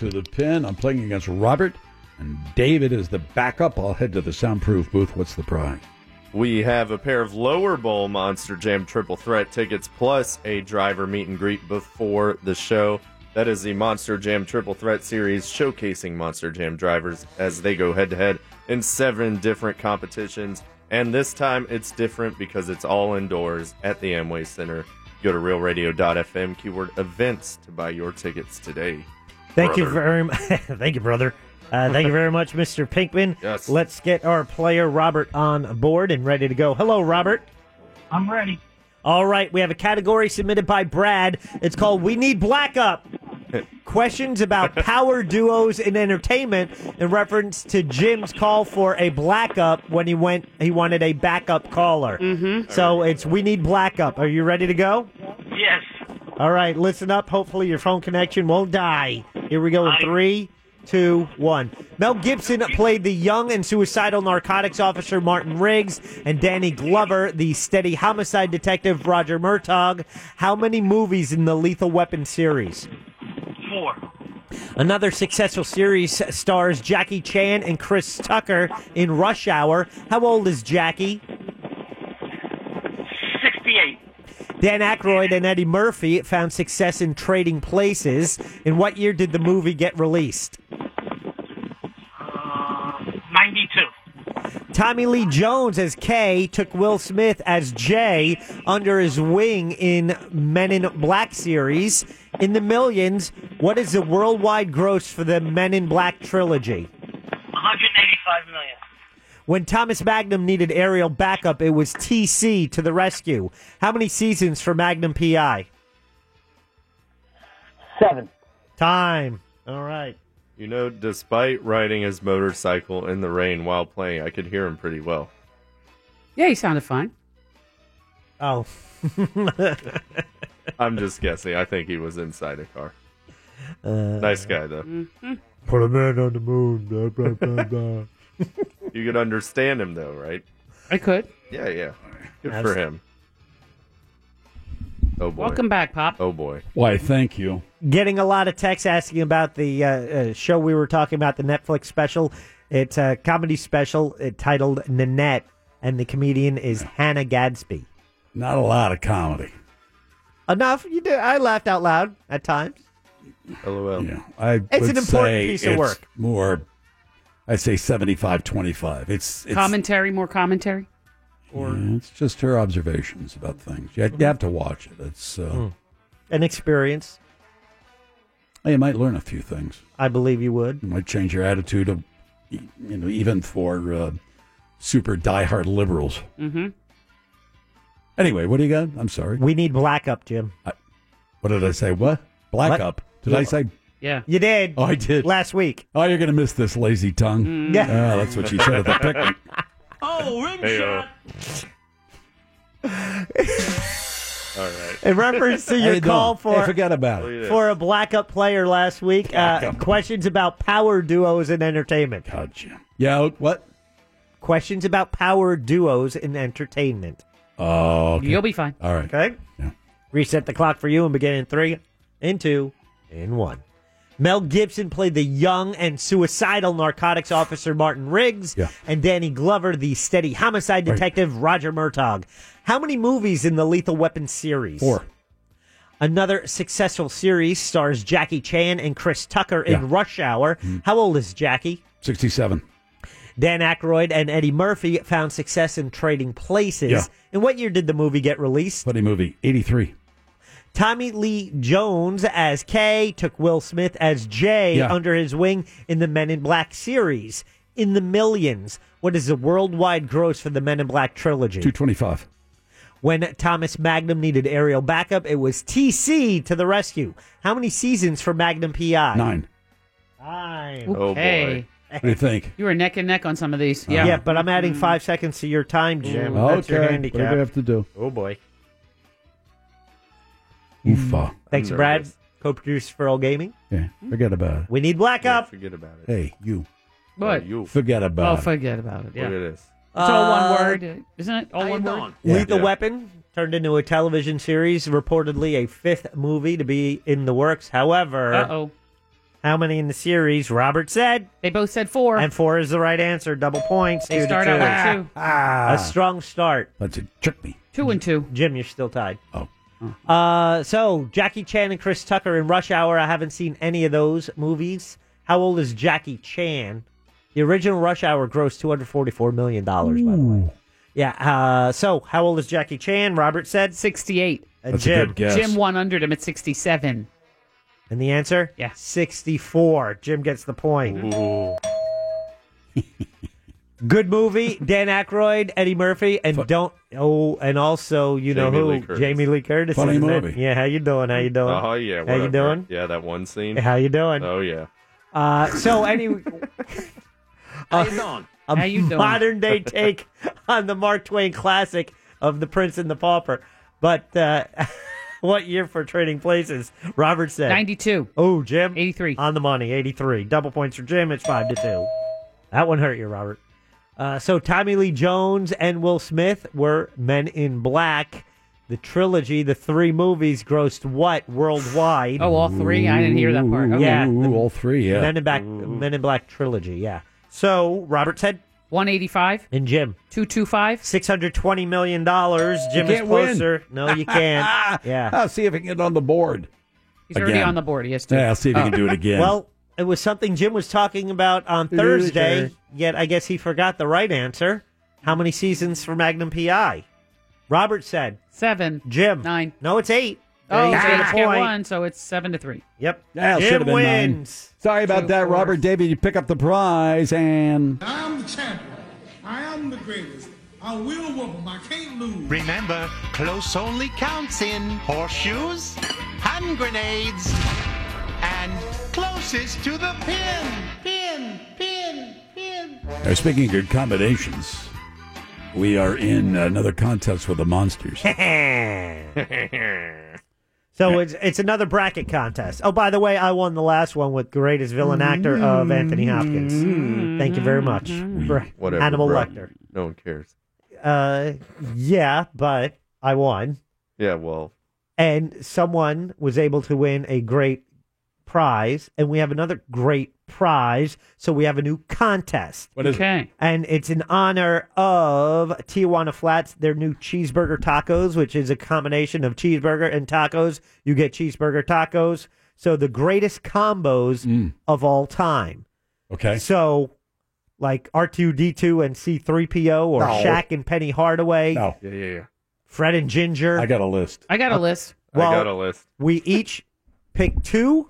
to the pin. I'm playing against Robert, and David is the backup. I'll head to the soundproof booth. What's the prize? We have a pair of lower bowl Monster Jam triple threat tickets plus a driver meet and greet before the show. That is the Monster Jam triple threat series showcasing Monster Jam drivers as they go head to head in seven different competitions. And this time it's different because it's all indoors at the Amway Center. Go to realradio.fm keyword events to buy your tickets today. Thank you Brother. very much. <laughs> thank you, brother. Uh, thank you very much, Mr. Pinkman. Yes. Let's get our player Robert on board and ready to go. Hello, Robert. I'm ready. All right, we have a category submitted by Brad. It's called "We Need <laughs> Black Up." Questions about power duos in entertainment in reference to Jim's call for a black up when he went he wanted a backup caller. Mm-hmm. So it's "We Need Black Up." Are you ready to go? Yes. All right, listen up. Hopefully, your phone connection won't die. Here we go in three, two, one. Mel Gibson played the young and suicidal narcotics officer Martin Riggs and Danny Glover, the steady homicide detective Roger Murtaugh. How many movies in the Lethal Weapon series? Four. Another successful series stars Jackie Chan and Chris Tucker in Rush Hour. How old is Jackie? 68. Dan Aykroyd and Eddie Murphy found success in Trading Places. In what year did the movie get released? 92. Tommy Lee Jones as K took Will Smith as J under his wing in Men in Black series. In the millions, what is the worldwide gross for the Men in Black trilogy? 185 million. When Thomas Magnum needed aerial backup, it was TC to the rescue. How many seasons for Magnum PI? Seven. Time. All right. You know, despite riding his motorcycle in the rain while playing, I could hear him pretty well. Yeah, he sounded fine. Oh. I'm just guessing. I think he was inside a car. Uh, nice guy, though. Mm. Put a man on the moon. Blah, blah, blah, blah. You could understand him, though, right? I could. Yeah, yeah. Good That's- for him. Oh, boy. Welcome back, Pop. Oh, boy. Why, thank you. Getting a lot of texts asking about the uh, uh, show we were talking about, the Netflix special. It's a comedy special uh, titled Nanette, and the comedian is Hannah Gadsby. Not a lot of comedy. Enough. You do. I laughed out loud at times. LOL. Yeah, I It's would an important say piece of it's work. More, I say 75 25. It's, it's, commentary, more commentary. yeah, it's just her observations about things. You, you have to watch it. It's uh, Hmm. An experience. You might learn a few things. I believe you would. You might change your attitude of you know, even for uh, super diehard liberals. <gasps> Mm-hmm. Anyway, what do you got? I'm sorry. We need black up, Jim. I, what did I say? What? Black What? up. Did Yeah. I say? Yeah. You did. Oh, I did. Last week. Oh, you're going to miss this lazy tongue. Mm. Yeah. Ah, that's what she said at the <laughs> picnic. Oh, rim uh, uh, shot. All right. In reference to <laughs> your Hey, no. call for Hey, forget about it. for a black up player last week, uh, questions about power duos in entertainment. Gotcha. Yeah, what? Questions about power duos in entertainment. Oh, okay. You'll be fine. All right. Okay. Reset the clock for you and begin in three, in two, in one. Mel Gibson played the young and suicidal narcotics officer Martin Riggs, and Danny Glover, the steady homicide detective Roger Murtaugh. How many movies in the Lethal Weapon series? Four. Another successful series stars Jackie Chan and Chris Tucker in Yeah. Mm-hmm. Rush Hour. How old is Jackie? 67. Dan Aykroyd and Eddie Murphy found success in Trading Places. Yeah. In what year did the movie get released? Funny movie. 83. Tommy Lee Jones as K took Will Smith as J Yeah. under his wing in the Men in Black series. In the millions, what is the worldwide gross for the Men in Black trilogy? 225. When Thomas Magnum needed aerial backup, it was TC to the rescue. How many seasons for Magnum PI? Nine. Nine. Oh, Okay. What do you think? You were neck and neck on some of these. Mm. Yeah. Yeah. but I'm adding five seconds to your time, Jim. Uh-huh. Okay. That's your What do we handicap. have to do? Oh boy. Oofa. Thanks, Brad. Co-producer for All Gaming. Yeah, forget about it. We need black up. Forget about it. Hey, you. What? you. Forget about oh, it. forget about it. Yeah. Look at this. It's all Uh, one word, isn't it? All one word. Yeah. Lethal Yeah. Weapon turned into a television series, reportedly a fifth movie to be in the works. However, Uh-oh. how many in the series? Robert said they both said four, and four is the right answer. Double points. They two to start out with two. Ah, a strong start. That's it. Trick me. Two and two. Jim, you're still tied. Oh. Uh, so Jackie Chan and Chris Tucker in Rush Hour. I haven't seen any of those movies. How old is Jackie Chan? The original Rush Hour grossed two hundred forty-four million dollars. By the way. Yeah. Uh, so how old is Jackie Chan? Robert said sixty-eight. And Jim. Jim won under him at sixty-seven. And the answer? Yeah. 64. Jim gets the point. <laughs> Good movie. Dan Aykroyd, Eddie Murphy, and don't oh, and also you know Jamie who Lee Curtis. Jamie Lee Curtis. Funny isn't it? movie. Yeah. How you doing? How you doing? Oh yeah. How whatever. you doing? Yeah, that one scene. How you doing? Oh yeah. Uh, <laughs> so anyway, How you doing? A How you doing? <laughs> modern day take on the Mark Twain classic of The Prince and the Pauper. But uh, <laughs> what year for Trading Places? Robert said 92. Oh, Jim, 83 on the money. 83 double points for Jim. It's five to two. That one hurt you, Robert. Uh, so Tommy Lee Jones and Will Smith were Men in Black. The trilogy, the three movies, grossed what worldwide? Oh, all three? I didn't hear that part. Okay. Yeah, Ooh, all three, yeah. Men in Black, Mm-hmm. Men in Black trilogy. Yeah. So Robert said one eighty-five and Jim two two five six hundred twenty million dollars. Jim You is can't win. closer. No, <laughs> you can't. yeah. I'll see if I can get on the board. He's already Again. on the board. He has to. Oh. Yeah, I'll see if he can do it again. Well, it was something Jim was talking about on Thursday. Yet I guess he forgot the right answer. How many seasons for Magnum PI? Robert said seven. Jim nine. No, it's eight. Oh, There you so you go. Get a just get point. one, so it's seven to three. Yep. Yeah, it should have Jim been nine. wins. Sorry about Two, that, four. Robert David. You pick up the prize and I am the champion. I am the greatest. I will whoop them. I can't lose. Remember, close only counts in horseshoes, hand grenades, and closest to the pin. Pin, pin, pin. Now, speaking of good combinations, we are in another contest with the monsters. <laughs> So it's it's another bracket contest. Oh, by the way, I won the last one with greatest villain actor of Anthony Hopkins. Thank you very much. for Whatever. Hannibal bro. Lecter. No one cares. Uh, yeah, but I won, Yeah. Well. and someone was able to win a great prize, and we have another great prize. So we have a new contest. What is it? Okay. And it's in honor of Tijuana Flats, their new cheeseburger tacos, which is a combination of cheeseburger and tacos. You get cheeseburger tacos. So the greatest combos of all time. Mm. Okay. So like R2D2 and C3PO or No. Shaq and Penny Hardaway, No. Yeah. Yeah. Yeah. Fred and Ginger. I got a list. I got a list. I Well, got a list. we each pick two.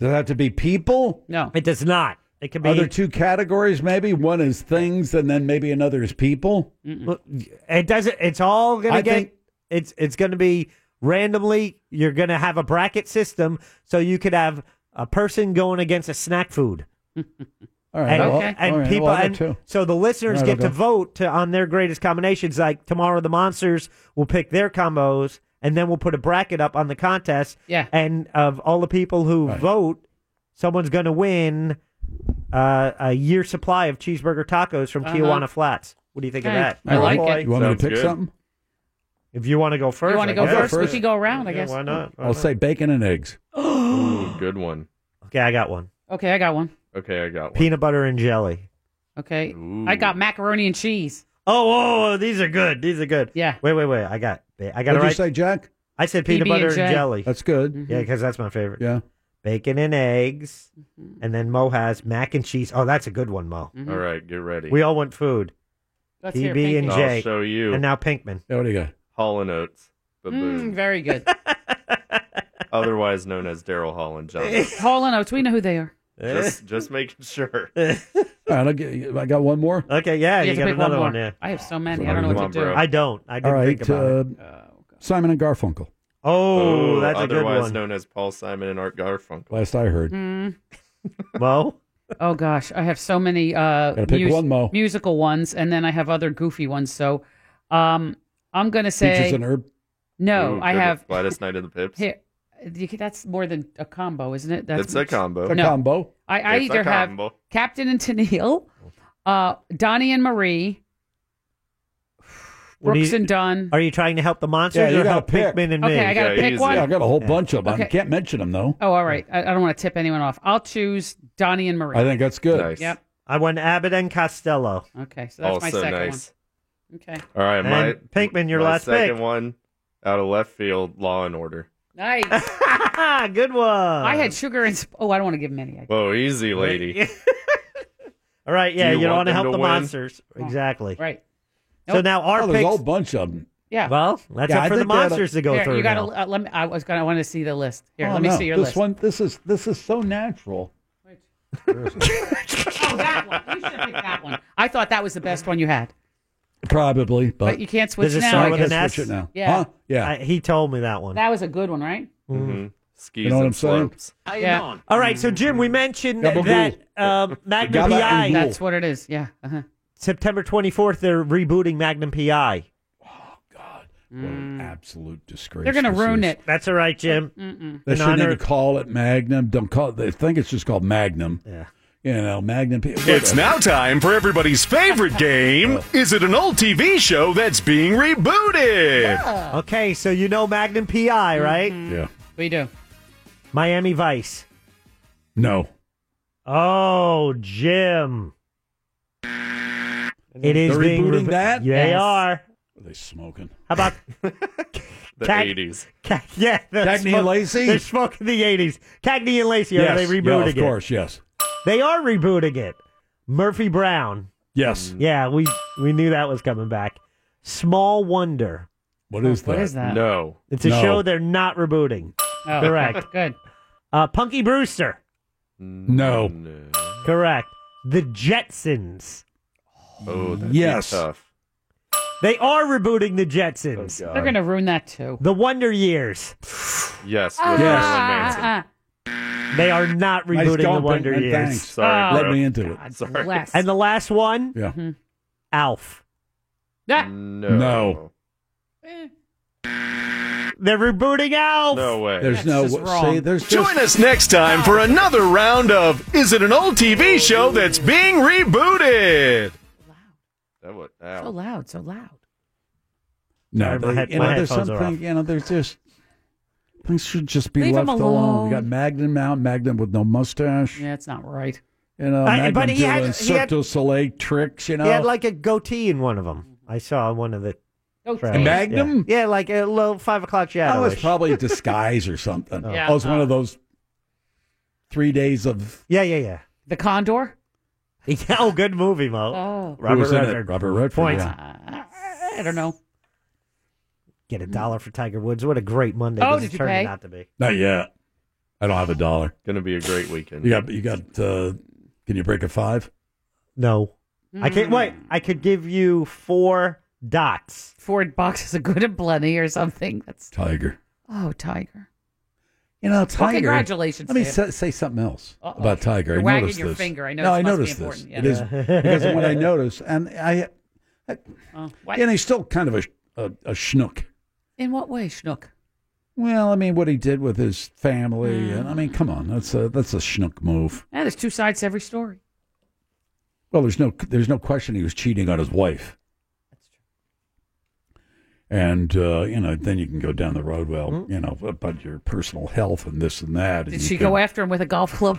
Does it have to be people? No. It does not. It can be Are there two categories? Maybe one is things, and then maybe another is people. Look, It doesn't. It's all gonna I get. think- it's it's gonna be randomly. You're gonna have a bracket system, so you could have a person going against a snack food. All right, And, well, and all right, people, well, I got and two. so the listeners All right, get to okay. vote to, on their greatest combinations. Like tomorrow, the monsters will pick their combos, and then we'll put a bracket up on the contest. Yeah. And of all the people who vote, someone's going to win uh, a year supply of cheeseburger tacos from Uh-huh. Tijuana Flats. What do you think Okay. of that? I like it. You want me to pick something? If you want to go first, you want I to go guess. first? We could go around, I Yeah, guess. why not? I'll say bacon and eggs. Ooh, good one. Okay, I got one. <gasps> Okay, I got one. Okay, I got one. Peanut butter and jelly. Okay, I got macaroni and cheese. Oh, whoa, whoa, these are good. These are good. Yeah. Wait, wait, wait. I got. I What'd got it you right. say, Jack? I said peanut butter and, PB&J. jelly. That's Mm-hmm. good. Yeah, because that's my favorite. Yeah. Bacon and eggs, Mm-hmm. and then Mo has mac and cheese. Oh, that's a good one, Mo. All right, get ready. We all want food. Let's hear TB and Pinkman. J. I'll show you. And now Pinkman. Yeah, what do you got? Hall and Oates, baboon, Mm, very <laughs> good. otherwise known as Daryl Hall and <laughs> Johnson. Hall and Oates, we know who they are. just, just making sure. <laughs> All right, I'll get, I got one more. Okay, yeah, You you, have to got pick one another one, more. yeah. I have so many. I don't know what to do. I don't. I didn't All right, think about it. uh, Simon and Garfunkel. Oh, that's a good otherwise one. known as Paul Simon and Art Garfunkel. Last I heard. <laughs> Mm. Mo? Oh gosh, I have so many uh, Gotta pick one, Mo. musical ones, and then I have other goofy ones. So, um, I'm gonna say Peaches and herb. No, Ooh, I good. have Gladys Knight of the Pips. here. you can- That's more than a combo, isn't it? It's a combo. It's a No. combo. I, I It's a either have combo. Captain and Tennille, uh, Donnie and Marie, What do Brooks you- and Dunn. Are you trying to help the monsters Yeah, you or gotta help pick. Pinkman and Okay, me? I gotta Yeah, pick easy. one? Yeah, I got a whole bunch of them. Okay. Can't mention them though. Oh, all right. I, I don't want to tip anyone off. I'll choose Donnie and Marie. I think that's good. Yep. I went Abbott and Costello. Okay, so that's my Also second Oh, nice. one. Okay. All right, And my Pinkman, your my last second pick. one out of left field, Law and Order. Nice. <laughs> Good one. I had sugar and. Sp- oh, I don't want to give him any. Whoa, easy lady. All right, yeah, Do you you, don't want want to them help to the win? monsters. Exactly. Right. So now our oh, there's a picks. whole bunch of them. Yeah. Well, that's Yeah, I up for the think uh, that'll- monsters to go Here, through. You gotta. now. Uh, let me. I was gonna. I want to see the list. Here, Oh, let me no. see your this list. one. This is this is so natural. oh, that one. You should pick that one. I thought that was the best one you had. Probably, but, But you can't switch Does it now. start I with guess. an S? switch it now. Yeah. Huh? Yeah. I- he told me that one. That was a good one, right? mm-hmm. Skis Mm. You know what and I'm saying? slopes. How All right, so Jim, Mm-hmm. we mentioned Gabagool. that um, Magnum Gabba PI. and That's what it is. Yeah. Uh-huh. September 24th, they're rebooting Magnum PI. Mm. Absolute disgrace. They're gonna this ruin is. it. That's all right, Jim. Mm-mm. They In shouldn't honor- even call it Magnum. Don't call it. They think it's just called Magnum. Yeah. You know, Magnum. It's now time for everybody's favorite <laughs> game. Is it an old TV show that's being rebooted? Uh, Okay, so you know Magnum PI, right? Yeah. We Mm-hmm. do. Miami Vice. No. Oh, Jim. It is They're being rebooting rebo- that? They Yes. are. What Are they smoking? How <laughs> about The Cat- 80s. Ca- yeah? they're Cagney and smoke- Lacey? They're smoking the 80s. Cagney and Lacey are they Yeah, rebooting of it? course. Yes. They are rebooting it. Murphy Brown. Mm. Yes. Yeah, we we knew that was coming back. Small Wonder. What is that? What is that? No. It's a No. show they're not rebooting. Oh, Correct. <laughs> Good. Uh, Punky Brewster. No. Correct. The Jetsons. Oh, that'd Yes. be tough. They are rebooting the Jetsons. Oh, God. They're gonna ruin that too. the Wonder Years. Yes, with Ah, Marilyn ah, Manson. ah, They are not Nice rebooting the jumping, Wonder and Years. thanks. Sorry, Oh, Let bro. me into it. ah. God Sorry. bless. And the last one, Yeah. Mhm. Alf. That- No. No. eh. They're rebooting Alf. No way. There's That's no. just wrong. See, there's just. Join us next time for another round of Is it an old TV show that's being rebooted? That would, uh, ah. So loud. So loud. No, Sorry, my they- head- you my know, there's headphones are something, off. you know, there's just things should just be Leave 'em left alone. alone. You got Magnum out, Magnum with no mustache. Yeah, it's not right. You know, I- Magnum Uh, but he doing had- he Cirque had- du Soleil tricks. You know, He had like Oh, a goatee in one of them. I saw one of the. Go trailers. And Magnum? Yeah, Yeah, like a little five o'clock that shadow. was probably a disguise or something. <laughs> Oh. Yeah. oh, Uh-huh. it's one of those three days of Yeah, yeah, yeah. The Condor. Yeah, <laughs> oh, good movie, Mo. Oh. who Robert was in it? Redford. Robert Redford. Points. yeah. Ah, I don't know. Get a dollar for Tiger Woods. What a great Monday Oh, this did is you turning pay? out to be. Not yet. I don't have a dollar. Going to be a great weekend. You got you got uh, Can you break a five? No. I can't Mm. wait. I could give you four dots. Four boxes of good and plenty or something. That's Tiger. oh, Tiger. You know, Well, Tiger. congratulations, Let me Sam. sa- say something else Uh-oh. about Tiger. You're I wagging noticed your this. finger. I know No, this I must be noticed this. important. It is Yeah. because of what <laughs> I noticed, and I, Oh, what? and he's still kind of a a, a schnook. In what way, Schnook? Well, I mean, what he did with his family, Mm. and I mean, come on, that's a that's a schnook move. Yeah, there's two sides to every story. Well, there's no there's no question he was cheating on his wife. And uh, you know, then you can go down the road. Well, you know, about your personal health and this and that. Did she go after him with a golf club?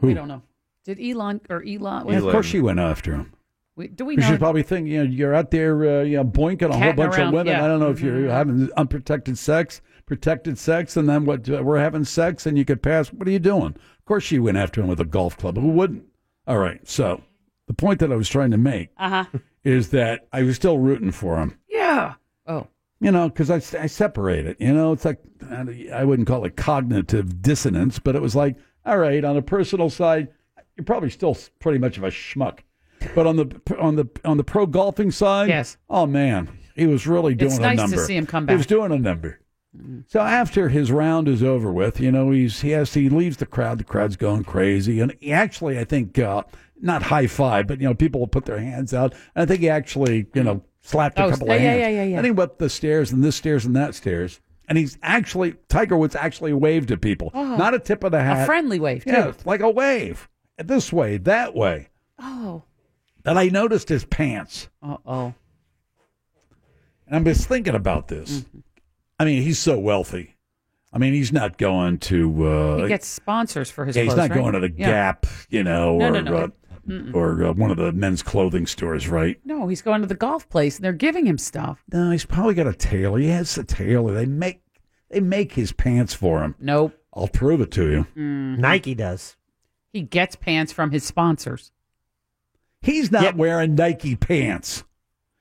We Who? don't know. Did Elon or Elon? Yeah, of course, she went after him. We, do we Because know? she's probably thinking, you know, you're out there, uh, you know, boinking a whole Catting bunch around, of women. yeah. Mm-hmm. I don't know if you're having unprotected sex, protected sex, and then what? uh, We're having sex, and you could pass. What are you doing? Of course, she went after him with a golf club. Who wouldn't? All right. So the point that I was trying to make Uh huh. is that I was still rooting for him. Yeah. Oh. You know, because I, I separate it. You know, it's like I don't- I wouldn't call it cognitive dissonance, but it was like, all right, on a personal side, you're probably still s- pretty much of a schmuck, but on the on the on the pro golfing side, yes. Oh man, he was really doing It's a nice to number. see him come He was back. Mm-hmm. doing a number. So after his round is over with, you know, he's he has he leaves the crowd. The crowd's going crazy, and he actually, I think uh, not high five, but you know, people will put their hands out. And I think he actually, you know, slapped Oh, a couple yeah, of yeah, hands. yeah, yeah, yeah. And he went up the stairs and this stairs and that stairs. And he's actually Tiger Woods actually waved to people, Oh. not a tip of the hat, friendly wave, too. yeah, like a wave, this way, that way. Oh. That I noticed his pants. Uh oh. And I'm just thinking about this. Mm-hmm. I mean, he's so wealthy. I mean, he's not going to. Uh, He gets sponsors for his yeah, he's clothes, not right? going to the Yeah. Gap, you know, No, or no, no. uh, Mm-mm. or uh, one of the men's clothing stores, right? No, he's going to the golf place and they're giving him stuff. No, he's probably got a tailor. He has a tailor. They make they make his pants for him. Nope. Mm-hmm. I'll prove it to you. Nike does. He gets pants from his sponsors. He's not wearing Nike pants.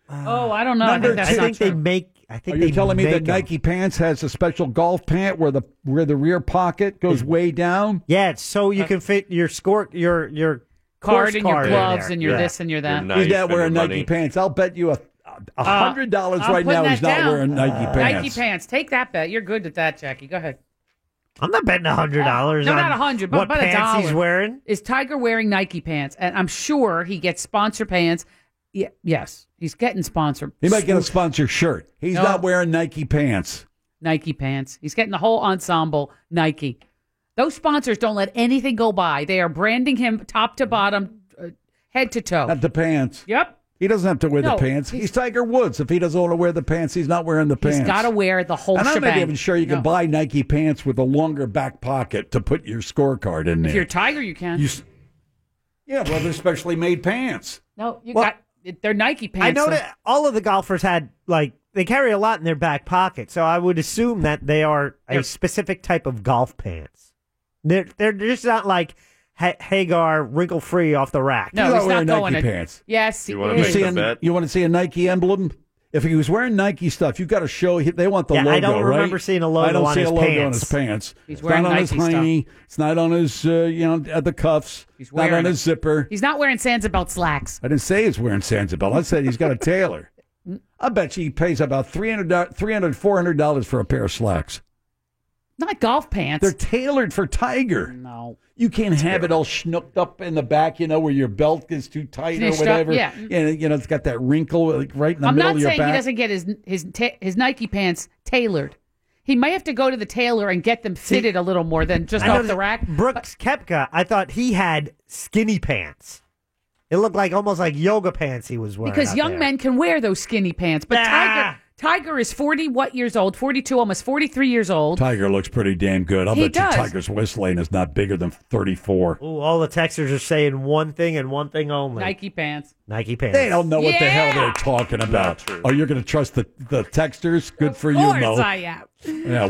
oh, I don't know. I Uh, Number think that's two- not I think they true. make. I Are you telling me that Nike pants has a special golf pant where the where the rear pocket goes way down? Yeah, it's so Uh, you can fit your score, your your Card course and your card in gloves there. and your this and your that. Your He's knife not and wearing your Nike money. pants. I'll bet you a a Uh, hundred dollars I'm right putting now. that He's not down. Uh, wearing Nike pants. Nike pants. Take that bet. You're good at that, Jackie. Go ahead. I'm not betting Uh, a hundred dollars. No, on not a hundred, but, what but a pants dollar. he's wearing. Is Tiger wearing Nike pants? And I'm sure he gets sponsor pants. Yeah, yes, he's getting sponsor. He might get a sponsor shirt. He's No. not wearing Nike pants. Nike pants. He's getting the whole ensemble Nike. Those sponsors don't let anything go by. They are branding him top to bottom, uh, head to toe. Not the pants. Yep. He doesn't have to wear No, the pants. He's, Tiger Woods. If he doesn't want to wear the pants, he's not wearing the pants. He's got to wear the whole and I'm shebang. not even sure you can No. buy Nike pants with a longer back pocket to put your scorecard in If there. you're Tiger, you can. You s- yeah, well, they're specially made pants. no, you Well, got. They're Nike pants. I know so- that all of the golfers had like they carry a lot in their back pocket, so I would assume that they are a specific type of golf pants. They're they're just not like ha- Hagar wrinkle free off the rack. No, he's not going to. Yes, he you, is. see a- you want to see a Nike emblem? If he was wearing Nike stuff, you've got to show he- they want the Yeah, logo, I don't right? remember seeing a logo I don't on see his a logo on pants. his pants. He's it's wearing not on his Nike stuff. hiney. It's not on his, uh, you know, at the cuffs. He's not wearing on it. his zipper. He's not wearing Sansa belt slacks. I didn't <laughs> say he's wearing Sanzabel. I said he's got a tailor. I bet you he pays about 300 $300, $400 for a pair of slacks. Not golf pants. They're tailored for Tiger. No. You can't have it all schnooked up in the back, you know, where your belt is too tight Finished or up, whatever. yeah. And, you know, it's got that wrinkle like, right in the I'm middle not of your saying back. he doesn't get his his ta- his Nike pants tailored. He may have to go to the tailor and get them fitted a little more than just I off know the that rack. Brooks Kepka, I thought he had skinny pants. It looked like almost like yoga pants he was wearing. because out young there. men can wear those skinny pants. But Tiger Tiger is 40 what years old? 42, almost 43 years old. Tiger looks pretty damn good. I'll He bet does. you Tiger's whistling is not bigger than 34. Ooh, all the texters are saying one thing and one thing only. Nike pants. Nike pants. They don't know what the hell they're talking about. Oh, you're going to trust the, the texters? Good for you, Mo. <laughs> am. Yeah.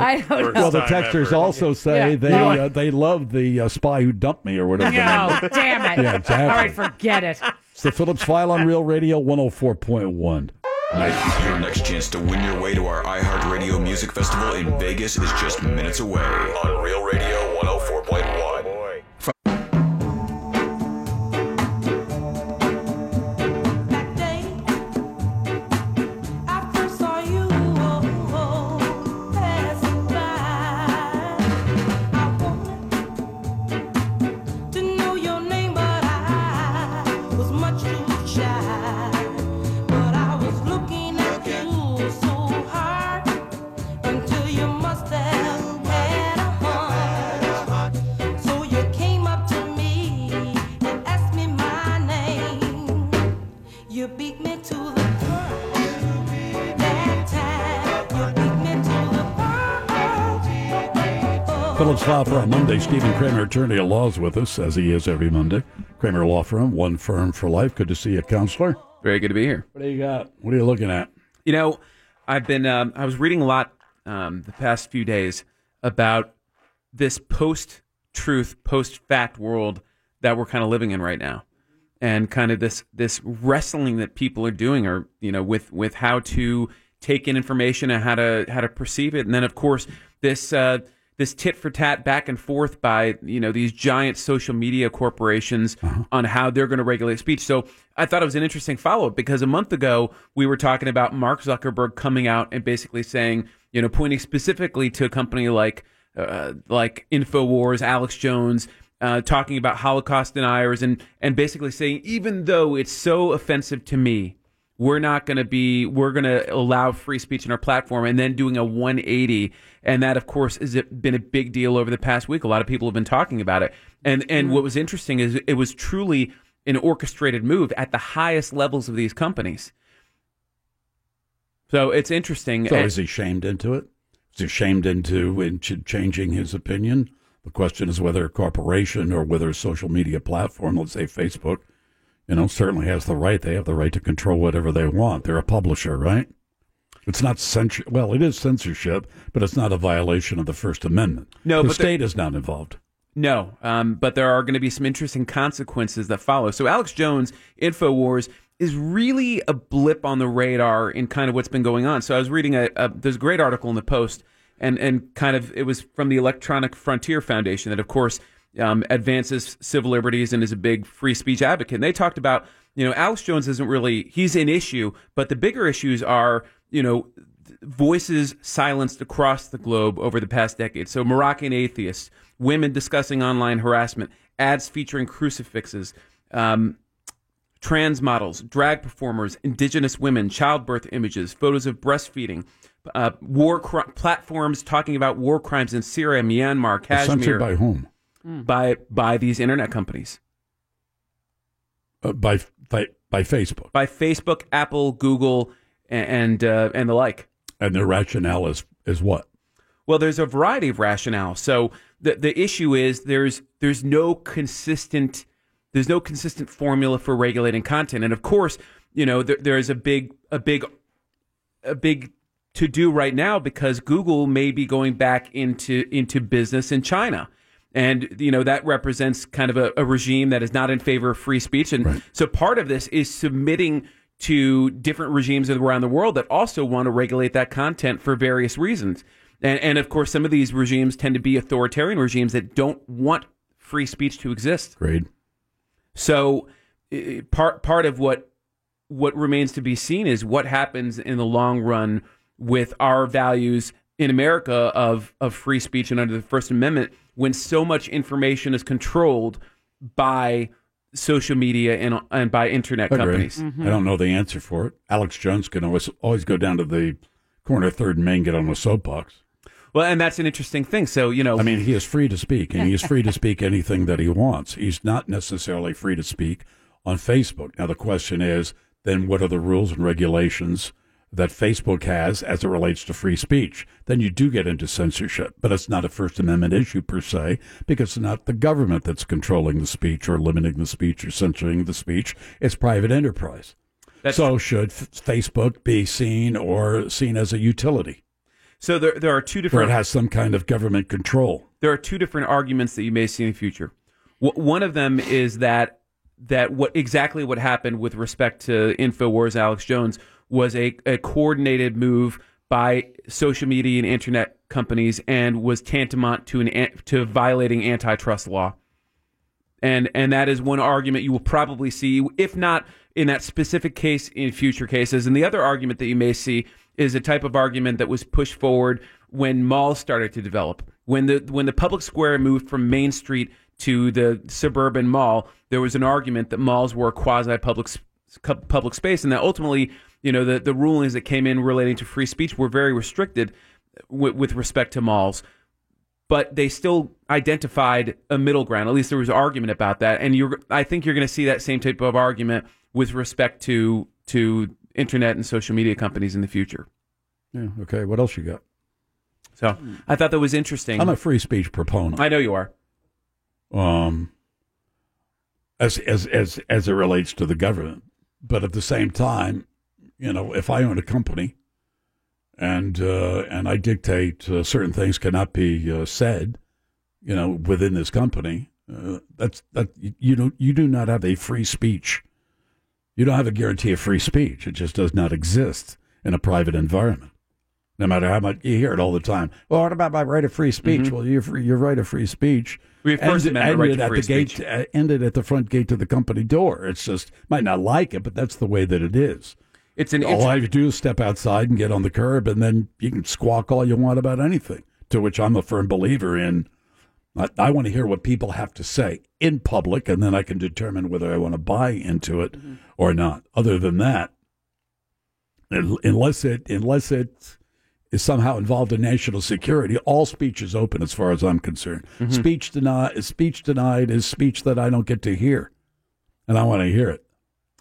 I don't know. Well, the texters also say Yeah. they No. uh, they love the uh, spy who dumped me or whatever. No, the name is. damn it. Yeah, exactly. All right, forget it. It's the Phillips File on Real Radio 104.1. Your next chance to win your way to our iHeartRadio Music Festival in Vegas is just oh minutes away on Real Radio 104.1. Phillips Law Firm Monday. Stephen Kramer, attorney at laws, with us as he is every Monday. Kramer Law Firm, one firm for life. Good to see you, counselor. Very good to be here. What do you got? What are you looking at? You know, I've been um, I was reading a lot um, the past few days about this post-truth, post-fact world that we're kind of living in right now, and kind of this this wrestling that people are doing, or you know, with with how to take in information and how to how to perceive it, and then of course this. Uh, this tit for tat back and forth by you know these giant social media corporations on how they're going to regulate speech. So I thought it was an interesting follow up because a month ago we were talking about Mark Zuckerberg coming out and basically saying you know pointing specifically to a company like uh, like Infowars, Alex Jones. Uh, talking about Holocaust deniers and and basically saying even though it's so offensive to me, we're not going to be we're going to allow free speech in our platform and then doing a 180 and that of course has been a big deal over the past week a lot of people have been talking about it and and what was interesting is it was truly an orchestrated move at the highest levels of these companies so it's interesting So is he shamed into it? Is he shamed into in ch- changing his opinion? The question is whether a corporation or whether a social media platform, let's say Facebook, you know, certainly has the right. They have the right to control whatever they want. They're a publisher, right? It's not censor. Well, it is censorship, but it's not a violation of the First Amendment. No, the but the- state is not involved. No, um, but there are going to be some interesting consequences that follow. So Alex Jones, Infowars, is really a blip on the radar in kind of what's been going on. So I was reading a, a there's a great article in the Post, and and kind of it was from the Electronic Frontier Foundation that of course um, advances civil liberties and is a big free speech advocate. And they talked about you know Alex Jones isn't really he's an issue, but the bigger issues are you know voices silenced across the globe over the past decade. So, Moroccan atheists, women discussing online harassment, ads featuring crucifixes, um, trans models, drag performers, indigenous women, childbirth images, photos of breastfeeding, uh, war cri- platforms talking about war crimes in Syria, Myanmar, It's Kashmir. Censored by whom? By by these internet companies. Uh, by by by Facebook. By Facebook, Apple, Google, a- and uh, and the like. And their rationale is is what? Well, there's a variety of rationale. So the the issue is there's there's no consistent there's no consistent formula for regulating content, and of course, you know there, there is a big a big a big to do right now because Google may be going back into into business in China. And you know that represents kind of a, a regime that is not in favor of free speech, and so part of this is submitting to different regimes around the world that also want to regulate that content for various reasons. And, and of course, some of these regimes tend to be authoritarian regimes that don't want free speech to exist. Agreed. So eh, part part of what what remains to be seen is what happens in the long run with our values in America of of free speech and under the First Amendment when so much information is controlled by social media and and by internet Agree. companies. Mm-hmm. I don't know the answer for it. Alex Jones can always always go down to the corner of third and main, get on a soapbox. Well, and that's an interesting thing. So you know, I mean, he is free to speak, and he is free to speak anything that he wants. He's not necessarily free to speak on Facebook. Now, the question is, then what are the rules and regulations that Facebook has as it relates to free speech? Then you do get into censorship, but it's not a First Amendment issue per se, because it's not the government that's controlling the speech or limiting the speech or censoring the speech. It's private enterprise. so, should f- Facebook be seen or seen as a utility so there there are two where different it has some kind of government control? there are two different arguments that you may see in the future. Wh- One of them is that that what exactly what happened with respect to Infowars Alex Jones was a, a coordinated move by social media and internet companies and was tantamount to an an- to violating antitrust law and and that is one argument you will probably see, if not in that specific case, in future cases. And the other argument that you may see is a type of argument that was pushed forward when malls started to develop, when the when the public square moved from Main Street to the suburban mall. There was an argument that malls were quasi public public space, and that ultimately, you know, the the rulings that came in relating to free speech were very restricted with, with respect to malls but they still identified a middle ground. At least there was argument about that, and you're. I think you're going to see that same type of argument with respect to to internet and social media companies in the future. Yeah. Okay. What else you got? So I thought that was interesting. I'm a free speech proponent. I know you are. um, as as as as it relates to the government. But at the same time, you know, if I own a company and uh, and I dictate uh, certain things cannot be uh, said, you know, within this company, uh, that's that you don't you do not have a free speech. You don't have a guarantee of free speech. It just does not exist in a private environment. No matter how much you hear it all the time. Well, what about my right of free speech? Mhm. Well, your free, your right of free speech We have First ended- Amendment right ended to at free the gate, uh, ended at the front gate of the company door. It's just might not like it, but that's the way that it is. It's an all inter- I have to do is step outside and get on the curb, and then you can squawk all you want about anything. To which I'm a firm believer in. I, I want to hear what people have to say in public, and then I can determine whether I want to buy into it Mm-hmm. or not. Other than that, un- unless it unless it is somehow involved in national security, all speech is open as far as I'm concerned. Mm-hmm. Mhm. Speech denied, speech denied is speech that I don't get to hear, and I want to hear it.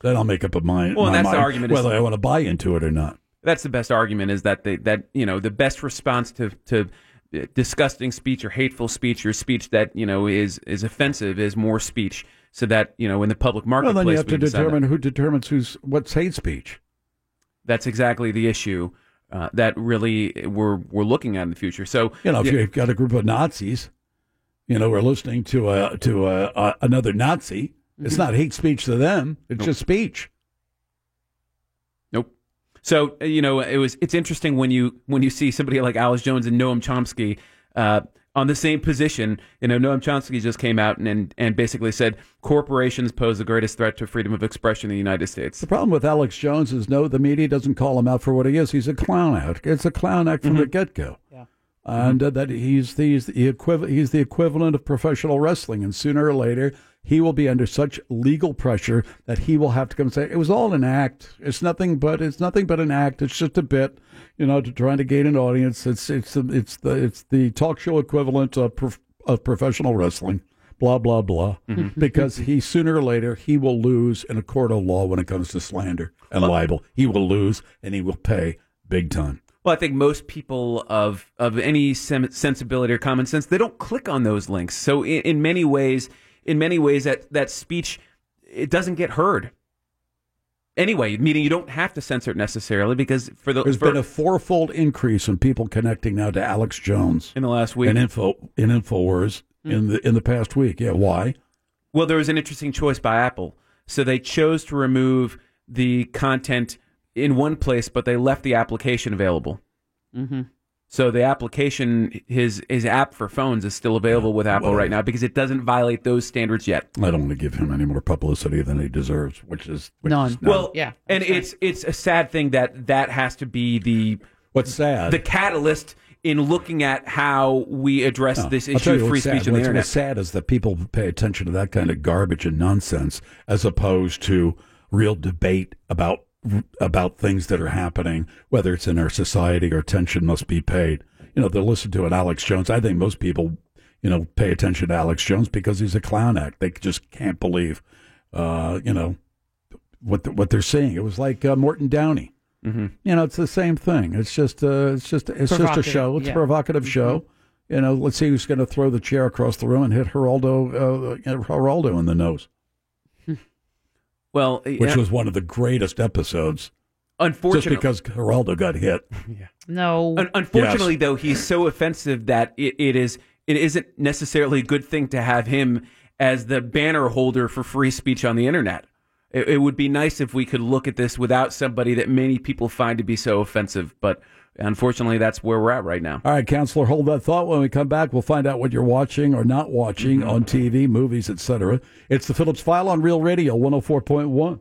Then I'll make up a mind. Well, my that's the mind argument is- whether I want to buy into it or not. That's the best argument is that they, that you know the best response to to uh, disgusting speech or hateful speech or speech that you know is is offensive is more speech so that you know in the public Well, marketplace then you have we to decide that. determine who determines who's what's hate speech. that's exactly the issue uh, that really we're we're looking at in the future so You know, if yeah, you've got a group of Nazis, you know, we're listening to a to a, a, another Nazi. It's Mhm. not hate speech to them. It's Nope. just speech. Nope. So uh, you know, it was it's interesting when you when you see somebody like Alice Jones and Noam Chomsky uh, on the same position. You know, Noam Chomsky just came out and, and and basically said corporations pose the greatest threat to freedom of expression in the United States. The problem with Alex Jones is no, the media doesn't call him out for what he is. He's a clown act. It's a clown act from the get go. Yeah. And uh, that he's the, he's, the equiv- he's the equivalent of professional wrestling. And sooner or later, he will be under such legal pressure that he will have to come and say, it was all an act. It's nothing but it's nothing but an act. It's just a bit, you know, to trying to gain an audience. It's it's it's the it's the talk show equivalent of, prof- of professional wrestling. Blah blah blah. Mhm. <laughs> Because he sooner or later he will lose in a court of law when it comes to slander and libel. He will lose and he will pay big time. Well, I think most people of of any sem- sensibility or common sense they don't click on those links. So in, in many ways, in many ways that that speech it doesn't get heard. Anyway, meaning you don't have to censor it necessarily because for the There's for, been a fourfold increase in people connecting now to Alex Jones in the last week Hmm. and info in Infowars in the in the past week. Yeah, why? Well, there was an interesting choice by Apple. So they chose to remove the content in one place, but they left the application available. Mm-hmm. So the application, his his app for phones, is still available with Apple right now because it doesn't violate those standards yet. I don't want to give him any more publicity than he deserves, which is which Is not- Well, yeah, and it's it's a sad thing that that has to be the what's sad the catalyst in looking at how we address No, this Oh, I'll tell issue of you free what's speech sad. on the what's, internet. What's sad is that people pay attention to that kind of garbage and nonsense as opposed to real debate about about things that are happening, whether it's in our society or attention must be paid. You know, they listen to an Alex Jones. I think most people, you know, pay attention to Alex Jones because he's a clown act. They just can't believe, uh, you know, what the, what they're seeing. It was like uh, Morton Downey. Mm-hmm. You know, it's the same thing. It's just uh, it's just it's just a Provocative, show. It's yeah. Mm-hmm. a provocative show. You know, let's see who's going to throw the chair across the room and hit Geraldo uh, Geraldo in the nose, well, which was one of the greatest episodes. Unfortunately- just because Geraldo got hit. No. Un- unfortunately, though, he's so offensive that it, it is it isn't necessarily a good thing to have him as the banner holder for free speech on the internet. It, it would be nice if we could look at this without somebody that many people find to be so offensive, but unfortunately, that's where we're at right now. All right, counselor, hold that thought. When we come back, we'll find out what you're watching or not Mm-hmm. watching on TV, movies, etc. It's the Phillips File on Real Radio 104.1. Oh, yeah.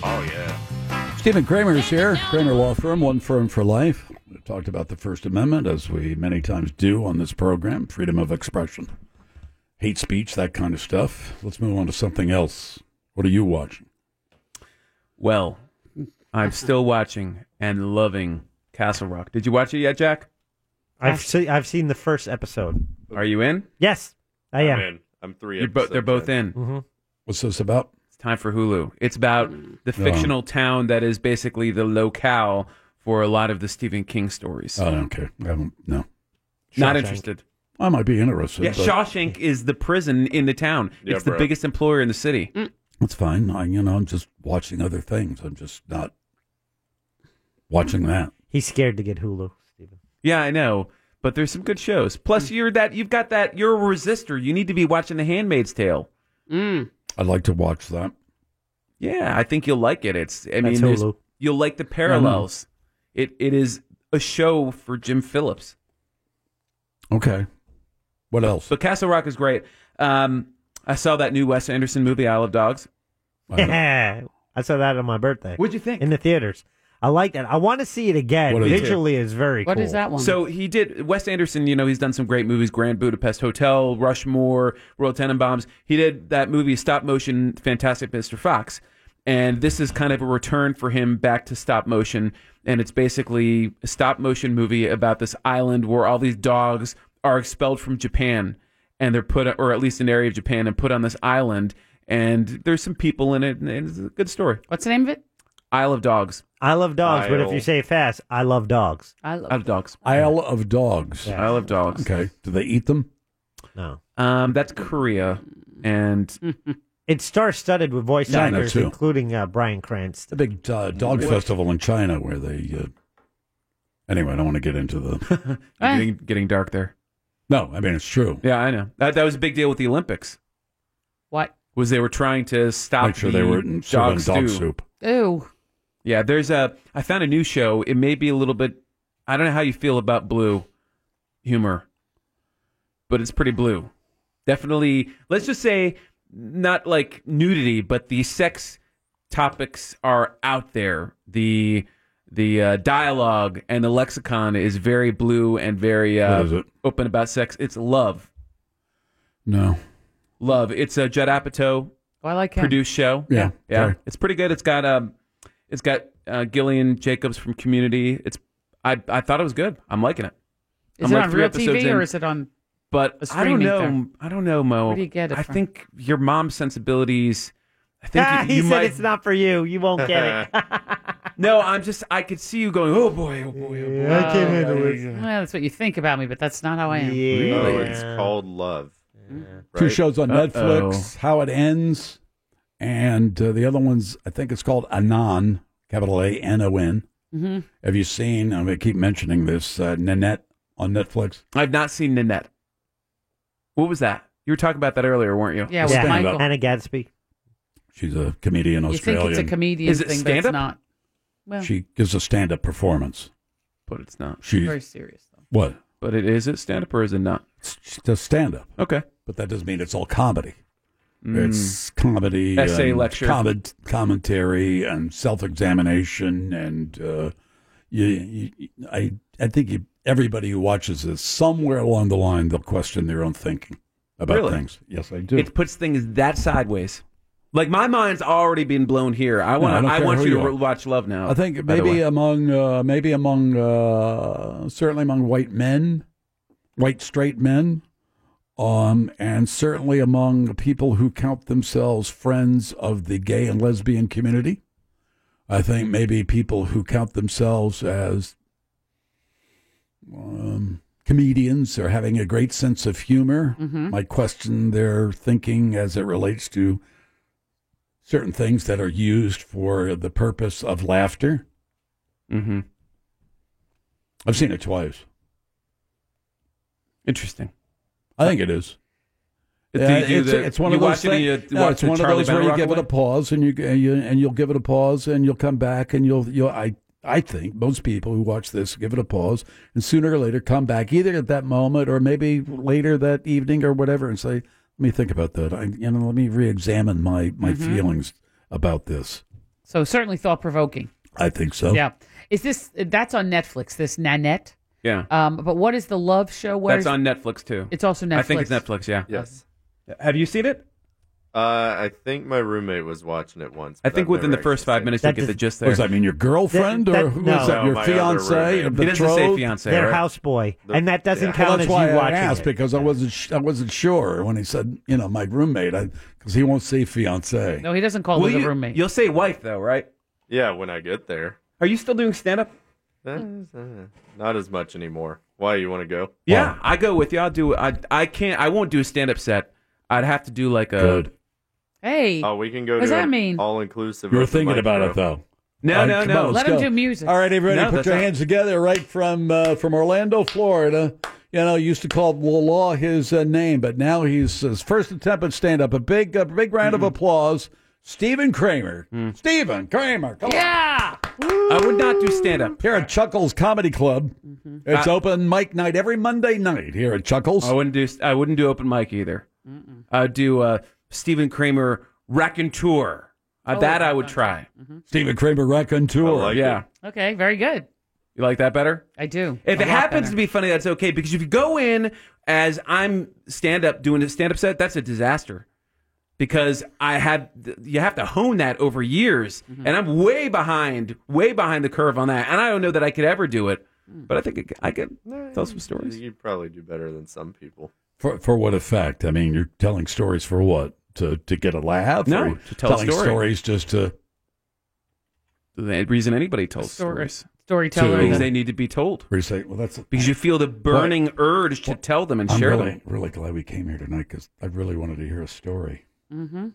Oh, Stephen Kramer is here, Kramer Law Firm, one firm for life. Talked about the First Amendment, as we many times do on this program freedom of expression, hate speech, that kind of stuff. Let's move on to something else. What are you watching? Well, I'm still watching and loving Castle Rock. Did you watch it yet, Jack? I've seen I've seen the first episode. Are you in? Yes, I am. I'm in. <laughs> I'm three. You're bo- they're both in. Mhm. What's this about? It's time for Hulu. It's about the Oh. fictional town that is basically the locale for a lot of the Stephen King stories. Oh, I don't care. I haven't, no. Not interested. I might be interested. Yeah, but Shawshank is the prison in the town. Yeah, it's bro. the biggest employer in the city. It's fine. I, you know, I'm just watching other things. I'm just not watching that. He's scared to get Hulu. Yeah, I know, but there's some good shows. Plus, you're that you've got that you're a resistor. You need to be watching The Handmaid's Tale. Mm. I'd like to watch that. Yeah, I think you'll like it. It's I mean, That's there's- Hulu. you'll like the parallels. It it is a show for Jim Phillips. Okay. What else? But Castle Rock is great. Um, I saw that new Wes Anderson movie, Isle of Dogs. I saw that on my birthday. What'd you think? In the theaters. I liked it. I want to see it again. What is it? Visually is very cool. So he did Wes Anderson. You know, he's done some great movies: Grand Budapest Hotel, Rushmore, Royal Tenenbaums. He did that movie, stop motion, Fantastic Mr. Fox, and this is kind of a return for him back to stop motion. And it's basically a stop motion movie about this island where all these dogs are expelled from Japan, and they're put, or at least an area of Japan, and put on this island. And there's some people in it, and it's a good story. What's the name of it? Isle of Dogs. I love dogs, but if Isle. you say <laughs> it fast, I love dogs. I Isle of Dogs. Isle of Dogs. Isle of Dogs. Okay. Do they eat them? No. Um, that's Korea, and it's star-studded with voice China, actors, too. including uh, Brian Cranston. The big uh, dog What- festival in China where they. Uh, anyway, I don't want to get into <laughs> the. You're getting, getting dark there. Eh. No, I mean it's true. Yeah, I know. That, that was a big deal with the Olympics. What? Was they were trying to stop Make sure the they were in- dog, serving dog stew. soup. Ew. Yeah, there's a. I found a new show. It may be a little bit. I don't know how you feel about blue humor, but it's pretty blue. Definitely. Let's just say not like nudity, but the sex topics are out there. The the uh, dialogue and the lexicon is very blue and very uh, What is it? open about sex. It's love, No. love. It's a Judd Apatow Oh, I like him. produced show. Yeah, yeah, sorry. it's pretty good. It's got um, it's got uh, Gillian Jacobs from Community. It's I I thought it was good. I'm liking it. Is I'm it like on three real episodes TV in. or is it on? But a I don't streaming know. thing? I don't know, Mo. Where do you get it I from? think your mom's sensibilities. I <laughs> think ah, you, he you said might. it's not for you. You won't get <laughs> it. no, I'm just. I could see you going. Oh boy. Oh boy. Oh boy. I can't handle Well, that's what you think about me, but that's not how I am. Really? It's called Love. Two Right? shows on Uh-oh. Netflix, How It Ends, and uh, the other one's, I think it's called Anon, capital A N O N. Mhm. Have you seen, I'm going to keep mentioning this, uh, Nanette on Netflix? I've not seen Nanette. What was that? You were talking about that earlier, weren't you? Yeah, with Yeah. Michael. Anna Gadsby. She's a comedian, You think Australian. it's a comedian Is it thing, but it's stand-up? not. Well, She gives a stand up performance. But it's not. She, very serious. what? But it is it stand up or is it not? She does stand up. Okay. But that doesn't mean it's all comedy. Mm. It's comedy, Essay, and lecture. comment, commentary, and self-examination, and uh, you, you, I, I think you, everybody who watches this somewhere along the line they'll question their own thinking about Really? things. Yes, I do. It puts things that sideways. Like my mind's already been blown here. I No, I want don't I, care want who you to you are. re- watch Love now. I think by the way. maybe among, uh, maybe among, uh, certainly among white men, white straight men, um, and certainly among people who count themselves friends of the gay and lesbian community. I think maybe people who count themselves as um, comedians or having a great sense of humor Mhm. might question their thinking as it relates to certain things that are used for the purpose of laughter. Mm-hmm. I've seen it twice. Interesting. I think it is. Do Yeah, you do Uh, it's, the- it's one you of those watch it and things. you no, watch it's the one Charlie of those where you Van give it a Rockaway? pause and you, and you and you'll give it a pause and you'll come back and you'll you will I I think most people who watch this give it a pause and sooner or later come back either at that moment or maybe later that evening or whatever and say let me think about that I, you know let me re-examine my my Mhm. feelings about this So certainly thought provoking. I think so. Yeah. Is this that's on Netflix? This Nanette. Yeah. Um, but what is the love show? Where's That's on Netflix too. It's also I think it's Netflix. Netflix. Yeah. Yes. Have you seen it? Uh, I think my roommate was watching it once. I but think I've within never the first actually five seen minutes it. you get the gist there. What does that mean? Your girlfriend That- or who is that- that? no, Oh, Your my other fiance? Your roommate. He doesn't say betrothed? fiancé, Their right? houseboy. And that doesn't Yeah. count Well, that's as why you I watching asked it. because I wasn't sh- I wasn't sure when he said you know my roommate because he won't say fiance. No, he doesn't call Will it a you- roommate. You'll say wife though, right? Yeah, when I get there. Are you still doing stand up? Not as much anymore. Why you want to go? Yeah, I go with you. I'll do. I I can't. I won't do a stand up set. I'd have to do like a. Hey. Oh, we can go. What does to that an mean? All-inclusive. You were open thinking mic, about bro. it though. No, All no, come no. on, let's Let 'em go. do music. All right, everybody, No, put that's your not- hands together. Right from uh, from Orlando, Florida. You know, used to call Law his uh, name, but now he's uh, his first attempt at stand up. A big, a big round Mm. of applause. Stephen Kramer. Stephen Kramer. Come yeah. on. I would not do stand up. Here at Chuckles Comedy Club. Mm-hmm. It's I- open mic night every Monday night here at Chuckles. I wouldn't do. I wouldn't do open mic either. I'd do uh, Stephen Kramer raconteur. Uh, Oh, Mm-hmm. that I yeah. would try. Stephen Kramer raconteur. yeah, Okay. Very good. you like that better? I do. If A it lot happens better. to be funny, that's okay. Because if you go in as I'm stand up doing a stand up set, that's a disaster. Because I have you have to hone that over years, Mm-hmm. and I'm way behind, way behind the curve on that. And I don't know that I could ever do it, Mm. but I think it, I could tell some stories. You probably do better than some people. For for what effect? I mean, you're telling stories for what? To to get a laugh? No, Or to tell a telling story. stories just to. The reason anybody tells Story- stories, storyteller. things they need to be told. Where you say, well, that's because you feel the burning urge to tell them and I'm share really, them. really glad we came here tonight because I really wanted to hear a story. Mm-hmm.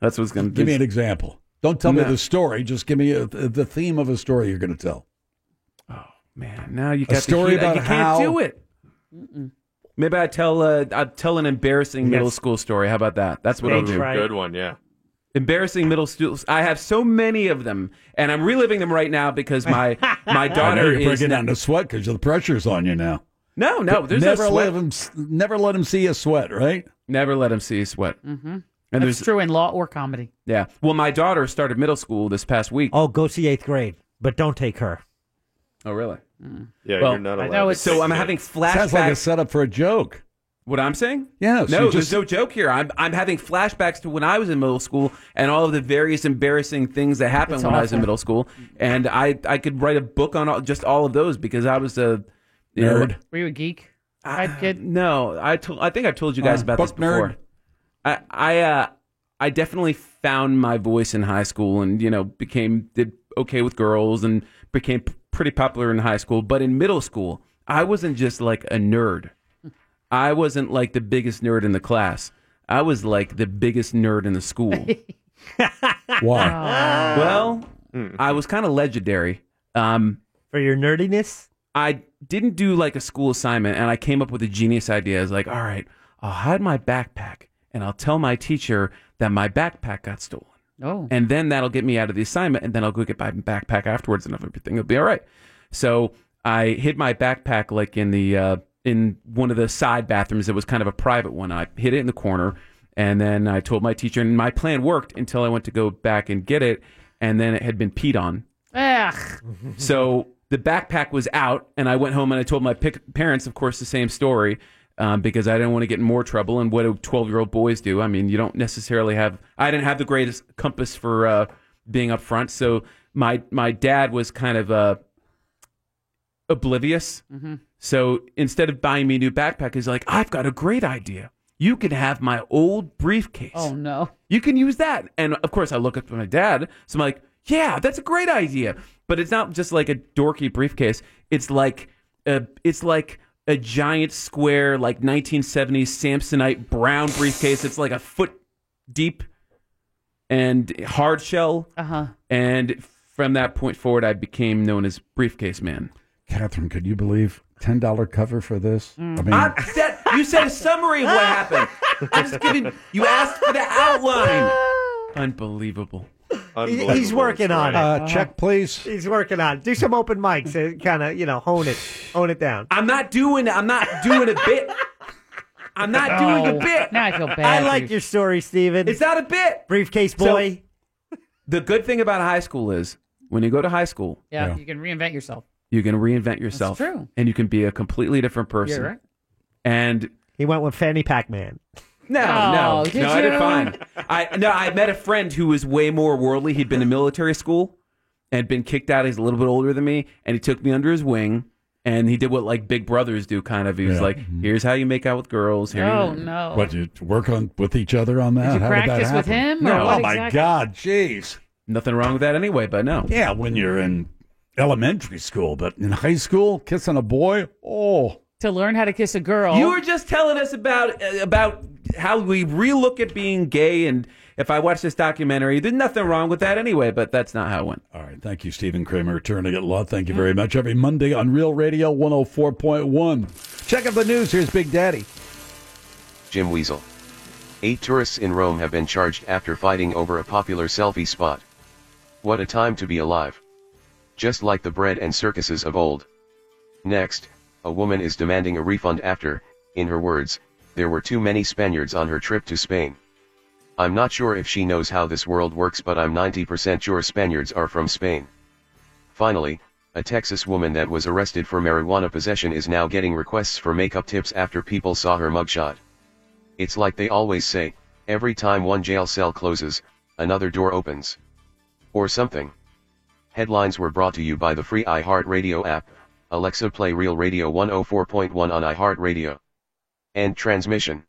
That's what's going to Give me an example. Don't tell me No. the story. Just give me a, the theme of a story you're going to tell. Man, now you A got to story hear that. about you can't how- do it. Maybe I tell uh, I tell an embarrassing middle Yes. school story. How about that? That's what I'll Ooh, do. Good one, yeah. Embarrassing middle school. I have so many of them, and I'm reliving them right now because my my <laughs> I know daughter you're is breaking now- down the sweat because the pressure's on you now. no Oh, no. There's never no sweat. let him s- never let him see a sweat, right? Never let him see you sweat. Mm-hmm. And That's there's true in law or comedy. yeah. Well, my daughter started middle school this past week. Oh, go see eighth grade, but don't take her. Oh, really? Yeah, Well, you're not I allowed. know to it's- so take I'm it. having Sounds like a flashbacks. setup for a joke. What I'm saying? Yeah, so no, you just- there's no joke here. I'm I'm having flashbacks to when I was in middle school and all of the various embarrassing things that happened That's when I was in awful. middle school, and I I could write a book on all, just all of those because I was a you know, Nerd. Were you a geek? I, Ah, No, I told I think I told you guys Uh, about this book nerd. before. I I uh, I definitely found my voice in high school, and you know became did okay with girls, and became p- pretty popular in high school. But in middle school, I wasn't just like a nerd. I wasn't like the biggest nerd in the class. I was like the biggest nerd in the school. Why? Well, I was kind of legendary. Um, For your nerdiness? I didn't do like a school assignment, and I came up with a genius idea. I was like, all right, I'll hide my backpack, and I'll tell my teacher that my backpack got stolen. <laughs> Oh. And then that'll get me out of the assignment, and then I'll go get my backpack afterwards, and everything will be all right. So I hid my backpack like in the uh, in one of the side bathrooms. It was kind of a private one. I hid it in the corner, and then I told my teacher, and my plan worked until I went to go back and get it, and then it had been peed on. Ugh. So the backpack was out, and I went home and I told my pic- parents, of course, the same story um, because I didn't want to get in more trouble. And what do 12 year old boys do? I mean, you don't necessarily have, I didn't have the greatest compass for uh, being up front. So my, my dad was kind of uh, oblivious. Mhm. So instead of buying me a new backpack, he's like, I've got a great idea. You can have my old briefcase. Oh no. You can use that. And of course, I look up to my dad. So I'm like, yeah, that's a great idea. But it's not just like a dorky briefcase. It's like a, it's like a giant square, like 1970s Samsonite brown briefcase. It's like a foot deep and hard shell. Uh huh. And from that point forward, I became known as Briefcase Man. Catherine, could you believe ten dollar cover for this? Mm. I mean, I said, you said a summary of what happened. I'm just giving, you asked for the outline. Unbelievable. He- He's working on it. Uh, please. He's working on it. Do some open mics. Kind of, you know, hone it, hone it down. I'm not doing. I'm not doing a bit. I'm not doing a bit. Now I feel bad. I like your story, Steven. It's not a bit. Briefcase So- boy. The good thing about high school is when you go to high school, Yeah, you can reinvent yourself. you can reinvent yourself. true. And you can be a completely different person. right. And he went with Fanny Pac Man. No, Oh, no, did no. I did you? fine. I no. I met a friend who was way more worldly. He'd been in military school and been kicked out. He's a little bit older than me, and he took me under his wing. And he did what like big brothers do, kind of. He was Yeah. Mm-hmm. like, "Here's how you make out with girls." Here Oh, you no. What you work on with each other on that? you How did practice that with happen? him, or No. what oh my exactly? God, jeez. Nothing wrong with that anyway, but no. Yeah, when you're in elementary school, but in high school, kissing a boy, oh. To learn how to kiss a girl. You were just telling us about uh, about how we relook at being gay, and if I watch this documentary, there's nothing wrong with that anyway. But that's not how it went. All right, thank you, Stephen Kramer, attorney at law. Mm. Thank you very much. Every Monday on Real Radio 104.1. Check out the news. Here's Big Daddy. Jim Weasel. Eight tourists in Rome have been charged after fighting over a popular selfie spot. What a time to be alive. Just like the bread and circuses of old. Next, a woman is demanding a refund after, in her words, there were too many Spaniards on her trip to Spain. I'm not sure if she knows how this world works, but I'm 90% sure Spaniards are from Spain. Finally, a Texas woman that was arrested for marijuana possession is now getting requests for makeup tips after people saw her mugshot. It's like they always say, every time one jail cell closes, another door opens. Or something. Headlines were brought to you by the free iHeartRadio app, Alexa Play Real Radio 104.1 on iHeartRadio. End transmission.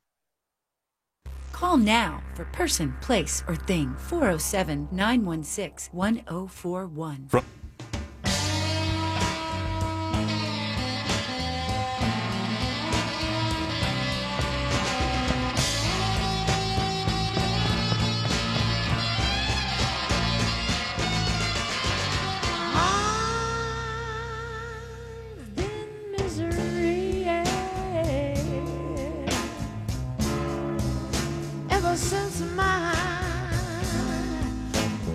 Call now for person, place, or thing 407 916 1041. misery ever since my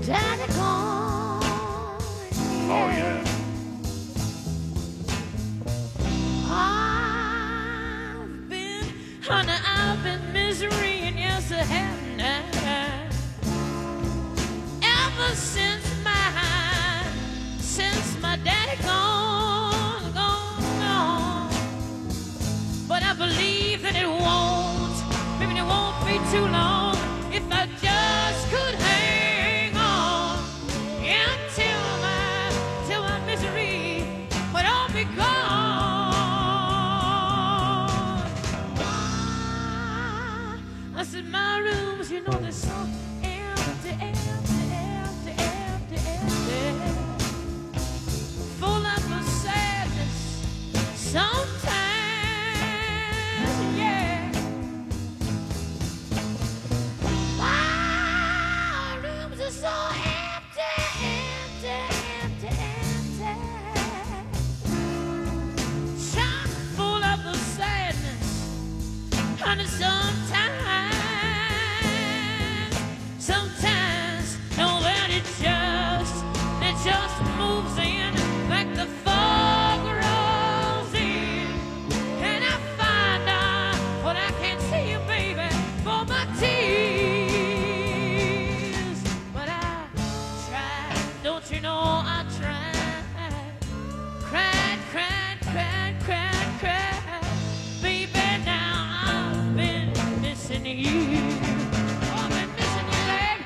daddy gone. Mm-hmm. Oh, yeah. I've been, honey, I've been misery, and yes, I have now. Ever since my, since my daddy gone, gone, gone. But I believe that it won't, maybe it won't be too long if I just could hang on until my, till my misery would all be gone. I said, my rooms, you know, they're so empty, empty, empty, empty, empty. Full up of sadness sometimes, yeah. My rooms are so empty, empty, empty, empty. Chock full of the sadness, honey, sometimes, sometimes, no, that it just, it just moves in like the fog rolls in. And I find out what I can't see, baby, for my tears. But I tried, don't you know I tried? Cried, cried, cried, cried, cried. Baby, now I've been missing you. I've been missing you, babe.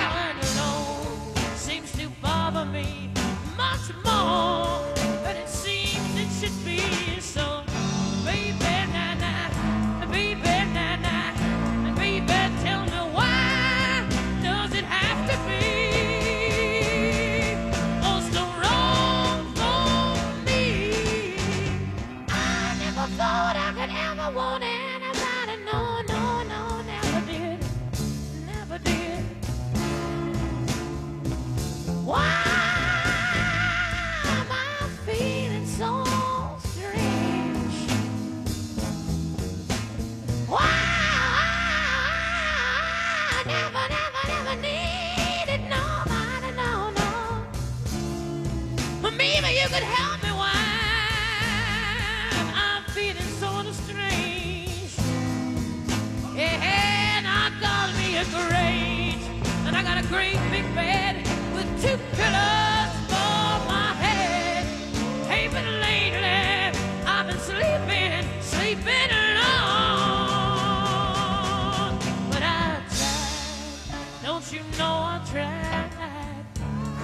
Ellen alone seems to bother me much more than it seems it should be. So, baby, na na, baby, na na, baby, tell me why does it have to be? What's the wrong for me? I never thought I could ever want anybody. No, no, no, never did, never did. Why am I feeling so strange? Why I never, never, never needed nobody, no, no. Maybe you could help me why I'm feeling sort of strange. Yeah, and I got me a great, and I got a great big bed with two pillows for my head. Hey, but lately I've been sleeping, sleeping alone. But I tried, don't you know I tried?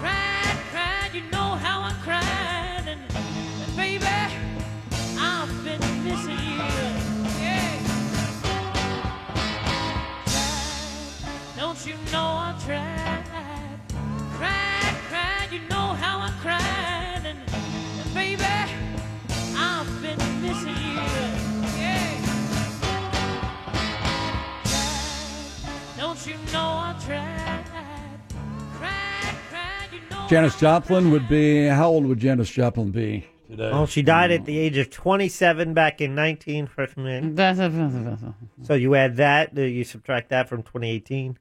Cried, cried, you know how I cried. And, and baby, I've been missing you. Yeah. Don't you know I tried? Cried, cried, you know how I cried. And, and baby, I've been missing you. Yeah. Don't you know I tried? Cried, cried, you know Janis Joplin would be, how old would Janis Joplin be today? Hmm. Well, Oh, she died at the age of 27 back in 19. so you add that, uh, you subtract that from 2018,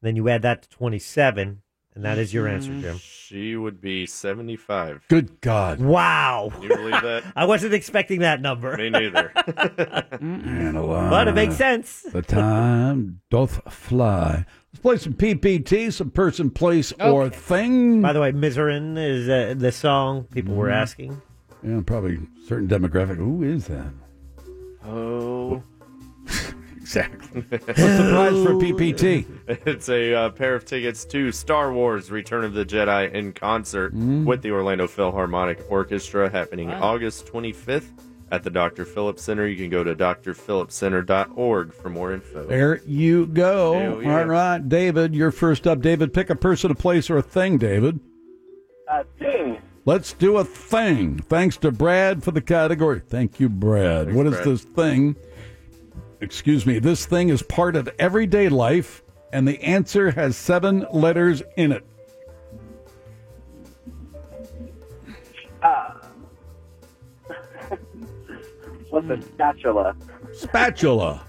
then you add that to 27, and that is your answer, Jim. She would be 75. Mm-hmm. Good God. <laughs> Wow. Can you believe that? <laughs> I wasn't expecting that number. Me neither. uh, But it makes sense. The time doth fly. Let's play some PPT, some person, place, or Okay. thing. By the way, Miserin is uh, the song people were Mhm. asking. Yeah, probably certain demographic. Who is that? Oh. Exactly. What's the prize for PPT? <laughs> It's a uh, pair of tickets to Star Wars Return of the Jedi in concert Mm. with the Orlando Philharmonic Orchestra happening Wow. August 25th at the Dr. Phillips Center. You can go to drphillipscenter.org for more info. There you go. Hell yeah. All right, David, you're first up. David, pick a person, a place, or a thing, David. A thing. Let's do a thing. Thanks to Brad for the category. Thank you, Brad. Thanks, what is Brad. this thing? Excuse me. This thing is part of everyday life, and the answer has seven letters in it. Uh, what's a spatula? Spatula.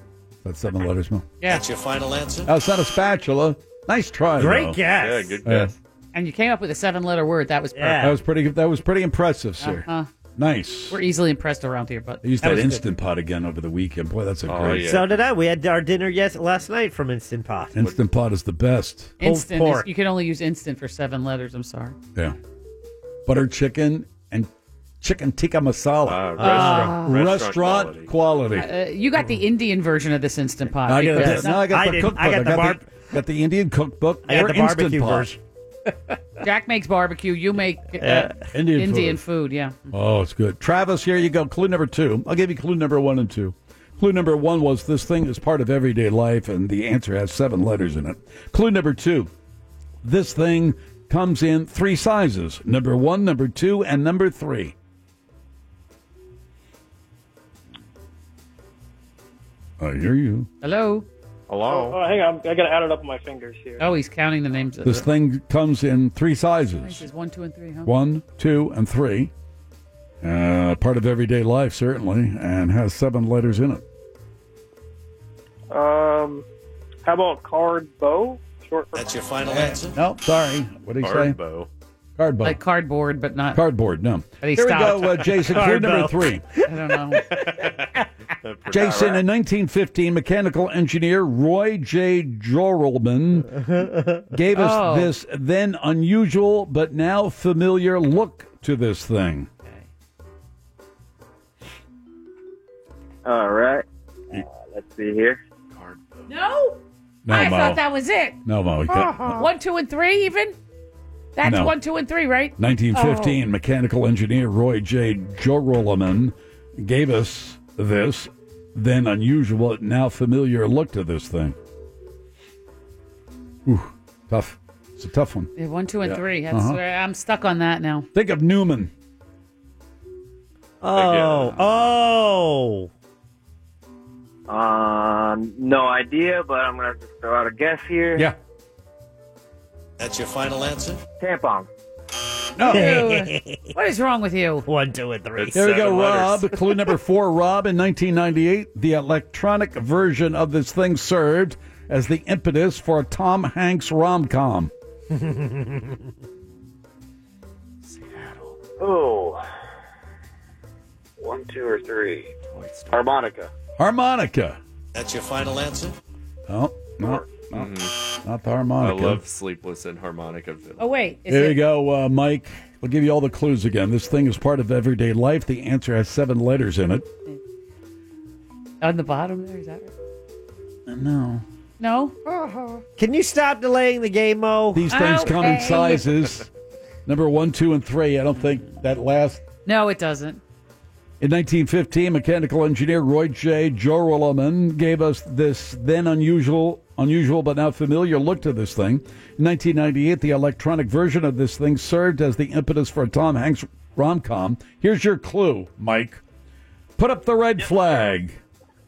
That's seven letters, Mo. Yeah. That's your final answer. Oh, it's not a spatula. Nice try. Great though. guess. Yeah, good guess. And you came up with a seven letter word. That was perfect. That was pretty. That was pretty impressive, sir. Uh-huh. Nice. We're easily impressed around here, but I used that that, was good. Oh, instant pot again over the weekend. Boy, that's a great. So did I. We had our dinner yes last night from Instant Pot. Instant pot is the best. Instant. Is, you can only use instant for seven letters. I'm sorry. Yeah. Butter chicken and chicken tikka masala. Ah, restaurant- restaurant, restaurant quality. Uh, you got the Indian version of this instant pot. Now I got, because- the, now I got the cookbook. got, the, got the Indian cookbook. I got or the barbecue Instant Pot. version. Jack makes barbecue. You make uh, Yeah. Indian Indian, food. food. Yeah. Oh, it's good. Travis, here you go. Clue number two. I'll give you clue number one and two. Clue number one was this thing is part of everyday life, and the answer has seven letters in it. Clue number two this thing comes in three sizes number one, number two, and number three. I hear you. Hello. Hello. Oh, hang on. I gotta add it up on my fingers here. Oh, he's counting the names. Of This thing comes in three sizes Is one, two, and three. Huh? one, two, and three. Uh, part of everyday life, certainly, and has seven letters in it. Um, how about card bow? Short for That's your final answer. No, Oh, sorry. What did he say? Cardboard. Cardboard. Like cardboard, but not. Cardboard, no. But he Here we stopped. <laughs> go, uh, Jason. Clue number Cardboard. three. I don't know. Jason, in 1915, mechanical engineer Roy J. Jorelman gave us Oh. this then unusual but now familiar look to this thing. All right. Uh, let's see here. No. No, I Mo. thought that was it. No, Mo. you can't- <laughs> One, two, and three. Even. That's No. one, two, and three, right? 1915, Oh. mechanical engineer Roy J. Jorelman gave us this then unusual, now familiar look to this thing. Ooh, tough. It's a tough one. Oh. Yeah, One, two, and Yeah. three. That's Uh-huh. where I'm stuck on that now. Think of Newman. Oh, oh. oh. Um, no idea, but I'm gonna have to throw out a guess here. Yeah. That's your final answer. <laughs> Tampon. <laughs> Ew. <laughs> what is wrong with you? One, two, and three. There we go, <laughs> Rob. Clue number four, Rob. In 1998, the electronic version of this thing served as the impetus for a Tom Hanks rom <laughs> com. Oh. One, two, or three. Harmonica. Harmonica. That's your final answer. Oh, no. no. Not the harmonica. Mm-hmm. I love Sleepless and Harmonica. Oh wait, is Here it you go, uh, Mike. We'll give you all the clues again. This thing is part of everyday life. The answer has seven letters in it. on the bottom there? Is that right? No. No. Can you stop delaying the game, Mo? These things come in <laughs> sizes. Number one, two, and three. I don't think that last. No, it doesn't. In 1915, mechanical engineer Roy J. Joralemon gave us this then unusual, unusual but now familiar look to this thing. In 1998, the electronic version of this thing served as the impetus for a Tom Hanks rom-com. Here's your clue, Mike. Put up the red flag.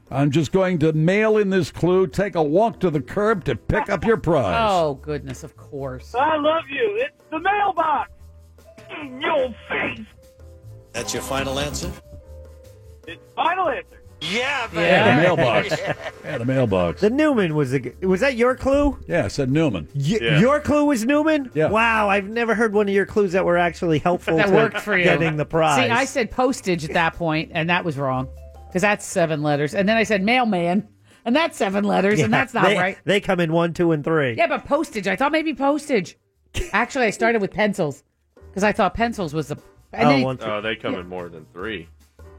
I'm just going to mail in this clue. Take a walk to the curb to pick up your prize. Oh goodness, of course. I love you. It's the mailbox. In your face. That's your final answer? Final answer. Yeah, Yeah, <laughs> the mailbox. yeah, the mailbox. The Newman was the. g- Was that your clue? Yeah, I said Newman. Y- Your clue was Newman. Yeah. Wow, I've never heard one of your clues that were actually helpful. That to worked for you. Getting the prize. See, I said postage at that point, and that was wrong because that's seven letters. And then I said mailman, and that's seven letters, and Yeah, that's not they- right. They come in one, two, and three. Yeah, but postage. I thought maybe postage. Actually, I started with pencils because I thought pencils was the. And, then, Oh, they come Yeah. in more than three.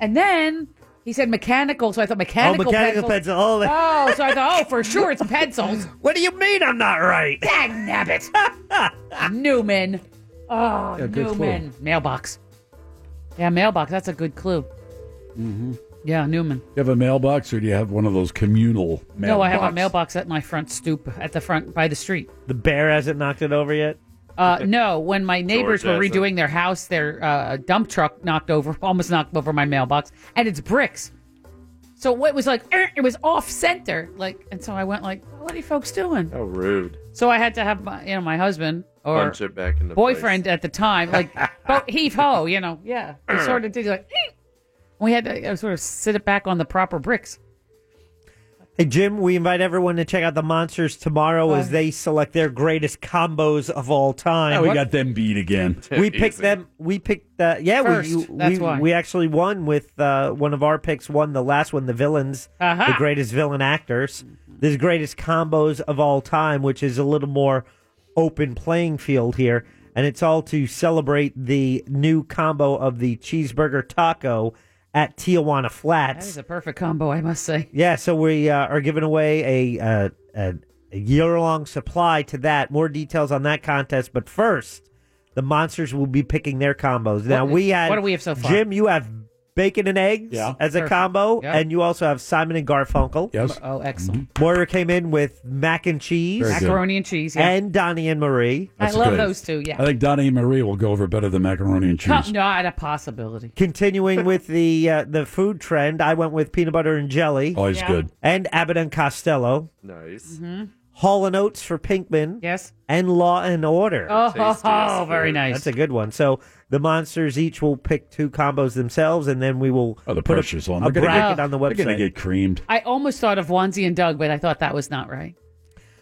and then he said mechanical, so I thought mechanical. mechanical pencils. pencil. Oh, they- Oh, so I thought, oh, for sure it's <laughs> pencils. What do you mean I'm not right? Dang <laughs> nabbit. Newman. Oh, Yeah, good Newman. Mailbox. Yeah, mailbox. That's a good clue. Mm-hmm. Oh. Yeah, Newman. Do you have a mailbox or do you have one of those communal mailboxes? No, I have a mailbox at my front stoop at the front by the street. The bear hasn't knocked it over yet. Uh, no, when my neighbors George were hasn't. redoing their house, their uh, dump truck knocked over, <laughs> almost knocked over my mailbox, and it's bricks. So it was like "Er," it was off center, like, and so I went like, "What are you folks doing?" How Oh, rude. So I had to have my, you know, my husband or Punch it back in the boyfriend at the time, <laughs> like, bo- heave ho, you know, yeah, <clears throat> we sort of did like, "Eh." we had to uh, sort of sit it back on the proper bricks. Hey, Jim, we invite everyone to check out the Monsters tomorrow as they select their greatest combos of all time. we got them beat again. <laughs> <laughs> We picked them. We picked the yeah. First, we you- that's we, why. we actually won with uh, one of our picks. Won the last one, the villains, Aha. the greatest villain actors, the greatest combos of all time, which is a little more open playing field here, and it's all to celebrate the new combo of the cheeseburger taco at Tijuana That Flats. is a perfect combo, I must say. Yeah, so we uh, are giving away a, uh, a, a year long supply to that. More details on that contest, but first, the monsters will be picking their combos. Now What- we had what do we have so far? Jim, you have bacon and eggs Yeah. as a Perfect. combo, Yeah. and you also have Simon and Garfunkel. Yes. Mm-hmm. Oh, excellent. Moira came in with mac and cheese, Very good. Macaroni and cheese, yeah. and Donnie and Marie. That's good. I think Donnie and Marie will go over better than macaroni and cheese. Not not a possibility. Continuing with the uh, the food trend, I went with peanut butter and jelly. Always Yeah. good. And Abbott and Costello. Nice. Hall and Oates for Pinkman. Yes. And Law and Order. Oh, Tastiest very food. nice. That's a good one. So the monsters each will pick two combos themselves, and then we will Oh, the put pressure's a, on. a They're gonna bracket get- on the They're going website. to get creamed. I almost thought of onesie and Doug, but I thought that was not right.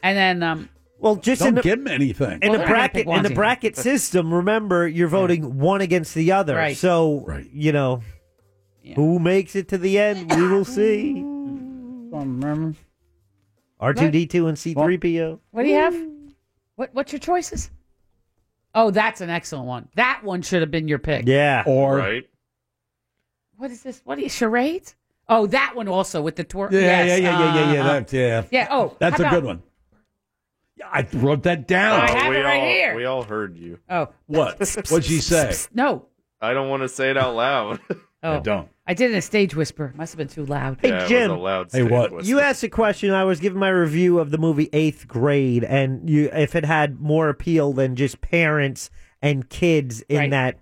And then, um, well, just Don't give them anything. in Well, they're the gonna bracket pick in the Wanzi. bracket system, remember you're voting one against the other. Right. So you know who makes it to the end, we will Mm. see. R two D two and C three PO. what do you have? What What's your choices? Oh, that's an excellent one. That one should have been your pick. Yeah. Or What is this? What are you charades? Oh, that one also with the twerk. yeah, yes. yeah, yeah, yeah, yeah, yeah, uh, uh. that, yeah. yeah. Oh, That's how a good about- one. Yeah, I wrote that down. Oh, I have Oh, we it right all, here. We all heard you. Oh, <laughs> What? What'd she say? no. I don't want to say it out loud. <laughs> Oh, I did it in a stage whisper. Must have been too loud. Hey Jim, You You asked a question. I was giving my review of the movie Eighth Grade, and you if it had more appeal than just parents and kids in Right. that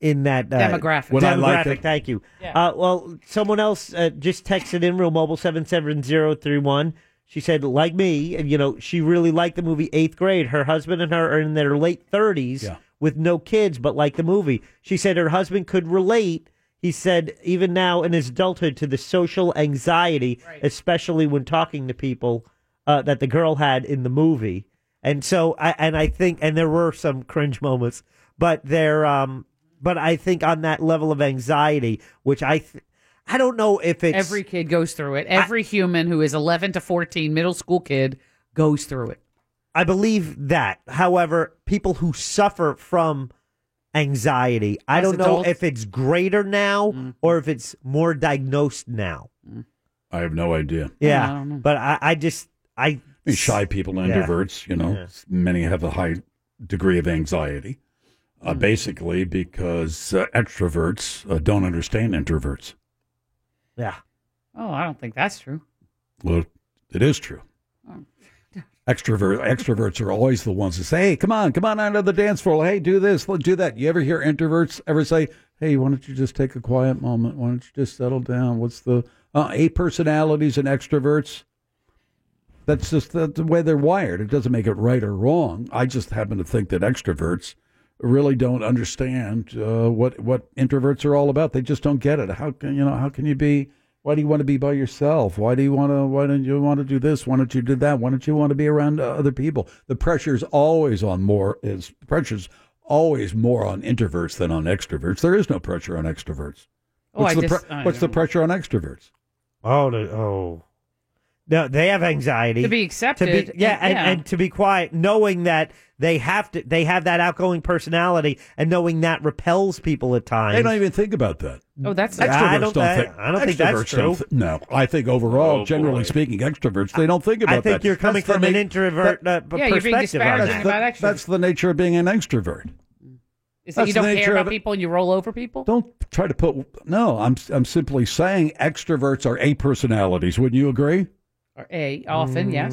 in that uh, Demographic. Would I like demographic. it? thank you. Yeah. Uh, well, someone else uh, just texted in real mobile seven seven zero three one. She said, like me, and you know, she really liked the movie Eighth Grade. Her husband and her are in their late thirties with no kids, but like the movie. She said her husband could relate. He said, even now in his adulthood, to the social anxiety, especially when talking to people uh, that the girl had in the movie. And so, I, and I think, and there were some cringe moments, but there, um, but I think on that level of anxiety, which I, th- I don't know if it's Every kid goes through it. Every human who is 11 to 14, middle school kid, goes through it. I believe that. However, people who suffer from anxiety, I As don't know adults? if it's greater now or if it's more diagnosed now. I have no idea. Yeah, but I, I just I I mean, shy people and Yeah. introverts, you know, Yeah. many have a high degree of anxiety, uh, basically because uh, extroverts uh, don't understand introverts. Yeah. Oh, I don't think that's true. Well, it is true. Extrovert extroverts are always the ones that say, "Hey, come on, come on out of the dance floor. Hey, do this, let do that." You ever hear introverts ever say, "Hey, why don't you just take a quiet moment? Why don't you just settle down?" What's the uh, a personalities and extroverts? That's just the, the way they're wired. It doesn't make it right or wrong. I just happen to think that extroverts really don't understand uh, what what introverts are all about. They just don't get it. How can you know? How can you be? Why do you want to be by yourself? Why do you want to? Why don't you want to do this? Why don't you do that? Why don't you want to be around uh, other people? The pressure's always on more. Is pressure's always more on introverts than on extroverts? There is no pressure on extroverts. Oh, what's I the just- I what's the don't- pressure on extroverts? Oh, the, oh. No, they have anxiety To be accepted, yeah, and- and, yeah. and to be quiet, knowing that they have to, they have that outgoing personality, and knowing that repels people at times. They don't even think about that. Oh, that's I Extroverts don't- don't, I- think. I don't think that's extroverts don't true. thi- no, I think overall, generally speaking, extroverts they don't think about Oh, I think that. you're coming That's from the an na- introvert uh, Yeah, you're being perspective. on disparaging that. about that- that's the nature of being an extrovert. Is that That's the you don't nature care of it. about people and you roll over people? Don't try to put no. I'm I'm simply saying extroverts are a personalities. Wouldn't you agree? Or A, often, yes.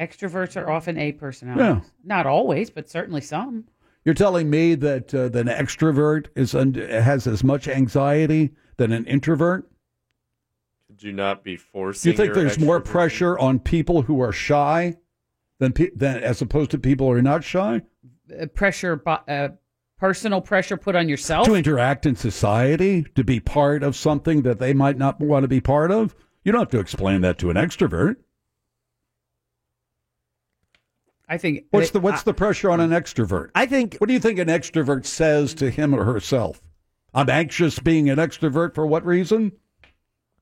Extroverts are often A personalities. Not always, but certainly some. You're telling me that uh, that an extrovert is und- has as much anxiety than an introvert. Could you not be forcing? You think your there's more extrovert- pressure on people who are shy than pe- than as opposed to people who are not shy Uh, pressure, bo- uh, personal pressure put on Oh. yourself. to interact in society to be part of something that they might not want to be part of. You don't have to explain that to an extrovert. I think. What's the what's the pressure on an extrovert? I think. What do you think an extrovert says to him or herself? I'm anxious being an extrovert for what reason?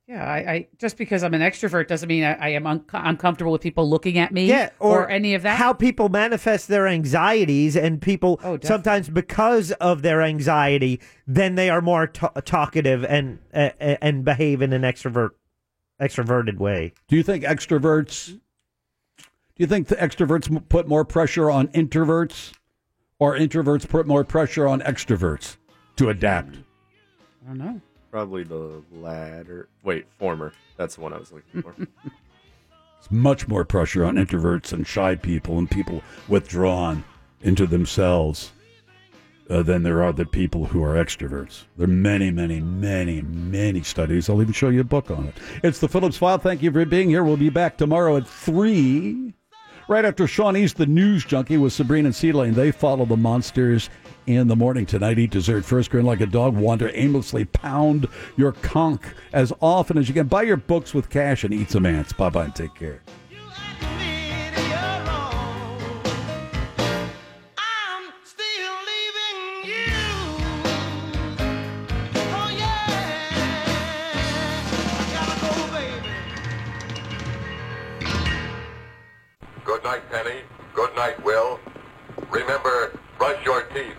Yeah, I, I just because I'm an extrovert doesn't mean I, I am unco- uncomfortable with people looking at me. Yeah, or, any of that. Oh, How people manifest their anxieties, and people sometimes because of their anxiety, then they are more ta talkative and uh, and behave in an extrovert extroverted way. Do you think extroverts? Do you think the extroverts m- put more pressure on introverts, or introverts put more pressure on extroverts to adapt? I don't know. Probably the latter. Wait, former. That's the one I was looking <laughs> for. It's much more pressure on introverts and shy people and people withdrawn into themselves uh, than there are the people who are extroverts. There are many, many, many, many studies. I'll even show you a book on it. It's the Phillips File. Thank you for being here. We'll be back tomorrow at 3. Right after Sean East, the news junkie with Sabrina and Sea Lane, they follow the monsters in the morning tonight. Eat dessert first, grin like a dog, wander aimlessly, pound your conch as often as you can. Buy your books with cash and eat some ants. Bye bye and take care. Good night, Penny. Good night, Will. Remember, brush your teeth.